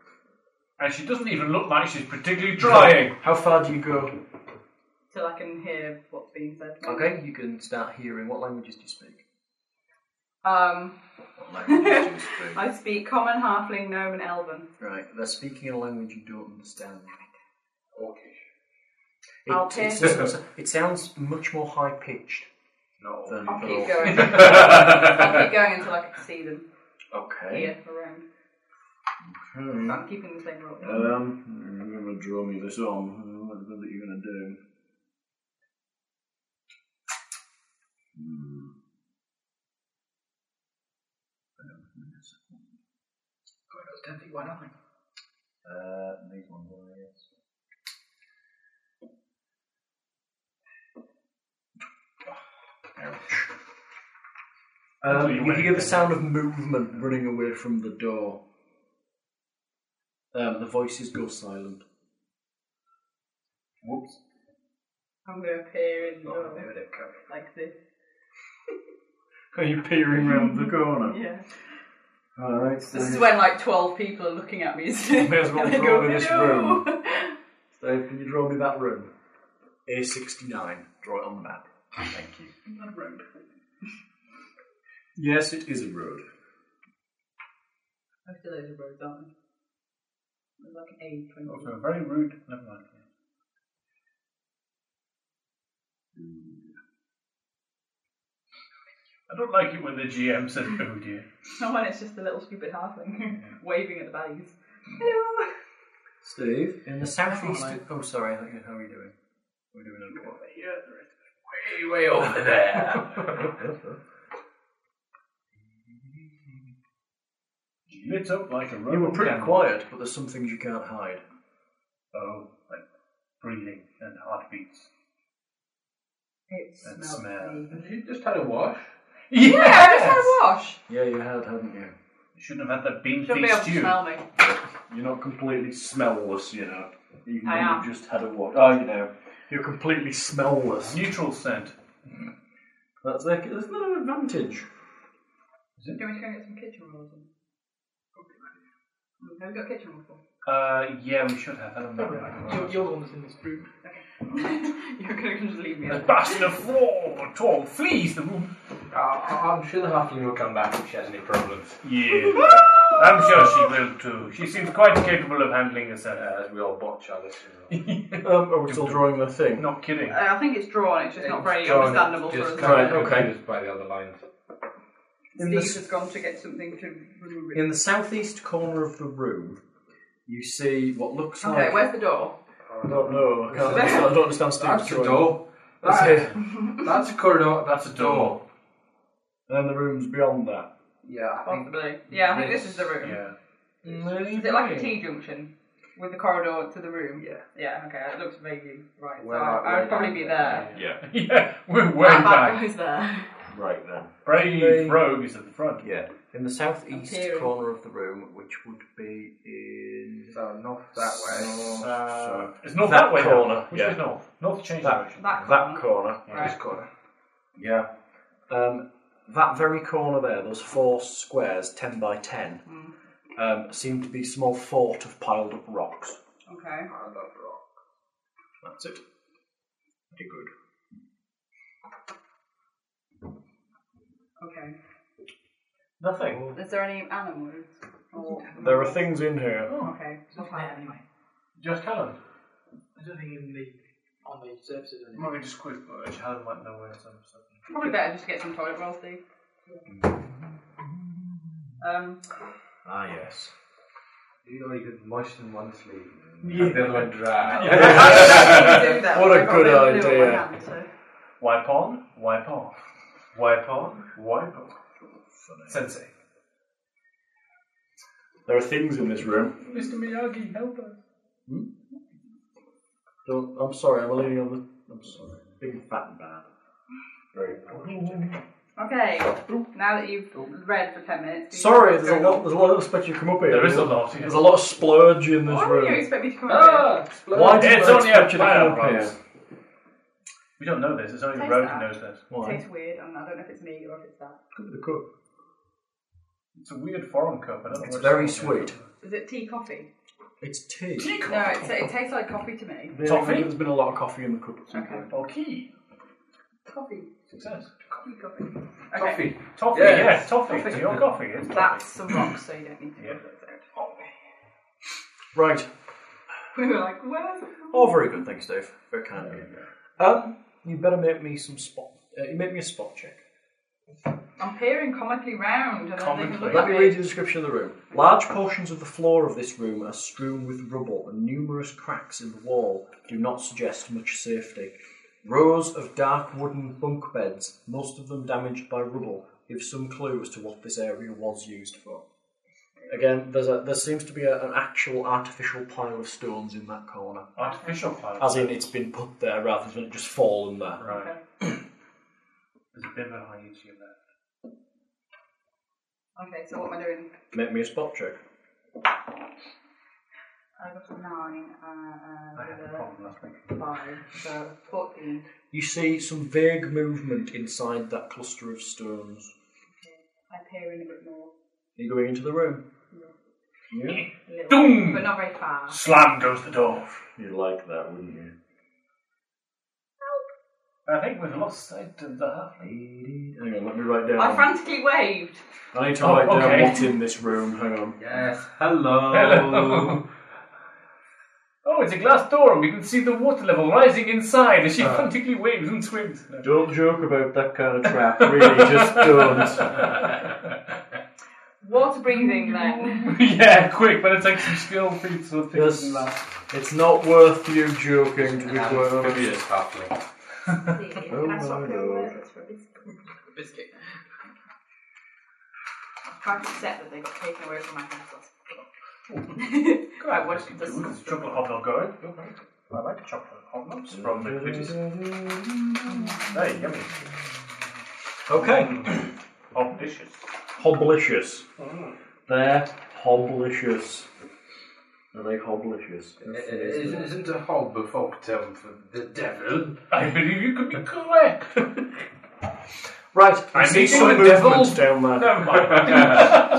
S7: And she doesn't even look like she's particularly eh? trying.
S6: How far do you go?
S3: Till I can hear what's being said. to me.
S6: Okay, you can start hearing. What languages do you speak?
S3: Um,
S6: What languages do you
S3: *laughs*
S6: speak?
S3: I speak common, halfling, gnome, and elven.
S6: *laughs* Right, they're speaking a language you don't understand.
S4: Okay.
S6: It,
S3: I'll
S6: it,
S3: pick.
S6: doesn't- it sounds much more high pitched
S4: No.
S6: than
S3: I'll
S6: the
S3: keep
S6: old-
S3: going. I'll keep going until I can see them
S6: *laughs* Okay.
S3: here around.
S6: Hmm.
S3: I'm keeping the same roll.
S6: Um, you're gonna draw me this on. What is it that you're gonna do? Hmm. Bear with me a second.
S2: God, it was tempting, why not?
S6: Uh, these ones are yes. Ouch. Um, you hear the sound of movement running away from the door. Um, the voices go silent. Whoops.
S3: I'm going to appear in the
S4: Oh,
S3: door
S4: there they come.
S3: like this.
S6: Are you peering round the corner?
S3: Yeah.
S6: Alright.
S3: This is when like 12 people are looking at me.
S6: May as well
S3: And I
S6: throw
S3: go, *laughs*
S6: in this
S3: "No."
S20: Dave, can you draw me that room? A69. Draw it on the map. Thank you.
S2: That road.
S20: Yes, it is a road.
S3: I feel those are roads, aren't they? There's like an A twenty. *laughs*
S7: Also, very rude. Never mind. I don't like it when the GM says, "Oh dear."
S3: Not when it's just the little stupid halfling *laughs* waving at the values. Hello.
S6: Steve, in the southeast. Oh, sorry. I thought you- How are you doing? We're doing okay.
S4: Way, way over there.
S7: Lit up like
S6: *laughs*
S7: a
S6: You were
S7: Roman
S6: pretty
S7: candle.
S6: quiet, but there's some things you can't hide.
S7: Oh, like breathing and heartbeats.
S3: It
S7: That
S3: smells
S7: smell.
S3: vague.
S4: You just had a wash.
S3: *laughs* Yeah, I just had a wash.
S6: Yeah, you had, hadn't you?
S7: You shouldn't have had that bean
S3: Don't be able to smell me.
S20: You're not completely smellless, you know. Even
S3: I
S20: though
S3: am.
S20: you just had a walk. Oh, you know. You're completely smellless.
S7: Neutral scent.
S20: That's like, that's not an advantage.
S6: *laughs*
S3: Do you want me to go and get some kitchen rolls? in? Mm, Have we got kitchen rolls? for?
S7: Uh, yeah, we should have. I don't
S2: You're,
S7: know.
S2: you're the one that's in this room.
S3: *laughs* You're going to just leave me.
S7: The bastard of floor, Tom, flees the room.
S4: I- Uh, I'm sure the halfling will come back if she has any problems.
S7: Yeah. *laughs* I'm sure she will too. She seems quite capable of handling herself.
S4: uh, As we all botch our listeners.
S20: Um, are we still drawing the thing?
S7: Not kidding. *laughs*
S3: Uh, I think it's drawn. It's just not very
S4: John,
S3: understandable for us.
S4: Oh, just
S20: Right, okay.
S4: okay. by the other lines.
S6: In
S3: Steve
S6: this-
S3: has gone to get something to remove it.
S6: In the southeast corner of the room, you see what looks
S3: okay,
S6: like.
S3: where's the door?
S20: I don't know. I, can't, I don't understand Steve's
S4: That's a
S20: drawing.
S4: door.
S20: That's
S4: That-
S20: it.
S4: That's a corridor. That's a door.
S20: And then the room's beyond that.
S4: Yeah, I think
S3: Possibly. Yeah, I think this is the room. Is it like a T junction with the corridor to the room? Yeah. Yeah. Okay. It looks vaguely right.
S4: We're
S3: so
S4: like
S3: I, I
S4: way
S3: would probably
S4: back
S3: be
S4: there,
S3: there.
S7: Yeah. Yeah, we're way
S3: That bad
S7: back.
S3: guy's there.
S6: Right then.
S7: Brave rogue is at the front.
S6: Yeah. In the southeast
S3: Interior.
S6: corner of the room, which would be in.
S4: So north that way.
S6: Uh,
S7: It's north
S20: That
S7: that, way.
S20: corner,
S7: now, Which
S20: yeah.
S7: is north. North change direction.
S3: That,
S20: That corner.
S3: Right.
S4: corner.
S6: Yeah. Um, that very corner there, those four squares, 10 by 10,
S3: Hmm.
S6: um, seem to be a small fort of piled up rocks.
S3: Okay.
S6: That's it. Pretty good.
S3: Okay.
S20: Nothing.
S3: Is there any animals? Or...
S20: There are things in here.
S3: Oh, okay. We'll find out anyway.
S7: Just Helen.
S2: I don't think even the on the surfaces
S7: It might be just quick, but Helen might know where some stuff
S3: Probably better just get some toilet rolls, Steve. Um,
S6: Ah, yes.
S4: You know you could moisten one sleeve and the other one dry.
S20: What a good idea.
S7: Wipe on, wipe off. Wipe on, wipe off. Sensei.
S20: There are things in this room. Hmm?
S2: Mr. Miyagi, help us.
S20: Don't, I'm sorry, I'm leaning on the. I'm sorry. Big fat man. Very
S3: Okay. Now that you've read for ten minutes.
S20: Sorry, there's a lot. There's a lot of expect you to come up here.
S7: There is a lot, yeah.
S20: There's a lot of splurge in this
S3: Why would you
S20: room.
S3: expect me to come
S4: Ah,
S3: over?
S4: explode.
S20: Why did
S7: It's
S20: I
S7: only a
S20: expect you to
S7: fire
S20: come up
S7: rocks.
S20: here?
S7: We don't know this, it's only
S3: Taste
S7: Rogue
S3: that.
S7: who knows this.
S3: It
S20: Why?
S3: tastes weird, and I don't know if it's me or if it's that.
S20: Could be the cook.
S7: It's a weird foreign cup, I don't know
S6: It's
S7: what
S6: very
S7: it's called.
S6: sweet.
S3: Is it tea coffee?
S6: It's tea.
S3: No, it's, it tastes like coffee to me.
S20: Toffee? There's been a lot of coffee in the cup. at some
S3: Okay.
S20: point.
S7: Toffee.
S3: Coffee.
S7: Success.
S3: Coffee, coffee. Okay.
S4: Toffee.
S7: Toffee,
S4: Yeah.
S7: yes, toffee. It's your coffee. It's
S3: That's some rocks, so you don't need to
S7: Yeah.
S3: worry about it. *laughs*
S6: Right.
S3: We were like, where's the
S6: Oh, very good. Thanks, Dave. Very kind of you. Um, you better make me some spot. Uh, you make me a spot check.
S3: I'm peering comically round and then they can look
S6: Let
S3: at
S6: me
S3: me.
S6: read you the description of the room. Large portions of the floor of this room are strewn with rubble, and numerous cracks in the wall do not suggest much safety. Rows of dark wooden bunk beds, most of them damaged by rubble, give some clue as to what this area was used for. Again, there's a, there seems to be a, an actual artificial pile of stones in that corner.
S7: artificial fire.
S6: As in, it's been put there rather than it just fallen there.
S7: Right.
S3: *clears throat*
S7: There's a bin behind each of that.
S3: Okay, so what am I doing?
S6: Make me a spot check.
S3: I got a nine, uh, uh,
S7: I had a
S3: with a
S7: problem last week.
S3: five, so fourteen.
S6: You see some vague movement inside that cluster of stones.
S3: I peer in a bit more.
S6: Are you going into the room?
S7: Yeah.
S3: Doom! But not very far.
S7: Slam goes the door.
S6: You'd like that, wouldn't you?
S7: I think we've lost sight of the half
S6: Hang on, let me write down.
S3: I frantically waved.
S6: I need to
S7: Oh,
S6: write down
S7: okay.
S6: what's in this room. Hang on.
S7: Yes.
S21: Hello.
S7: Hello. Oh, it's a glass door, and we can see the water level rising inside as she
S6: Ah.
S7: frantically waves and swims.
S6: Don't joke about that kind of crap. Really, just *laughs* don't.
S3: Water
S6: *laughs*
S3: breathing then.
S7: *laughs* yeah, quick, but it takes some skill feats or things
S6: Just,
S7: and that.
S6: it's not worth you joking, to be
S21: Yeah,
S6: quite
S21: maybe
S6: honest.
S21: it's halfling.
S6: Oh my lord.
S2: Biscuit.
S3: I'm quite upset that they got taken away from my
S7: *laughs*
S3: house.
S7: Right, what is this? It's chocolate hobnob going. I like chocolate hobnobs from the goodies. Hey, yummy. *clears throat* Oh,
S6: Okay.
S7: Hobdicious.
S6: Hoblicious. Oh. They're hoblicious. Are they hoblicious?
S4: Isn't isn't a hob a folk term for the devil?
S7: I believe you could be correct. *laughs*
S6: Right, I
S7: I'm
S6: see
S7: meeting
S6: some
S7: the devil.
S6: movement down there.
S7: Never mind.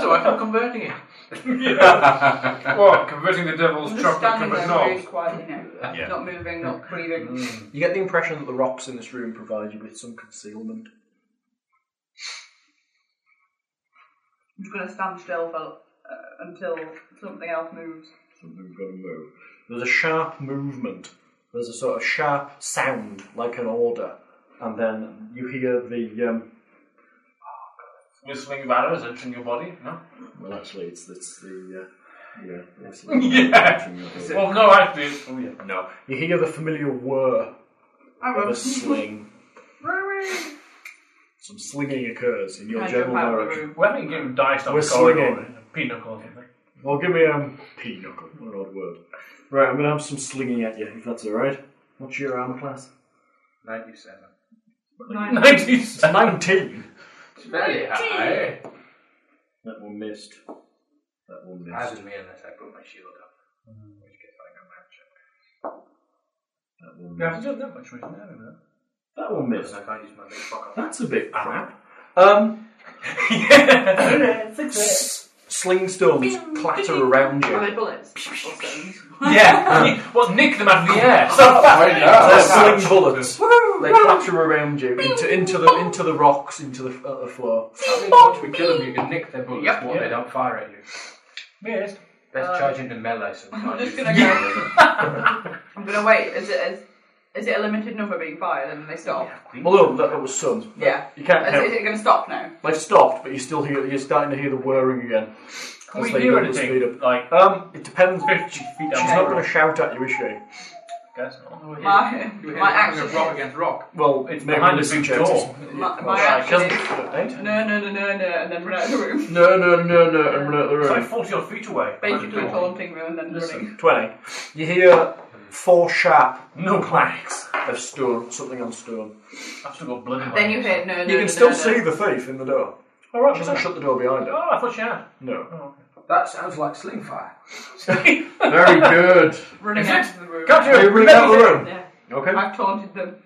S7: *laughs*
S2: so I am converting it.
S21: What? Converting the devil's
S3: I'm just
S21: chocolate
S3: standing
S21: to
S3: there
S21: no.
S3: really quiet, you know,
S21: Yeah.
S3: not moving, not breathing.
S7: Mm.
S6: You get the impression that the rocks in this room provide you with some concealment.
S3: I'm just gonna stand still for, uh, until something else moves.
S6: Something's got to move. There's a sharp movement. There's a sort of sharp sound, like an order, and then you hear the. Um,
S7: Whistling of arrows entering your body, no?
S6: well, actually, it's it's the. Uh, yeah. It's
S7: *laughs* yeah. Well, no, actually, it's oh, yeah.
S6: no. You hear the familiar whir
S7: *laughs*
S6: of a sling. Some slinging occurs in your
S7: Can I
S6: general
S7: jump out of the
S6: direction.
S7: We're having a game of dice on
S6: We're
S7: the corridor.
S6: slinging.
S7: Pinochle or something.
S6: Well, give me um, pinochle. What an odd word. Right, I'm gonna have some slinging at you, if that's all right. What's your armor class?
S4: 97.
S7: *laughs*
S6: *laughs* It's Nineteen.
S4: It's very high.
S6: That one missed. That one missed.
S4: Hasn't me unless I put my shield up. Which gets like a magic.
S6: That one
S7: You
S6: missed.
S7: haven't done that much recently, have you?
S6: That one missed.
S4: I can't use my big pocket.
S6: That's a bit crap.
S7: *laughs*
S6: Um, *laughs* s- sling stones clatter around
S3: Are *laughs*
S6: you.
S3: they Oh, bullets? Or stones?
S7: Yeah. well, nick them out of the *laughs* air.
S6: Oh. They're sling bullets. They clatter around you into, into the into the rocks, into the, uh, the floor.
S4: I mean, once we kill them, you can nick their bullets,
S7: Yep.
S4: but they don't fire at you.
S7: Yes.
S4: Let's
S3: Um,
S4: charge into melee sometime.
S3: I'm just gonna go. I'm gonna wait. Is it is, is it a limited number being fired and then they stop?
S6: Although that that was some.
S3: Yeah.
S6: You can't
S3: Is, is
S6: help.
S3: it gonna stop now?
S6: They've stopped, but you still hear. You're starting to hear the whirring again.
S7: Can
S6: as
S7: we
S6: they
S7: hear
S6: double the
S7: anything?
S6: speed up.
S7: Like,
S6: Um, it depends.
S7: Fifty feet down
S6: She's
S7: the
S6: not
S7: road.
S6: going to shout at you, is she?
S7: guess not.
S6: Oh,
S3: My
S2: You hit it
S3: my
S2: with
S3: action.
S2: rock against rock.
S6: Well,
S7: It's
S6: maybe
S7: behind a
S6: listen
S7: big
S6: to it.
S7: door.
S3: My,
S6: Well,
S3: my
S6: she
S3: action.
S6: doesn't-
S3: Is,
S6: Oh, Right?
S3: no no no no no, and then run out of the
S6: *laughs*
S3: room.
S6: No, no, no, no, and run out the
S7: It's like
S6: room.
S7: 40 odd feet away.
S3: Basically
S6: Oh.
S3: taunting them and then running.
S6: 20. You hear four sharp
S7: No
S6: clacks of stone, something on stone.
S7: I've still got blood in my
S3: Then you
S7: hands.
S3: hear no no.
S6: You can
S3: no,
S6: still
S3: no.
S6: see the thief in the door.
S7: Oh, right,
S6: She
S7: was that-
S6: hasn't shut the door behind her.
S7: Oh, I thought you had.
S6: No.
S7: Oh,
S22: That sounds like sling fire.
S6: Very good.
S3: running
S7: Is
S3: out
S7: it?
S3: of the room.
S7: Got you.
S6: They ring out the room.
S3: Yeah.
S6: Okay.
S3: I've taunted them.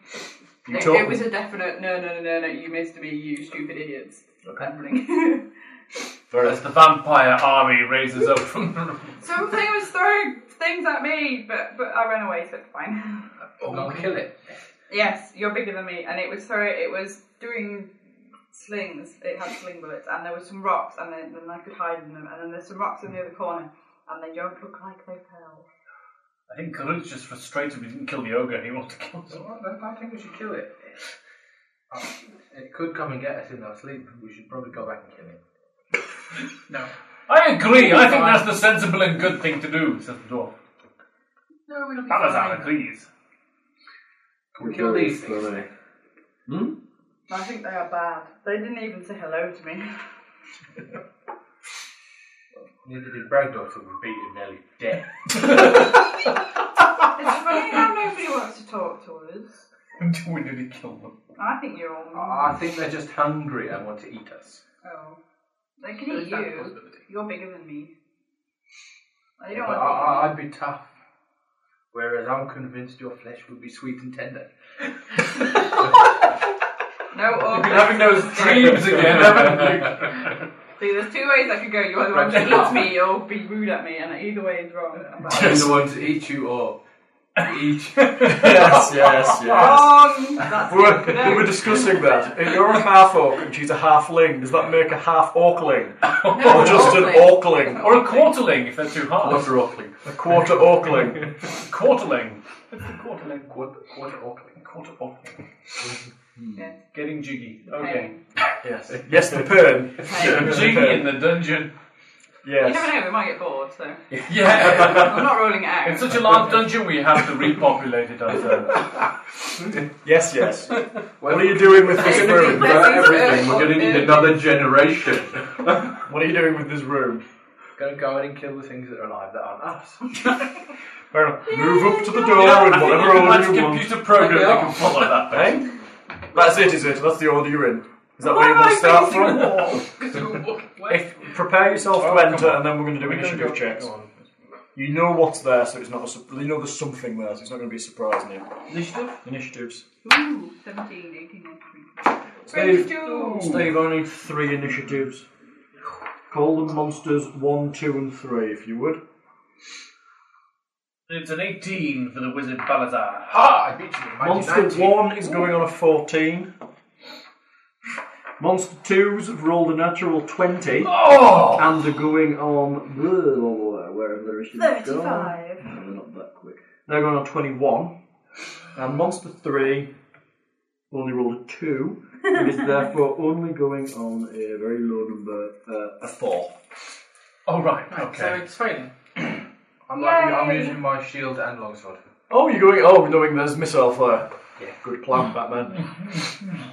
S6: You
S3: it,
S6: talk.
S3: it was a definite no no no no no. You missed me, you stupid idiots.
S6: Okay.
S3: And running. *laughs*
S6: Very
S7: As the vampire army raises up from the
S3: Something was throwing things at me, but but I ran away, so it's fine.
S4: Oh, I'll kill it.
S3: Yes, you're bigger than me, and it was sorry, it was doing slings. It had sling bullets, and there were some rocks, and then, then I could hide in them, and then there's some rocks in the other corner, and they don't look like they fell.
S7: I think Karut's just frustrated we didn't kill the ogre and he wants to kill us.
S4: Well, I- I think we should kill it. Oh, It could come and get us in our sleep. We should probably go back and kill it.
S2: No.
S7: I agree, I think that's the sensible and good thing to do, says the dwarf.
S2: No, we're looking
S7: Alazar agrees.
S4: Can we kill these things?
S3: I think they are bad. They didn't even say hello to me.
S4: Neither did Bragdorf, who we beat him nearly dead.
S3: It's funny how nobody wants to talk to us.
S7: *laughs* Until we nearly kill them.
S3: I think you're all.
S4: I think they're just hungry and want to eat us.
S3: Oh. They can eat you. You're bigger than me. They don't
S4: But
S3: want to eat
S4: I, I, I'd be tough. Whereas I'm convinced your flesh would be sweet and tender.
S3: me. No,
S7: Having those dreams again, haven't
S23: *laughs* See, there's two ways I could go. You either want to eat me or be rude at me, and either way is wrong. I'm like,
S12: I'm the one to eat you or
S23: *laughs*
S12: eat.
S6: yes, yes, yes.
S23: Um, that's
S6: we, were,
S23: good to know.
S6: we were discussing that. If you're a half orc and she's a halfling, does that make a half
S23: *laughs*
S6: orkling? or just an orkling?
S7: Or a quarterling if they're too hard.
S12: Quarter orkling.
S6: A quarter orkling.
S7: *laughs* Quarterling.
S4: Quarterling. Quarter, quarter orkling.
S7: Quarter orkling. Getting jiggy. Okay.
S12: Yes.
S6: Yes, the pern.
S7: jiggy in the dungeon.
S23: You never
S6: Yes.
S23: know, we might get bored, so.
S7: Yeah.
S23: I'm not rolling it out.
S7: It's such a large dungeon we have to repopulate it ourselves.
S6: Yes, *laughs* yes. what are you doing with this room?
S12: Burn everything. We're going to need another generation.
S6: What are you doing with this room?
S4: Gonna go in and kill the things that are alive that aren't *laughs* us.
S6: Fair enough. *laughs* Move up to the door
S7: Yeah,
S6: in
S7: I think
S6: *laughs* whatever
S7: you can write
S6: order
S7: a
S6: you want.
S7: computer program that can follow that
S6: Eh? That's it, is it? That's the order you're in. Is that
S7: Why
S6: where you
S7: am
S6: want
S7: I
S6: to start
S7: facing the
S6: from?
S7: wall?
S6: *laughs* If, prepare yourself
S7: Oh,
S6: to
S7: come
S6: enter,
S7: on.
S6: and then we're going to do
S7: We're gonna
S6: initiative
S7: go-
S6: checks.
S7: go on.
S6: You know what's there, so it's not a. Su- you know there's something there, so it's not going to be a surprise now.
S7: Initiative?
S6: Initiatives.
S23: Ooh, 17, 18, 19.
S6: Steve,
S23: 22.
S6: Steve, I need three initiatives. Call them monsters one, two, and three, if you would.
S7: It's an 18 for the wizard Balazar.
S4: Ah, I beat you. Mighty
S6: Monster
S4: 19.
S6: one is going on a fourteen. Monster twos have rolled a natural twenty,
S7: Oh!
S6: and they're going on. Wherever their issues go.
S23: 35.
S6: No, they're not that quick. They're going on twenty-one, and monster three only rolled a two, and is therefore only going on a very low number, uh, a four.
S7: Oh, right,
S4: So
S7: okay.
S4: it's failing. I'm, not, I'm using my shield and longsword.
S6: Oh, you're going. Oh, knowing there's missile fire. Yeah, uh, good plan, Batman.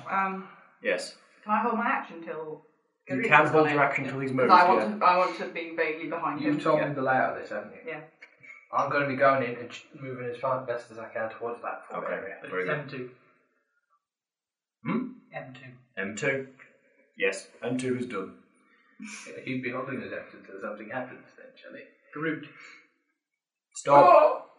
S23: Um,
S6: yes.
S23: can I hold my action till.
S6: You can hold your action until he's moved.
S23: I
S6: Yeah.
S23: want, to, I want to be vaguely behind him.
S4: You've told me the layout of this, haven't you?
S23: Yeah.
S4: I'm going to be going in and ch- moving as far best as I can towards that four area.
S6: very good.
S2: M2.
S6: Hmm?
S2: M2.
S6: M2. Yes, M2 is done.
S4: He'd be holding his action until something happens, essentially.
S2: Groot.
S6: Stop.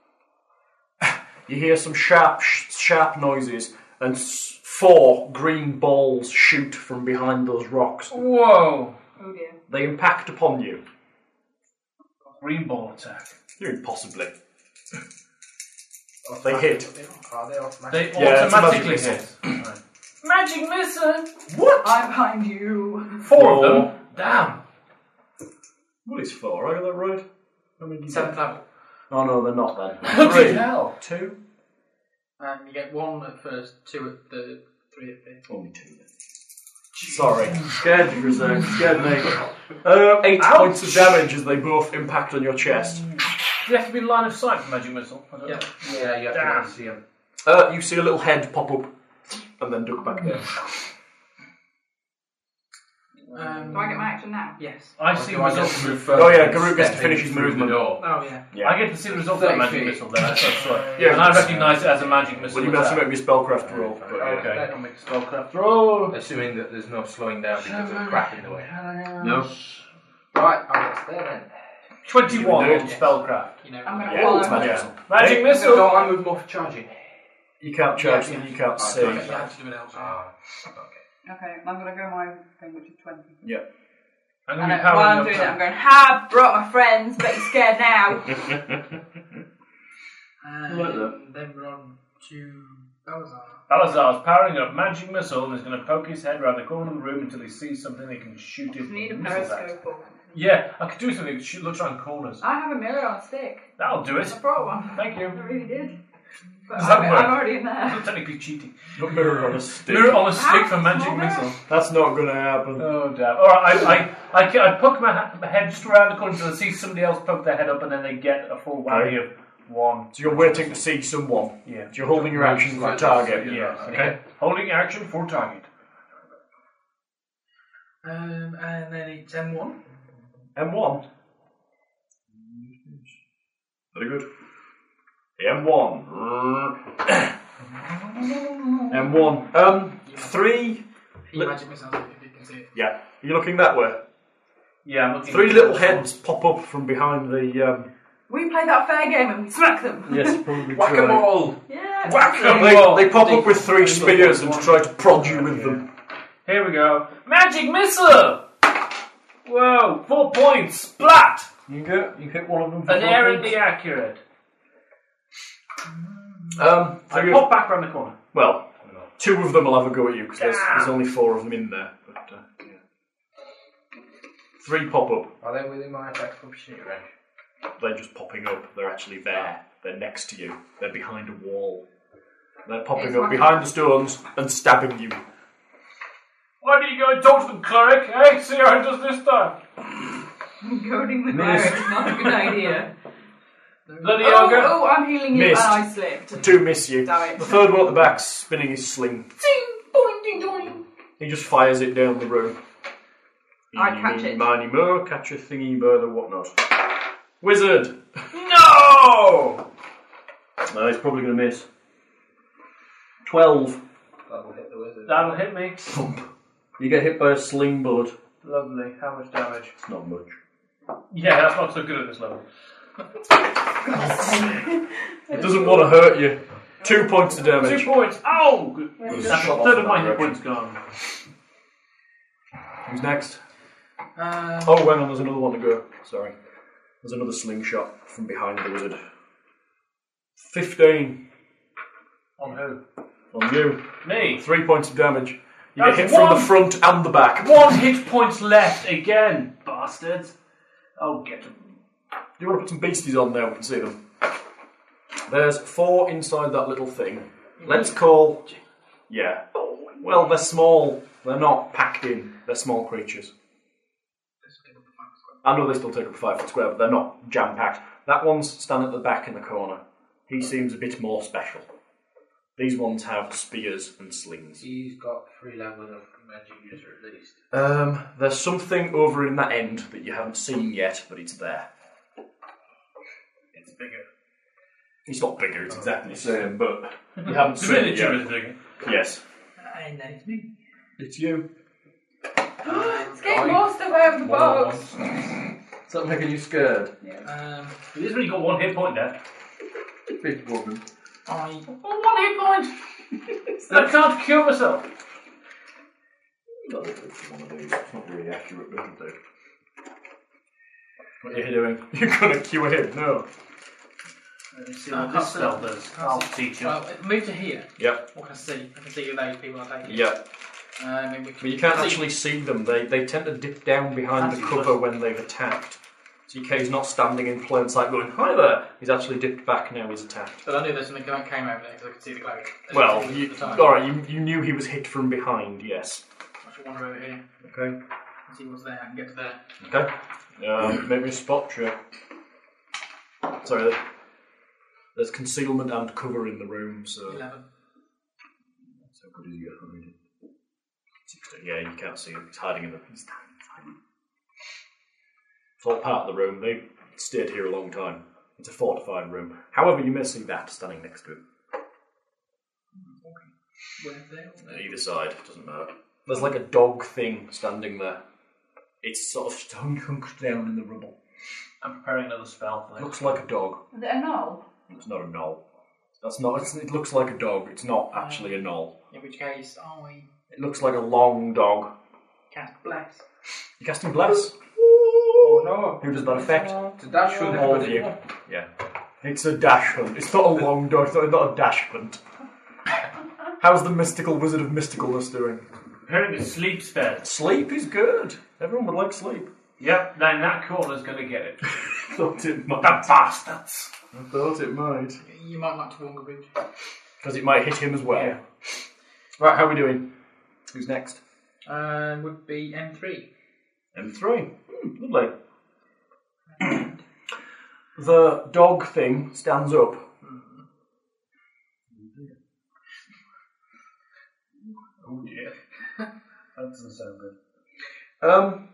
S6: *sighs* You hear some sharp, sh- sharp noises, and s- four green balls shoot from behind those rocks.
S7: Whoa!
S23: Oh dear.
S6: They impact upon you.
S7: Green ball attack.
S6: You possibly. Oh, They hit.
S4: Are they automatic?
S7: They
S6: Yeah, it's a magic
S7: automatically
S6: missile.
S7: hit.
S23: Magic missile!
S7: What?
S23: I'm behind you.
S7: Four,
S6: Four.
S7: of them? Damn!
S6: What is four? I got that right. How many did you
S2: Seventh level.
S6: get? Oh no, they're not then.
S7: Bloody hell!
S6: Two.
S2: Um, you get one at first, two at the three at fifth.
S6: Only two. Then. Sorry, scared you for a second. Scared me. Uh, eight points of damage as they both impact on your chest.
S7: Do you have to be line of sight for magic missile? I don't know.
S2: Yeah.
S4: Yeah, you have to be able to see him.
S6: Uh, you see a little head pop up and then duck back down.
S2: Um,
S23: Do I get my action now?
S2: Yes.
S7: I see the
S4: Do I get
S7: result.
S4: to move
S6: Oh
S4: further
S6: yeah,
S4: than
S6: Garuk gets to
S4: stepping
S6: finish his
S4: through
S6: movement.
S4: The door.
S2: Oh, yeah.
S7: I get to see the result of that magic missile there. That's that's right.
S6: Yeah.
S7: and I recognise it as a magic missile.
S6: Well, you have to
S7: attack.
S6: make me a spellcraft roll. but yeah.
S7: Okay.
S4: That don't make a spellcraft roll. Assuming that there's no slowing down because of crap in the way.
S6: Uh,
S12: No.
S4: Right, I'm just there
S7: 21
S6: You
S7: on
S6: can do it.
S7: spellcraft.
S2: You know,
S23: I'm gonna
S6: Yeah,
S23: follow
S6: it's magic.
S7: Yeah. Magic
S4: then. So
S7: missile!
S4: I move more for charging.
S6: You can't charge
S2: Yeah,
S6: them,
S2: yeah.
S6: you can't
S4: Oh,
S6: see.
S2: you have to do it else.
S4: Ah,
S23: Okay, I'm gonna go my thing, which is 20.
S6: Yeah.
S7: I'm
S23: And
S7: going to
S23: I,
S7: be
S23: while I'm
S7: powering
S23: doing
S7: up
S23: that, I'm
S7: that.
S23: going, ha, brought my friends, bet you're scared
S6: *laughs*
S23: now.
S2: And then we're on to Balazar.
S7: Balazar's powering up magic missile and is going to poke his head around the corner of the room until he sees something that can shoot his
S23: You need a
S7: missiles at.
S23: periscope. or-
S7: Yeah, I could do something that shoot- looks around corners.
S23: I have a mirror on a stick.
S7: That'll do it.
S23: I brought one.
S7: Thank you.
S23: I really did. But
S7: Does that
S23: I'm,
S7: work?
S23: I'm already in there.
S7: Not technically cheating.
S6: But mirror on a stick.
S7: Mirror on a stick for
S23: Ah,
S7: magic
S23: small
S7: missile.
S6: That's not gonna happen.
S7: Oh damn! All right, I I I, ca- I poke my, ha- my head just around the corner until I see somebody else poke their head up, and then they get a full whammy of one.
S6: So you're waiting to see someone.
S7: Yeah.
S6: So you're holding your action for a target.
S7: Yeah.
S6: Okay.
S7: Holding action for target.
S2: Um, and then it's M1.
S6: M1. Very good. M1. M1. Um, three.
S2: You magic missiles if you can see it.
S6: Yeah. Are you looking that way?
S7: Yeah, I'm looking.
S6: Three little heads pop up from behind the. Um,
S23: We play that fair game and we smack them.
S6: yes, probably.
S12: Whack a mole!
S23: *laughs* Yeah.
S12: Whack a mole!
S6: They, they pop up with three spears and try to prod you with them.
S7: Here we go. Magic missile. Whoa, four points! Splat!
S6: You get, you hit one of them. for four
S7: Unerringly
S6: points.
S7: accurate.
S6: Um,
S7: So
S6: I
S7: pop back round the corner.
S6: Well, two of them will have a go at you because there's, there's only four of them in there. But, uh, Three pop up.
S13: Are they within my attack opportunity range?
S6: They're just popping up. They're actually there. They're next to you. They're behind a wall. They're popping
S7: It's
S6: up
S7: one-
S6: behind the stones and stabbing you.
S7: Why don't you go and talk to them, cleric? Hey, see how it does this time.
S23: Goading the
S6: Miss.
S23: cleric is not a good idea.
S7: Bloody
S23: oh,
S7: ogre.
S23: oh, I'm healing you
S6: Missed.
S23: and I slipped.
S6: Two miss you.
S23: Damn it.
S6: The third one at the back spinning his sling.
S23: Ding, boing, ding, doing.
S6: He just fires it down the room.
S23: I catch it.
S6: Miney mo, catch a thingy bird or whatnot. Wizard!
S7: No!
S6: No, he's probably going to miss. 12.
S13: That'll hit the wizard.
S7: That'll hit me.
S6: Thump. You get hit by a sling bullet.
S7: Lovely. How much damage?
S6: It's not much.
S7: Yeah, that's not so good at this level.
S6: It doesn't want to hurt you. Two points of damage.
S7: Two points. Ow!
S6: Just
S7: That's
S6: shot
S7: a
S6: off
S7: third
S6: in
S7: of my
S6: that
S7: hit
S6: direction.
S7: points gone.
S6: Who's next?
S2: Uh,
S6: Oh, hang on, there's another one to go. Sorry. There's another slingshot from behind the wizard. 15
S7: On who?
S6: on you.
S7: Me.
S6: Three points of damage. You
S7: That's
S6: get hit from
S7: one-
S6: the front and the back.
S7: One hit point left again, bastards. Oh, get them.
S6: Do you want to put some beasties on there? We can see them. There's four inside that little thing. Let's call. Yeah. Well, they're small. They're not packed in. They're small creatures. I know they still take up a five foot square, but they're not jam packed. That one's standing at the back in the corner. He seems a bit more special. These ones have spears and slings.
S13: He's got three levels of magic user at least.
S6: Um, there's something over in that end that you haven't seen yet, but it's there.
S7: It's bigger.
S6: It's not bigger, it's exactly the
S12: Oh.
S6: same, but you haven't seen it
S7: Miniature
S6: yet.
S7: is bigger.
S6: Yes.
S2: I know it's me.
S6: It's you.
S23: It's getting more stuff out of the box.
S12: Is that making you scared?
S2: Um,
S7: He's only got one hit point left.
S12: Big woman.
S2: I
S7: One hit point! I can't cure myself.
S6: One of these. It's not really accurate, but it'll do. What are you doing? *laughs* You're gonna cure him? No.
S2: Let me see
S7: what this spell does. I'll teach you.
S2: Well, move to here.
S6: Yep.
S2: What can I see? I can see who those people are taking.
S6: Yep.
S2: Um, and we
S6: But you can't
S2: see-
S6: actually see them. They they tend to dip down behind the
S2: That's
S6: cover when they've attacked. So is not standing in plain sight going, Hi there! He's actually dipped back now he's attacked.
S2: But I knew there's something that came over there because I could see the glow.
S6: Well,
S2: you,
S6: you, alright, you, you knew he was hit from behind, yes.
S2: I should wander over here
S6: Okay.
S2: and see what's there. I can get to there.
S6: Okay. Um, make me a spot check. Sorry, there- there's concealment and cover in the room, so.
S2: Eleven.
S6: So good as you get hiding. Sixteen. Yeah, you can't see him. He's hiding in the. He's hiding. He's hiding. It's all part of the room. They stayed here a long time. It's a fortified room. However, you may see that standing next to it.
S2: Where's there?
S6: Uh, Either side, doesn't matter. There's like a dog thing standing there. It's sort of stung hunked down in the rubble.
S7: I'm preparing another spell for this.
S6: looks like a dog.
S23: Is it a knoll?
S6: It's not a knoll. That's not. It's, it looks like a dog. It's not actually a knoll.
S2: In which case, are we
S6: It looks like a long dog.
S2: cast bless?
S6: You casting bless.
S13: Oh no!
S6: Who does that affect?
S13: It's a dash hunt.
S6: All of you. Yeah. It's a dash hunt. It's not a long dog. It's not, not a dash hunt. How's the mystical wizard of mysticalness doing?
S7: Preparing a sleep spell.
S6: Sleep is good. Everyone would like sleep.
S7: Yep, then that corner's gonna get it.
S6: Thought it
S7: the
S6: might.
S7: bastards!
S6: I thought it might.
S2: You might like to wander bridge.
S6: Because it might hit him as well. Right, how are we doing? Who's next?
S2: Um, would be M three.
S6: M3. Hmm, lovely. *clears throat* the dog thing stands up.
S7: Oh dear. *laughs* That doesn't sound good.
S6: Um,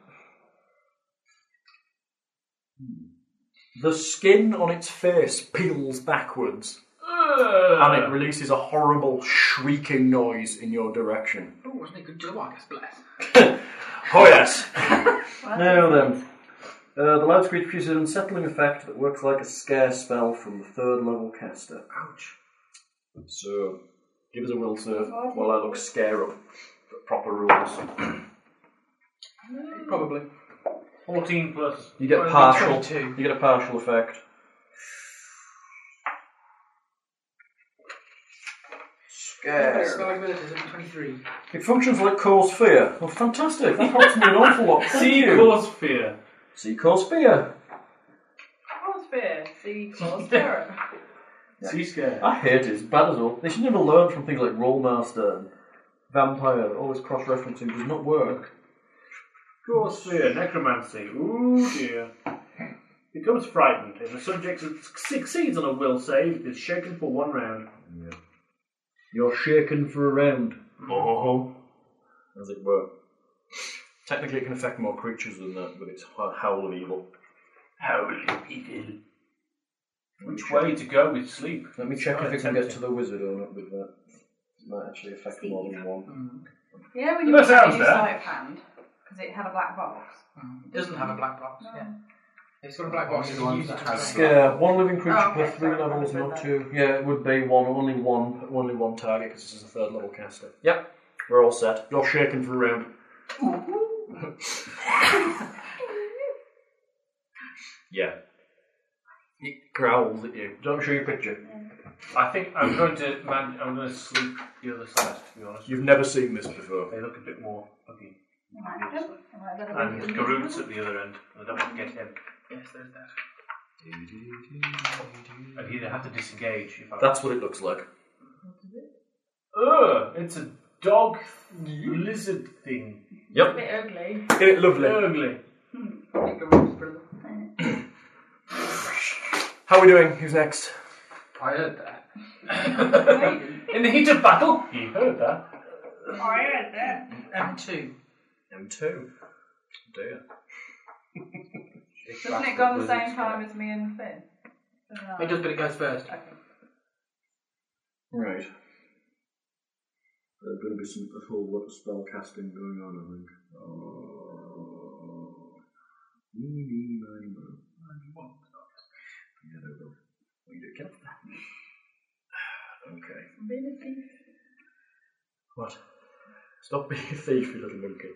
S6: the skin on its face peels backwards and it releases a horrible shrieking noise in your direction.
S2: Oh, wasn't it good to I guess bless.
S6: Oh, yes! *laughs* now then. Uh, the loud screech produces an unsettling effect that works like a scare spell from the third level caster. Ouch. So, give us a will save while I look scare up. The proper rules.
S2: Probably.
S7: 14 plus.
S6: You get
S7: well, it'd be
S6: partial.
S7: 22.
S6: You get a partial effect.
S2: Yes. Spell ability is at 23.
S6: It functions like cause fear. Oh, fantastic! That helps me an awful lot. Thank
S7: See,
S6: you.
S7: cause fear.
S6: See cause fear.
S3: Cause fear. See, cause terror.
S7: Sea scare.
S6: I hate it. It's bad as all. They should never learn from things like Rollmaster and Vampire. Always cross-referencing does not work.
S7: Cause fear. Necromancy. Ooh dear. Becomes frightened if the subject succeeds on a will save. Is shaken for one round.
S6: You're shaken for a round. Oh, as it were. Technically, it can affect more creatures than that with its ho- howl of evil.
S7: Howl of evil. Which way to go with sleep?
S6: Let me check
S7: It's
S6: if it can get to
S7: tempting.
S6: the wizard or not with that. It might actually affect more than one.
S3: Yeah, when
S6: That
S3: you put it
S6: sounds
S3: in
S6: bad.
S3: Snipehand, because it had a black box.
S2: It doesn't have a black box. Yeah. It's got a black box.
S24: Only
S2: You
S24: the ones
S2: use it
S24: that
S2: to
S24: have
S2: train.
S6: Yeah, one living creature
S2: Oh, okay,
S6: plus three
S2: sorry, I
S6: levels,
S2: misread
S6: not
S2: that.
S6: two. Yeah, it would be one, only one, only one target because this is a third level caster. Yep, we're all set. You're shaken for a round. Yeah. It growls at you. Don't show your picture.
S7: I think I'm going to man, I'm going to sleep the other side. To be honest,
S6: You've never seen this before.
S7: They look a bit more ugly. And
S2: And
S7: Garut's at the other end. I don't want to get him.
S2: Yes, there's that.
S7: And he'd have to disengage if I.
S6: That's what it looks like.
S7: Ugh, it's a dog lizard thing.
S6: Yep.
S3: A bit ugly.
S6: It lovely.
S7: Ugly.
S6: How are we doing? Who's next?
S4: I heard that.
S7: In the heat of battle. You heard that.
S3: I heard that.
S2: M2.
S6: M2. Dear.
S3: Doesn't it go on the same time as me and Finn? Uh,
S2: It does, but it goes first.
S6: Right. There's going to be some a whole lot of spell casting going on, I think. Oh. Me, me, my, mo. Yeah, there we go. Well, you get that. *sighs* Okay. What? Stop being a thief, you little monkey.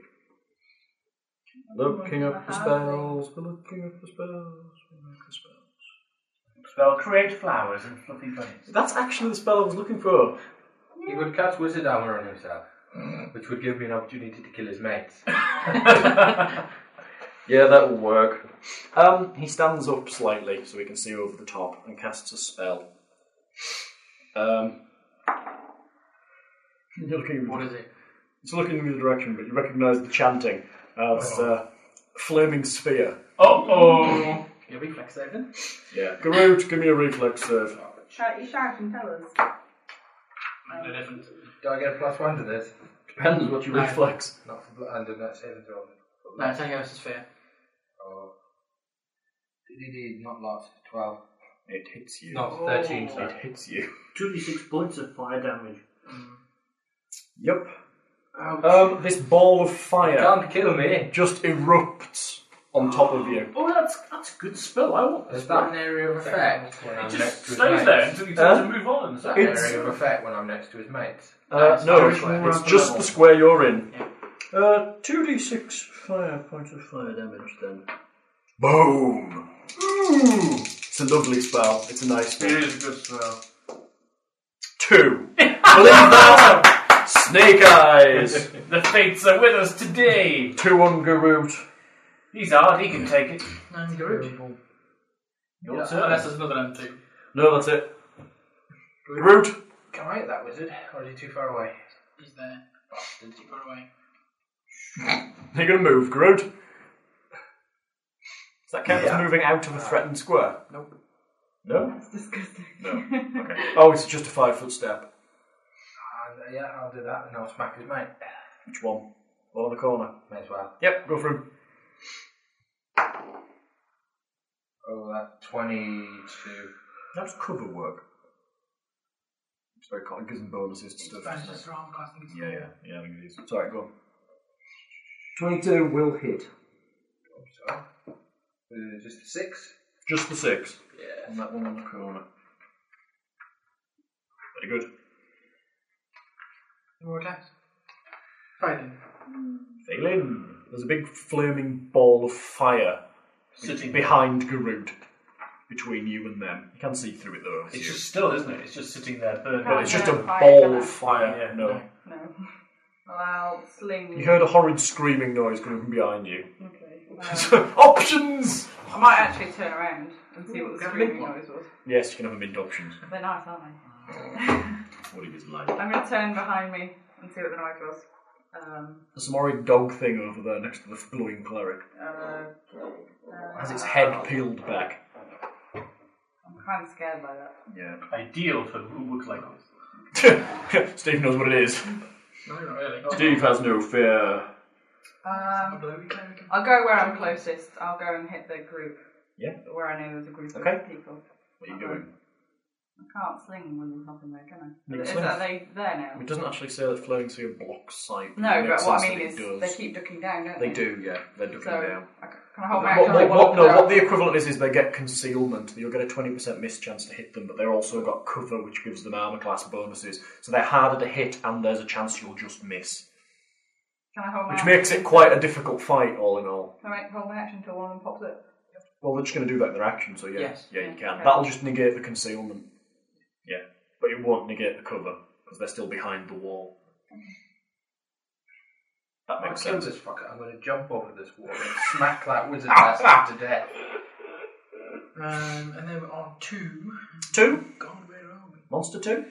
S6: Looking up for spells, we're looking up for spells, we're looking for spells.
S7: Spell create flowers and fluffy bunnies.
S6: That's actually the spell I was looking for.
S4: He would cast Wizard Hour on himself, which would give me an opportunity to kill his mates.
S6: Yeah, that will work. Um, he stands up slightly so we can see over the top and casts a spell. Um, you're looking what is
S2: it?
S6: It's looking in the other direction, but you recognise the chanting as uh, flaming sphere.
S7: Oh oh.
S2: Your reflex save then.
S6: Yeah, Garut, give me a reflex save.
S3: Shout, you shout and tell us.
S4: Do I get a plus one to this?
S6: Depends what you
S4: No.
S6: reflex.
S4: Not for bl- under that saving throw.
S2: No, it's anything else is fair.
S4: Oh. DDD, not lost. 12.
S6: It hits you.
S4: No, 13,
S6: It
S4: sorry.
S6: hits you.
S7: 2d6 points of fire damage.
S6: Yep. Um, this ball of fire
S4: Oh, Can't kill me.
S6: just erupts on top of you.
S7: Oh, that's that's a good spell. I want this.
S4: Is that an area of effect when I'm
S7: It
S4: next
S7: just
S4: to his
S7: stays
S4: mates?
S7: there until you tell
S6: Huh?
S7: it to move on.
S4: Is that an
S6: It's-
S4: area of effect when I'm next to his mates?
S6: Uh, no,
S4: Irish way.
S6: it's just the square you're in. Uh, 2d6 fire, points of fire damage then. Boom! It's a lovely spell. It's a nice
S7: It
S6: one.
S7: is a good spell.
S6: *laughs* Two. Believe that! Snake eyes!
S7: the fates are with us
S6: *laughs*
S7: today.
S6: Two on Garut.
S7: He's hard. He can take it.
S2: No, Garut.
S7: Your
S2: Yeah,
S7: turn.
S2: Unless there's another M2.
S6: No, that's it. Garut!
S4: Can I hit that wizard? Or is he too far away?
S2: He's there. Bastard, too far away.
S6: You're gonna move, Garut. Does that count
S2: Yeah.
S6: as moving out of a threatened square?
S2: Nope.
S6: No?
S3: That's disgusting.
S6: No. Okay. Oh, it's just a five foot step.
S4: And, uh, yeah, I'll do that and I'll smack his mate.
S6: Which one? One on the corner.
S4: May as well.
S6: Yep, go for him.
S4: Oh, that's 22.
S6: That's cover work. It's very cool. It gives them bonuses to stuff. doesn't it?
S2: Versus arm class. I think it's
S6: Yeah, yeah, yeah. I think it is. Sorry, go on. Twenty-two will hit.
S4: So, uh, just a 6.
S6: Just the six. Yeah. On that one on the corner. Very good.
S2: More attacks. Fine then.
S6: Failing. There's a big flaming ball of fire
S7: Sitting
S6: behind Garud, between you and them. You can't see through it though.
S7: It's just still, isn't it? It's just sitting there burning.
S6: Well, it's just a
S3: Fire
S6: ball
S3: colour.
S6: of fire. no.
S3: *laughs* No. Well, sling.
S6: You heard a horrid screaming noise coming from behind you.
S3: Okay.
S6: *laughs* So, Options!
S3: I might actually turn around and see what the screaming noise was.
S6: Yes, you can have a mint option.
S3: They're nice, aren't
S6: What it is like.
S3: they? I'm going to turn behind me and see what the noise was. Um,
S6: There's some horrid dog thing over there next to the glowing cleric.
S3: uh, uh,
S6: Has its head peeled back.
S3: I'm kind of scared by that.
S6: Yeah. *laughs*
S7: Ideal for who looks like this.
S6: Steve knows what it is.
S2: No, not really.
S6: Steve has no fear.
S3: Um, I'll go where I'm closest. I'll go and hit the group.
S6: Yeah.
S3: Where I know there's a group
S6: Okay.
S3: of people.
S6: What are you doing?
S3: I can't sling when there's nothing there, can I?
S6: Make
S3: Is
S6: sense.
S3: that they there now?
S6: It doesn't actually say that flowing sphere blocks sight.
S3: No,
S6: It
S3: but
S6: makes
S3: what I
S6: sense
S3: mean
S6: that
S3: is
S6: it does.
S3: they keep ducking down, don't they?
S6: They do, yeah. They're ducking
S3: So,
S6: down.
S3: I c- can I hold my
S6: What-
S3: action?
S6: what,
S3: while
S6: what-
S3: I
S6: no,
S3: walk
S6: what the
S3: there?
S6: equivalent is is they get concealment. You'll get a twenty percent miss chance to hit them, but they've also got cover, which gives them armor class bonuses. So they're harder to hit, and there's a chance you'll just miss,
S3: Can I hold my
S6: which
S3: action?
S6: makes it quite a difficult fight, all in all.
S3: Can I hold my action until one of them pops up?
S6: Well, they're just going to do that in their action, so yeah,
S3: Yes.
S6: yeah, you can.
S3: Okay.
S6: That'll just negate the concealment. Yeah, but it won't negate the cover because they're still behind the wall. That
S4: I'll
S6: makes
S4: kill
S6: sense.
S4: this fucker. I'm going to jump over this wall and smack that wizard bastard to death.
S2: Um, and then we're on two.
S6: Two
S2: God, where are we?
S6: monster two.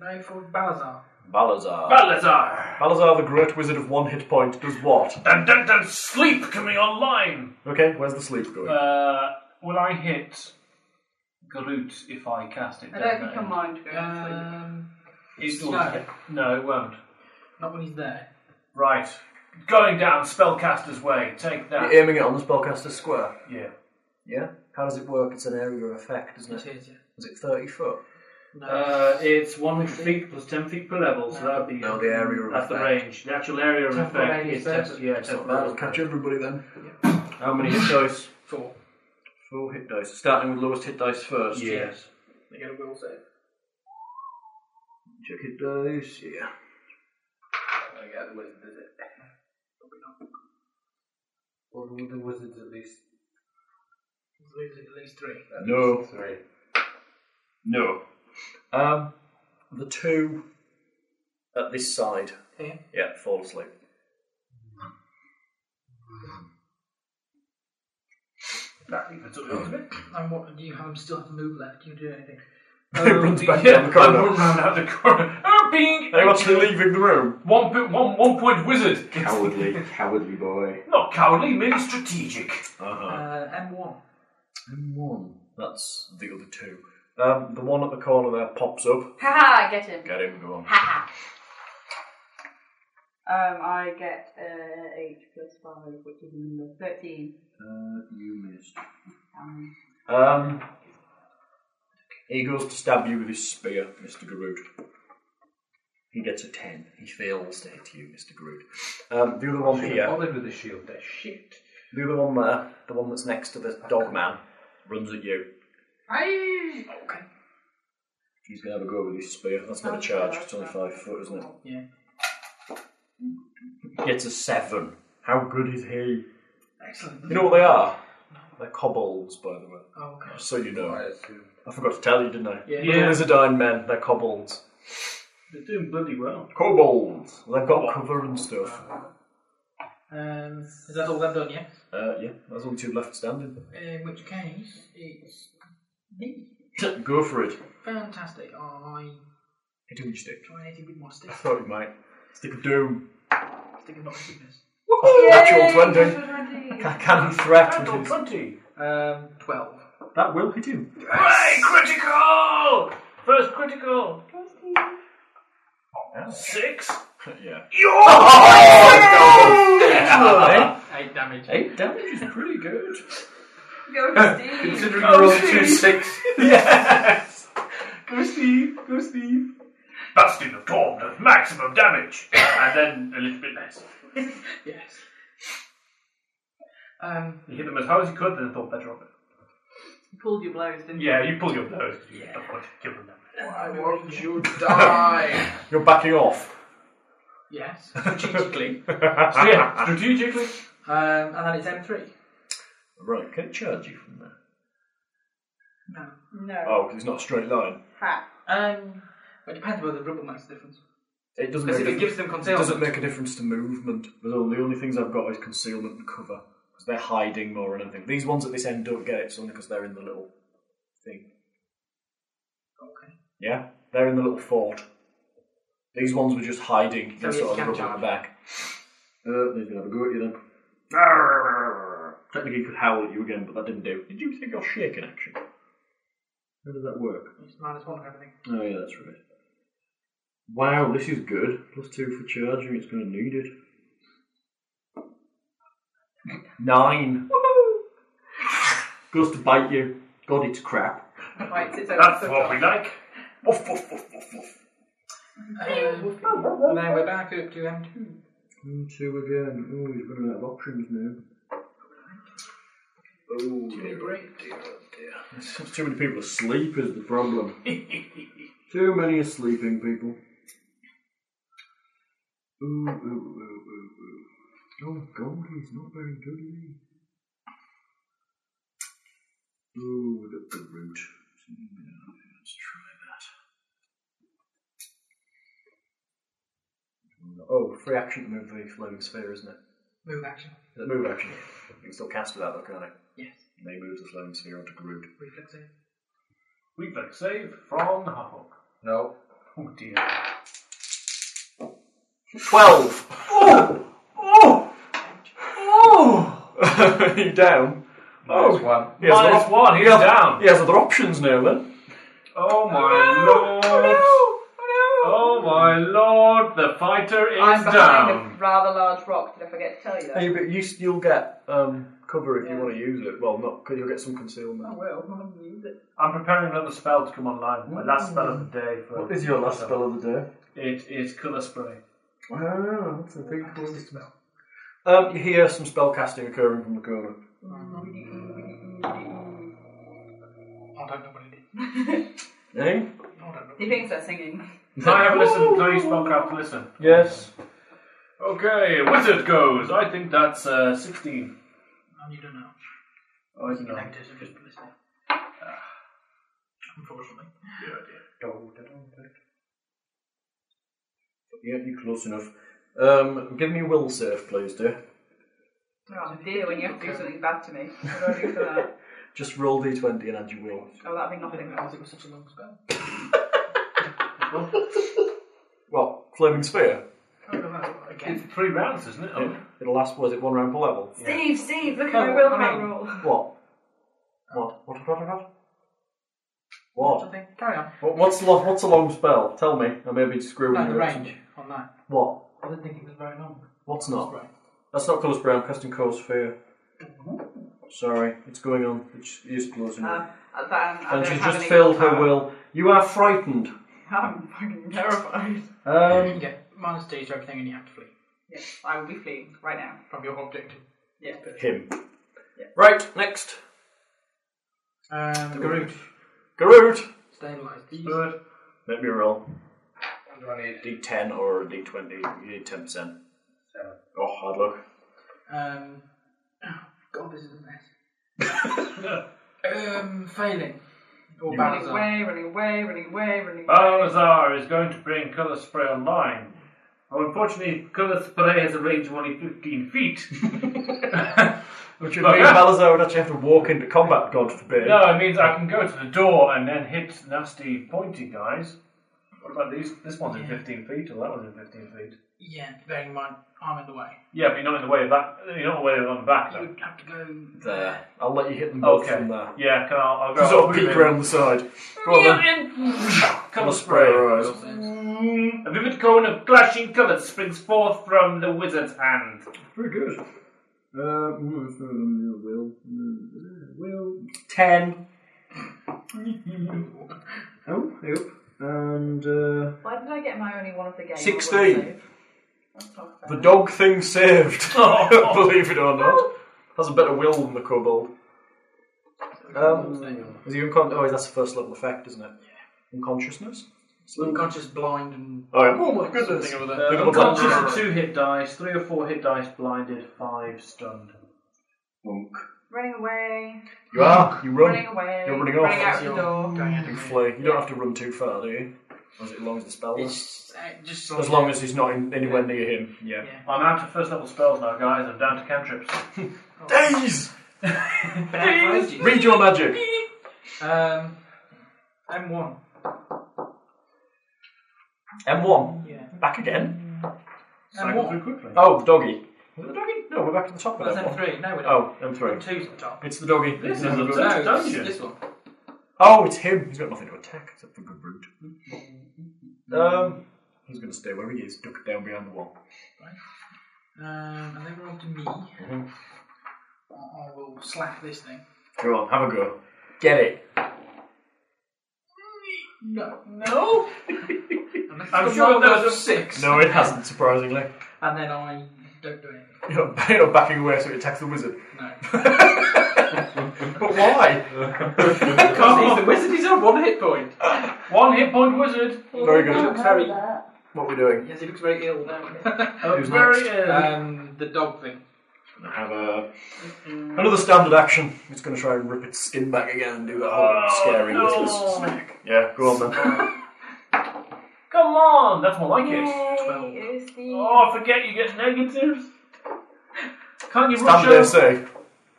S2: Now for Balazar.
S6: Balazar.
S7: Balazar!
S6: Balazar, the great wizard of one hit point, does what?
S7: Dun dun dun! Sleep coming online!
S6: Okay, where's the sleep going?
S7: Uh, will I hit Garut if I cast it?
S3: I
S7: down
S3: don't think
S7: there?
S3: I mind going to sleep.
S2: Um,
S7: It's
S2: No.
S7: no, it won't.
S2: not when he's there.
S7: Right. Going down Spellcaster's Way. Take that.
S6: You're aiming it on the spellcaster square.
S7: Yeah.
S6: Yeah. How does it work? It's an area of effect, isn't
S2: It
S6: it?
S2: is, yeah.
S6: Is it thirty foot?
S2: No.
S1: Uh, it's 1 feet plus 10 feet per level, so that'd be.
S6: No, the area of
S1: That's the
S6: effect.
S1: range. The actual area of
S6: Temporal
S1: effect
S6: radius
S1: is.
S6: there.
S1: Temp- yeah,
S6: So
S1: temporal
S6: that'll
S1: radius.
S6: catch everybody then.
S1: How many hit dice?
S2: Four.
S6: Four hit dice. Starting with lowest hit dice first.
S1: Yes.
S2: They get a will save.
S6: Check hit dice. Yeah.
S4: I get the wizard does it. Well, the the wizard's at least.
S2: He's losing at least three.
S4: at
S6: No.
S4: least Three.
S6: No. Um, the two at this side.
S2: Yeah.
S6: Yeah, fall asleep.
S7: That leaves it up to
S6: Oh,
S7: me.
S2: And what do you have? Him still have to move left? Do you do anything? Oh,
S6: *laughs* runs back
S7: *laughs* yeah,
S6: down the corridor.
S2: *laughs*
S7: I run round out the corridor. *laughs* Oh, being
S6: Are you actually leaving the room?
S7: one, po- one, one point wizard. *laughs*
S25: Cowardly, cowardly boy.
S7: Not cowardly, maybe strategic.
S6: Uh-huh.
S2: Uh, M1.
S6: One. That's the other two. Um, the one at the corner there pops up.
S26: Haha, I get him.
S6: Get him, go on.
S26: Haha.
S3: Um, I get uh, eight plus five, which is number thirteen.
S6: Uh, you missed.
S3: Um,
S6: Um, he goes to stab you with his spear, Mr. Garud. He gets a 10. He fails to hit you, Mr. Garud. Um, the other one
S4: Should've
S6: here,
S4: bothered with the shield. They're shit.
S6: the other one there, the one that's next to the dog man, runs at you.
S2: Aye.
S6: He's going to have a go with his spear. That's not a charge, it's only 5 foot, isn't it?
S2: Yeah.
S6: Gets a 7. How good is he?
S2: Excellent.
S6: You know what they are? They're kobolds, by the way.
S2: Oh, okay.
S6: Just so you know. I forgot to tell you, didn't I?
S2: Yeah.
S6: Little Lizardine men, they're kobolds.
S7: They're doing bloody well.
S6: Kobolds! They've got cover and stuff.
S2: Um, is that all they've done, yeah?
S6: Uh, yeah, there's only two left standing. *laughs*
S2: In which case, it's me.
S6: Go for it.
S2: Fantastic. I
S6: Hit him with your stick.
S2: try and hit him with my stick.
S6: I thought you might. Stick of doom.
S2: Stick of not sickness.
S6: Natural 20.
S2: Natural
S6: Ca- Cannon threat.
S7: Handle
S6: which is-
S7: 20.
S2: Um, 12.
S6: That will hit him.
S7: Hey, critical! Oh! First critical. Six.
S6: *laughs* yeah. Oh,
S2: Eight damage.
S6: Eight damage is pretty good.
S3: Go to Steve.
S25: Considering you rolled
S7: Oh,
S25: two six.
S7: *laughs*
S6: yes! Go Steve, go Steve.
S7: Busting the Torm does maximum damage. and then a little bit less.
S2: Yes. Um,
S7: He hit them as hard as he could, then thought better of it.
S3: You pulled your blows, didn't
S7: Yeah, you pull your blows. You don't want to give them that.
S4: Why won't you die?
S2: *laughs*
S6: *laughs* You're backing off. *laughs*
S2: yes. Strategically.
S6: Oh,
S7: So yeah, strategically,
S2: Um, and then it's M3.
S6: Right, can it charge you from there?
S2: No.
S23: No.
S6: Oh, because it's not a straight line.
S23: Ha.
S2: Um, it depends whether the rubber makes a difference.
S6: It doesn't.
S2: Because
S6: make a
S2: if it gives them
S6: difference-
S2: concealment.
S6: It doesn't make a difference to movement. The only, the only things I've got is concealment and cover because they're hiding more than anything. These ones at this end don't get it, it's only because they're in the little thing.
S2: Okay.
S6: Yeah, they're in the little fort. These ones were just hiding.
S2: So
S6: So sort
S2: you
S6: of
S2: can
S6: rub on
S2: charge.
S6: the back. Uh, they're gonna have a go at you then. Arrgh. Technically, you could howl at you again, but that didn't do. Did you take your shake in action? How does that work?
S2: It's minus one for everything.
S6: Oh yeah, that's right. Wow, this is good. Plus two for charging. It's going to need it. Nine. Goes to bite you. God, it's crap.
S23: Right, it's
S6: That's
S23: over.
S6: what we like. Woof woof woof woof woof.
S2: Um, and then we're back up to M2.
S6: And two again. Oh, he's running out of options now. Oh, dear, oh, dear, oh, dear. *laughs* Too many people asleep is the *laughs* problem. Too many are sleeping people. Ooh, ooh, ooh, ooh, ooh. Oh, God, he's not very good, is he? Ooh, we got the root. Let's try that. Oh, free action to move the floating sphere, isn't it?
S2: Move action.
S6: Is it move action? You can still cast without though, can't I?
S2: Yes.
S6: And they move the floating sphere onto Groot.
S2: Reflex save.
S7: Reflex save from Harhog.
S13: No.
S7: Oh dear.
S6: 12! Oh! Oh! Oh! *laughs* you down? Oh.
S12: Minus one.
S6: He has
S12: Minus
S6: other-
S12: one, he's
S6: he has-
S12: down.
S6: He has other options now then.
S27: Oh my lord! Oh my lord! The fighter is
S23: I'm behind
S27: down.
S23: a rather large rock. Did I forget to tell you that?
S6: Hey, but you, s- you'll get um, cover if you
S23: Yeah.
S6: want to use it. Well, not, 'cause you'll get some
S23: I
S6: concealment.
S23: will. Oh, I'm gonna use it.
S7: I'm preparing another spell to come online. My last spell of the day. For
S6: What is your last spell of the day?
S7: It is colour *laughs* spray.
S6: Ah, that's a big one. Um, you hear some spellcasting occurring from the corner.
S2: I don't know what it is.
S6: *laughs* Eh?
S23: He thinks they're singing.
S7: I have listened. Can I use spellcraft to listen?
S6: Yes.
S7: Okay, wizard goes. I think that's uh, 16.
S2: And you don't know.
S7: Oh, it's
S2: Your
S7: not.
S2: negatives have just been listening. Ah, Unfortunately.
S6: Oh, Yeah, you're close enough. Um, give me a will save, please, dear.
S23: Oh dear, when you have to do something bad to me. What do I do for that?
S6: Just roll d20 and add your will.
S23: Oh, that'd be nothing.
S2: Because it was such a long spell.
S6: What? Flaming Sphere?
S2: I don't know. Again.
S7: It's three rounds, isn't it?
S6: It, it'll last, was it one round per level?
S23: Steve, Steve, look at
S2: No,
S23: my will
S2: I
S23: I
S2: mean-
S23: roll.
S6: What? What? What? What? What? What?
S2: Something. Carry on.
S6: What? What's, lo- what's a long spell? Tell me. I may be screwing
S2: No, the
S6: you up.
S2: range on that.
S6: What?
S2: I didn't think it was very long.
S6: What's not?
S2: Right.
S6: That's not close, Brown. Casting Cold Sphere. Sorry, it's going on. It's, it's close enough.
S23: Uh, at that, um, I
S6: and
S23: don't
S6: she's
S23: have
S6: just
S23: any
S6: filled her
S23: willpower.
S6: will. You are frightened.
S23: *laughs* I'm fucking terrified.
S6: Um,
S2: Yeah, minus D to everything and you have to flee.
S23: Yes, I will be fleeing right now.
S2: From your objective.
S23: Yeah.
S6: him. Right, next.
S2: Um, Garut.
S6: Garut!
S2: Stabilise these.
S7: Good.
S6: Let me roll.
S13: do I need?
S6: D10 or D20. You need 10%. Seven.
S13: Seven.
S6: Oh, hard luck.
S2: Um, God, this is a mess. um, failing. Or
S23: Running
S2: Balazar.
S23: away, running away, running away, running
S7: Oh.
S23: away.
S7: *laughs* Balazar is going to bring colour spray online. Oh, unfortunately, colour spray has a range of only 15 *laughs* feet.
S6: Which would mean Balazar would actually have to walk into combat, God forbid.
S7: No, it means I can go to the door and then hit nasty pointy guys. What about these? This one's in 15 feet, or that one's in 15 feet.
S2: Yeah, bearing in mind, I'm in the way.
S7: Yeah, but you're not in the way of that. You're not in the way of on the back,
S2: You
S7: though.
S2: would have to go.
S6: There. I'll let you hit them both
S7: Okay.
S6: from there.
S7: Yeah, can I? I'll go.
S6: Sort
S7: I'll
S6: of
S7: move
S6: peek
S7: in.
S6: around the side. Go on then.
S7: Colour
S6: spray
S7: spray.
S6: her eyes.
S7: Mm, A vivid cone of flashing colour springs forth from the wizard's hand.
S6: Very good. Uh, will. Will. Ten. *laughs* oh, nope. And uh,
S23: Why did I get my only one of the game? I will
S6: 16.
S23: save? That's not fair.
S6: the dog thing saved. *laughs*
S7: *laughs*
S6: Believe it or not, has a better will than the kobold. Um, is he unconscious? Oh, that's the first level effect, isn't it? Unconsciousness.
S2: unconscious, blind, and
S6: Oh, yeah. Oh, my goodness.
S2: something
S6: Uh,
S2: or other.
S6: Look at
S7: Uh,
S6: the
S7: unconscious
S6: bottom.
S7: at two hit dice, three or four hit dice, blinded, five stunned.
S6: Monk.
S3: Running away.
S6: You are. You run.
S3: Running away.
S6: You're running off.
S3: Running out the door.
S6: You flee. You don't have to run too far, do you? Or is it as long as the spell lasts?
S2: just
S6: as long as he's not in, anywhere near him.
S7: Yeah. I'm out of first level spells now, guys. I'm down to cantrips.
S6: Days. Read your magic.
S2: Um, I'm one.
S6: M1.
S2: Yeah.
S6: Back again.
S2: I'm one.
S6: Oh, doggy. Was it a doggy? No, we're back to the top of
S2: That's
S6: that one.
S2: M3. No, we're not.
S6: Oh, M3.
S2: M2's on top.
S6: It's the doggy.
S2: This
S6: It's
S2: is the
S6: the doggy.
S2: dungeon. This- this one.
S6: Oh, it's him. He's got nothing to attack except for good root. Um, he's going to stay where he is, duck down behind the wall.
S2: Um, and then we're on to me. I I will slap this thing.
S6: Go on, have a go. Get it.
S2: No. *laughs* No!
S6: I'm
S2: sure
S6: that
S2: those are six.
S6: No, it hasn't, surprisingly. *laughs*
S2: And then I don't do anything.
S6: You're, you're backing away so it attacks the wizard.
S2: *laughs* No.
S6: but why?
S2: Because he's the wizard, he's on one hit point.
S7: One hit point wizard.
S6: Very good.
S2: He looks very,
S6: What are we doing?
S2: yes, he looks very ill now. *laughs*
S6: Who's very next? ill.
S2: Um, the dog thing.
S6: Have a
S2: Mm.
S6: another standard action. It's going to try and rip its skin back again and do that whole scary
S7: Oh, no.
S6: little snack. Yeah, go on *laughs* then.
S7: Come on, that's more like it.
S3: Oh,
S7: Oh, I forget you get negatives. Can't you rush
S6: Standard
S7: over?
S6: AC.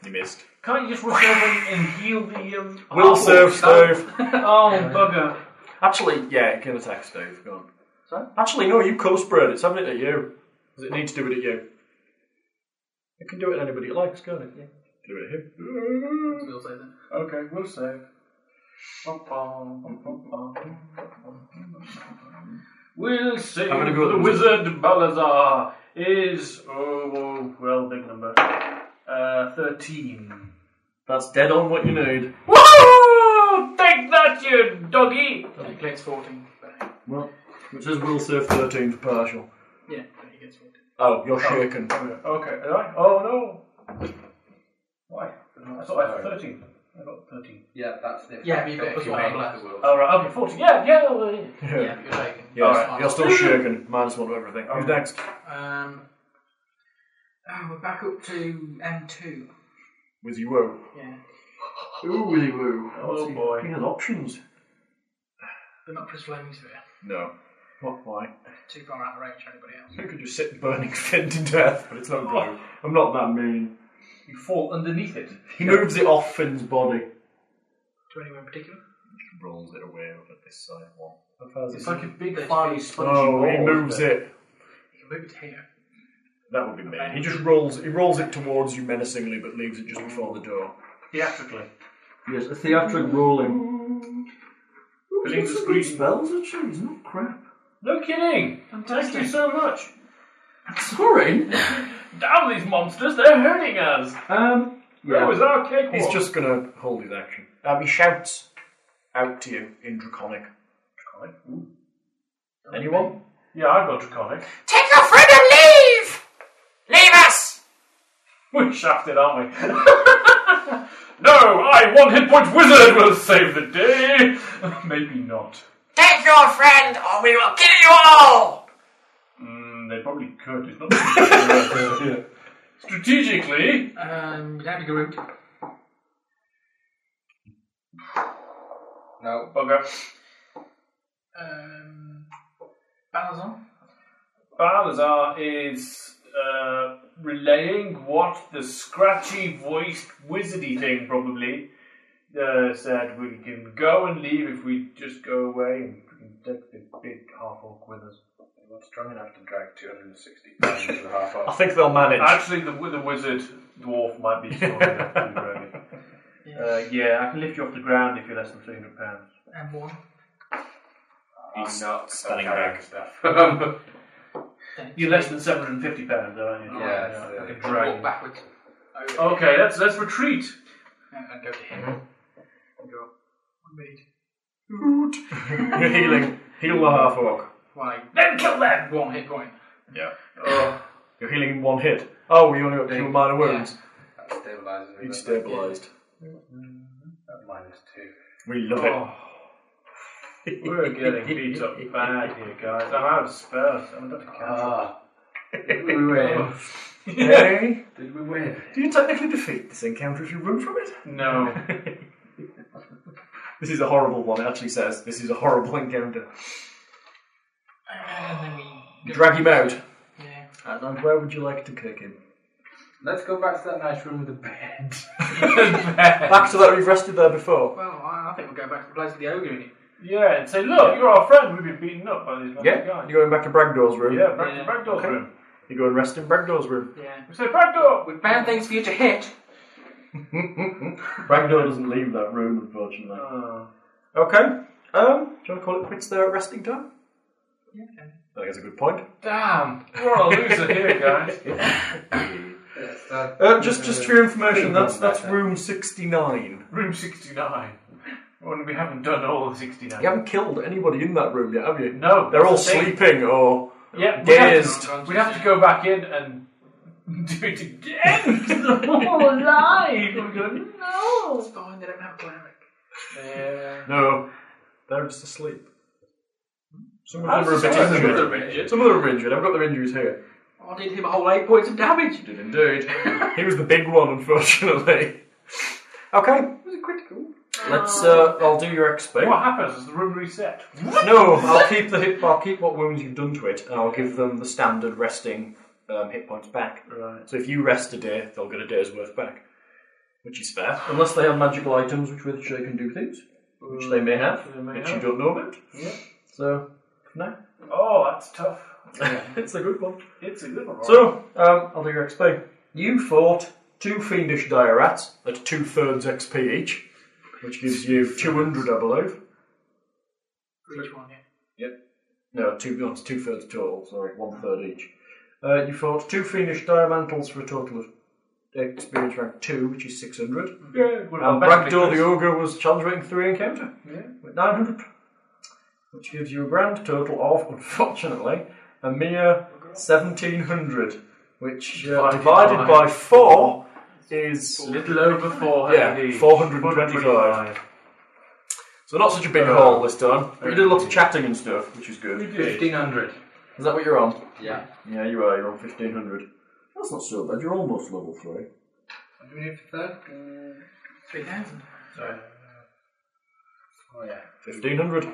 S6: You missed.
S7: Can't you just rush over and and heal the? Um,
S6: Will
S7: oh,
S6: serve Stove.
S7: Oh bugger!
S6: Actually, yeah, it can attack Stove. Go on. Actually, no, you colour sprayed it. It's having it at you. Does it need to do it at you? It can do it at anybody it likes, can't it? Yeah. Do it at him.
S2: We'll say then.
S7: Okay, we'll save. We'll save.
S6: I'm gonna go
S7: the
S6: with the
S7: wizard Balazar is oh, oh, well, big number. Uh, thirteen.
S6: That's dead on what you need.
S7: Woo! Take that, you doggy!
S2: He gets 14. but-
S6: Well, it says will serve 13 for partial.
S2: Yeah, but he gets 14.
S6: Oh, you're shaken. *laughs*
S7: Okay, all right. Oh no! Why? I thought I had thirteen. I got thirteen.
S13: Yeah, that's different.
S2: Yeah, but you've got plus one
S13: make
S2: on left.
S13: the world.
S7: All right. Okay, fourteen. Yeah, yeah. well, yeah.
S2: Yeah, but you're taken.
S6: Yeah,
S2: That's fine.
S6: you're still shaken. Minus one to everything. Who's next?
S2: Um, oh, we're back up to M2.
S6: Wizzy Woo.
S2: Yeah.
S6: Ooh, Wizzy Woo.
S7: Oh, boy.
S6: He has options.
S2: But not Chris Fleming's there.
S6: No. What? Why?
S2: Too far out of range for anybody else.
S6: You could just sit burning *laughs* Finn to death, but it's not blue. I'm not that mean.
S7: You fall underneath it.
S6: He moves it off Finn's body.
S2: To anyone in particular?
S6: Rolls it away over this side one.
S7: It's like a big
S2: There's
S7: fiery
S2: big-
S7: spongy
S6: Oh, he
S7: ball,
S6: moves
S7: isn't
S6: it.
S2: You can move it here.
S6: That would be mean. He just rolls. He rolls it towards you menacingly, but leaves it just before the door.
S7: Theatrically.
S5: Yes, a theatric rolling.
S7: Billings is
S5: Three
S7: green.
S5: spells, actually. It's not crap.
S7: No kidding! Thank you so much.
S5: Sorry.
S7: Damn these monsters, they're hurting us.
S5: Um,
S7: Where was our cake?
S6: He's just gonna hold his action. Um, he shouts out to you in draconic. Anyone?
S7: Yeah, I've got draconic.
S3: Take your friend and leave! Leave us!
S7: *laughs* We're shafted, aren't we? *laughs* no, I one hit point wizard will save the day. *laughs* Maybe not.
S3: Take your friend or we will kill you all!
S7: Mm, they probably could. It's not Yeah. strategically.
S2: Um, you'd have to go route.
S7: No bugger.
S2: Um, Balazon?
S7: Balazar is uh, relaying what the scratchy voiced wizardy thing probably uh, said. We can go and leave if we just go away and we can take the big half orc with us.
S13: What's strong enough to drag 260 pounds and a half
S6: I
S13: off?
S6: think they'll manage.
S7: *laughs* Actually, the, wi- the wizard dwarf might be strong enough to drag it. *laughs* Uh, yeah, I can lift you off the ground if you're less than 300 pounds.
S2: M1.
S13: I'm not
S6: standing
S13: carrying
S6: back.
S13: Stuff.
S7: You're less than 750 pounds, aren't you?
S13: Yeah,
S7: I
S13: absolutely.
S7: can
S2: Walk
S7: drag
S2: backwards.
S7: you. Okay, let's, let's retreat.
S2: And and go to him. And go, one bead.
S6: You're healing. Heal the half orc.
S2: Why?
S7: Then kill them!
S2: One hit point.
S6: Yeah. You're healing in one hit. Oh, you only got two minor wounds.
S13: That stabilises me.
S6: He's
S13: doesn't it?
S6: stabilised.
S13: At minus two.
S6: We love it.
S7: Oh. We're getting beat up bad here, guys. I'm out of spells. I'm not a cat.
S4: Ah,
S12: Did
S6: *laughs* Oh.
S12: we win?
S6: Hey?
S12: Did we win?
S6: Do you technically defeat this encounter if you run from it?
S7: *laughs* No.
S6: This is a horrible one. It actually says this is a horrible *laughs* encounter. Drag him out.
S2: Yeah.
S6: And then where would you like to kick him?
S13: Let's go back to that nice room with the
S4: *laughs*
S13: bed.
S6: Back to that we've rested there before.
S2: Well, I I think we'll go back to the place with the ogre in it.
S7: Yeah, and say, look, you're our friend. We've been beaten up by these
S6: Yeah?
S7: guys.
S6: You're going back to Bragdor's room?
S7: Yeah, back to Bragdor's room.
S6: You go and rest in Bragdor's room.
S2: Yeah.
S7: We say, Bragdor!
S2: We found things for you to hit.
S6: *laughs* Bragdor doesn't leave that room, unfortunately.
S7: Oh.
S6: Okay. Um, do you want to call it quits there at resting time?
S2: Yeah.
S6: I think that's a good point.
S7: Damn, we're all a loser *laughs* here, guys.
S6: Uh, just, just for your information, that's that's room sixty nine.
S7: Room 69. When we haven't done all of 69.
S6: You haven't killed anybody in that room yet, have you?
S7: No,
S6: they're all
S7: that's the thing.
S6: sleeping or
S7: Yeah, we'd have,
S6: dazed.
S7: to, we'd have to go back in and *laughs* do it *laughs* again. They're all alive. We're going,
S2: No! It's fine, they don't have cleric.
S7: Yeah.
S6: No, they're just asleep. Some
S2: I
S6: of them are a
S2: was
S6: bit
S2: just saying,
S6: injured.
S2: some of them are injured.
S6: Some of them are injured. I've got their injuries here.
S2: I did him a whole eight points of damage.
S6: Did indeed. he was the big one, unfortunately. *laughs* Okay,
S2: Was it critical?
S6: let's. Uh, I'll do your XP.
S7: What happens? Is the room reset?
S6: No, I'll keep the hit. I'll keep what wounds you've done to it, and I'll give them the standard resting um, hit points back.
S7: Right.
S6: So if you rest a day, they'll get a day's worth back, which is fair, unless they have magical items which with which they can do things, which they may have,
S7: Mm, They may
S6: which
S7: have.
S6: you don't know about.
S7: Yeah.
S6: So no,
S7: Oh, that's tough.
S6: *laughs* it's a good one.
S7: It's a good one.
S6: So um, I'll do your XP. You fought two fiendish dire rats at two thirds XP each, which gives you two hundred, I believe.
S2: For each one, yeah.
S6: No, two no, it's two thirds total, sorry, one third each. Uh, you fought two Fiendish Diamantals for a total of experience rank two, which is 600.
S7: yeah, what
S6: And
S7: about
S6: Bragdor the Ogre was challenge rank three encounter
S7: Yeah.
S6: with 900, which gives you a grand total of, *laughs* unfortunately, a mere 1700, which uh,
S7: Divided
S6: divided
S7: by-
S6: by four is.
S7: Little over 400.
S6: Yeah, 425. So not such a big haul this time, but you did lots of chatting and stuff, which is good.
S7: We did.
S13: 1500.
S6: Is that what you're on?
S13: Yeah.
S6: Yeah, you are. You're on 1500. That's not so bad. You're almost level 3.
S13: What do we need for third? Uh,
S2: 3,000.
S13: Sorry. Oh, yeah.
S6: 1500.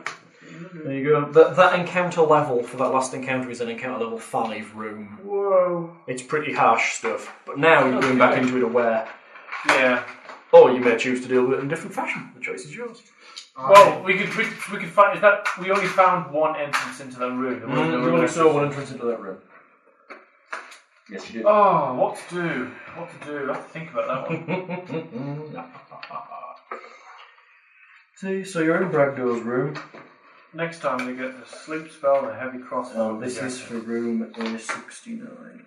S6: There you go. That, that encounter level for that last encounter is an encounter level 5 room.
S7: Whoa.
S6: It's pretty harsh stuff. But now you're going back into it aware.
S7: Yeah.
S6: Or you may choose to deal with it in a different fashion. The choice is yours.
S7: Well, we could we, we could find is that we only found one entrance into that room. There was no
S6: Mm, you
S7: other
S6: only saw one entrance into that room. Yes, you did.
S7: Oh, what to do? What to do? I have to think about that *laughs* one.
S6: See, so you're in Bragdor's room.
S7: Next time they get the sleep spell and a heavy cross.
S6: Oh, this is for room *laughs* A69.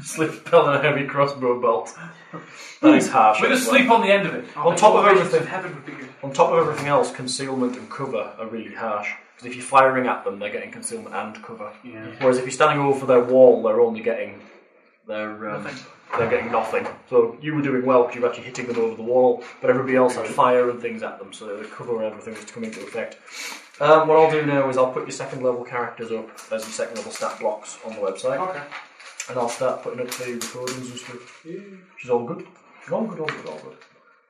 S6: Slip spell and a heavy crossbow bolt. That is harsh.
S7: With a
S6: actually.
S7: sleep on the end of it.
S6: On top of everything,
S2: Heaven would be good.
S6: on top of everything else, concealment and cover are really harsh. Because if you're firing at them, they're getting concealment and cover.
S7: Yeah.
S6: Whereas if you're standing over their wall, they're only getting they're um, they're getting nothing. So you were doing well because you were actually hitting them over the wall, but everybody else had fire and things at them, so the cover and everything was coming into effect. Um, what I'll do now is I'll put your second level characters up as your second level stat blocks on the website,
S7: Okay.
S6: and I'll start putting up the recordings and stuff. Which is all good, all good, all good, all good.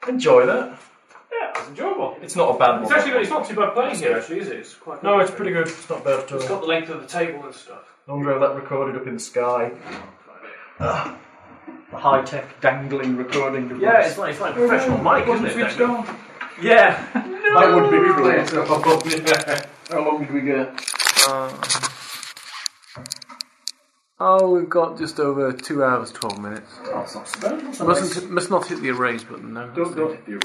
S6: Enjoy that.
S7: Yeah, it's enjoyable.
S6: It's not a bad one.
S7: It's actually
S6: that
S7: it's not too bad playing
S6: It's
S7: here
S6: good.
S7: actually, is it? It's quite.
S6: No, it's pretty good. It's not bad at all.
S7: It's got the length of the table and stuff.
S6: I wonder how that recorded up in the sky. Ah, the high tech dangling recording device.
S11: Yeah, it's like, it's like a professional mic, isn't it?
S6: switched
S11: Daniel? Yeah.
S6: That would be cool.
S5: How long did we get? Uh, oh, we've got just over two hours, twelve minutes.
S6: That's Oh, not so bad. That's a nice-
S5: Mustn't, must not hit the erase button, no.
S6: Don't, don't hit the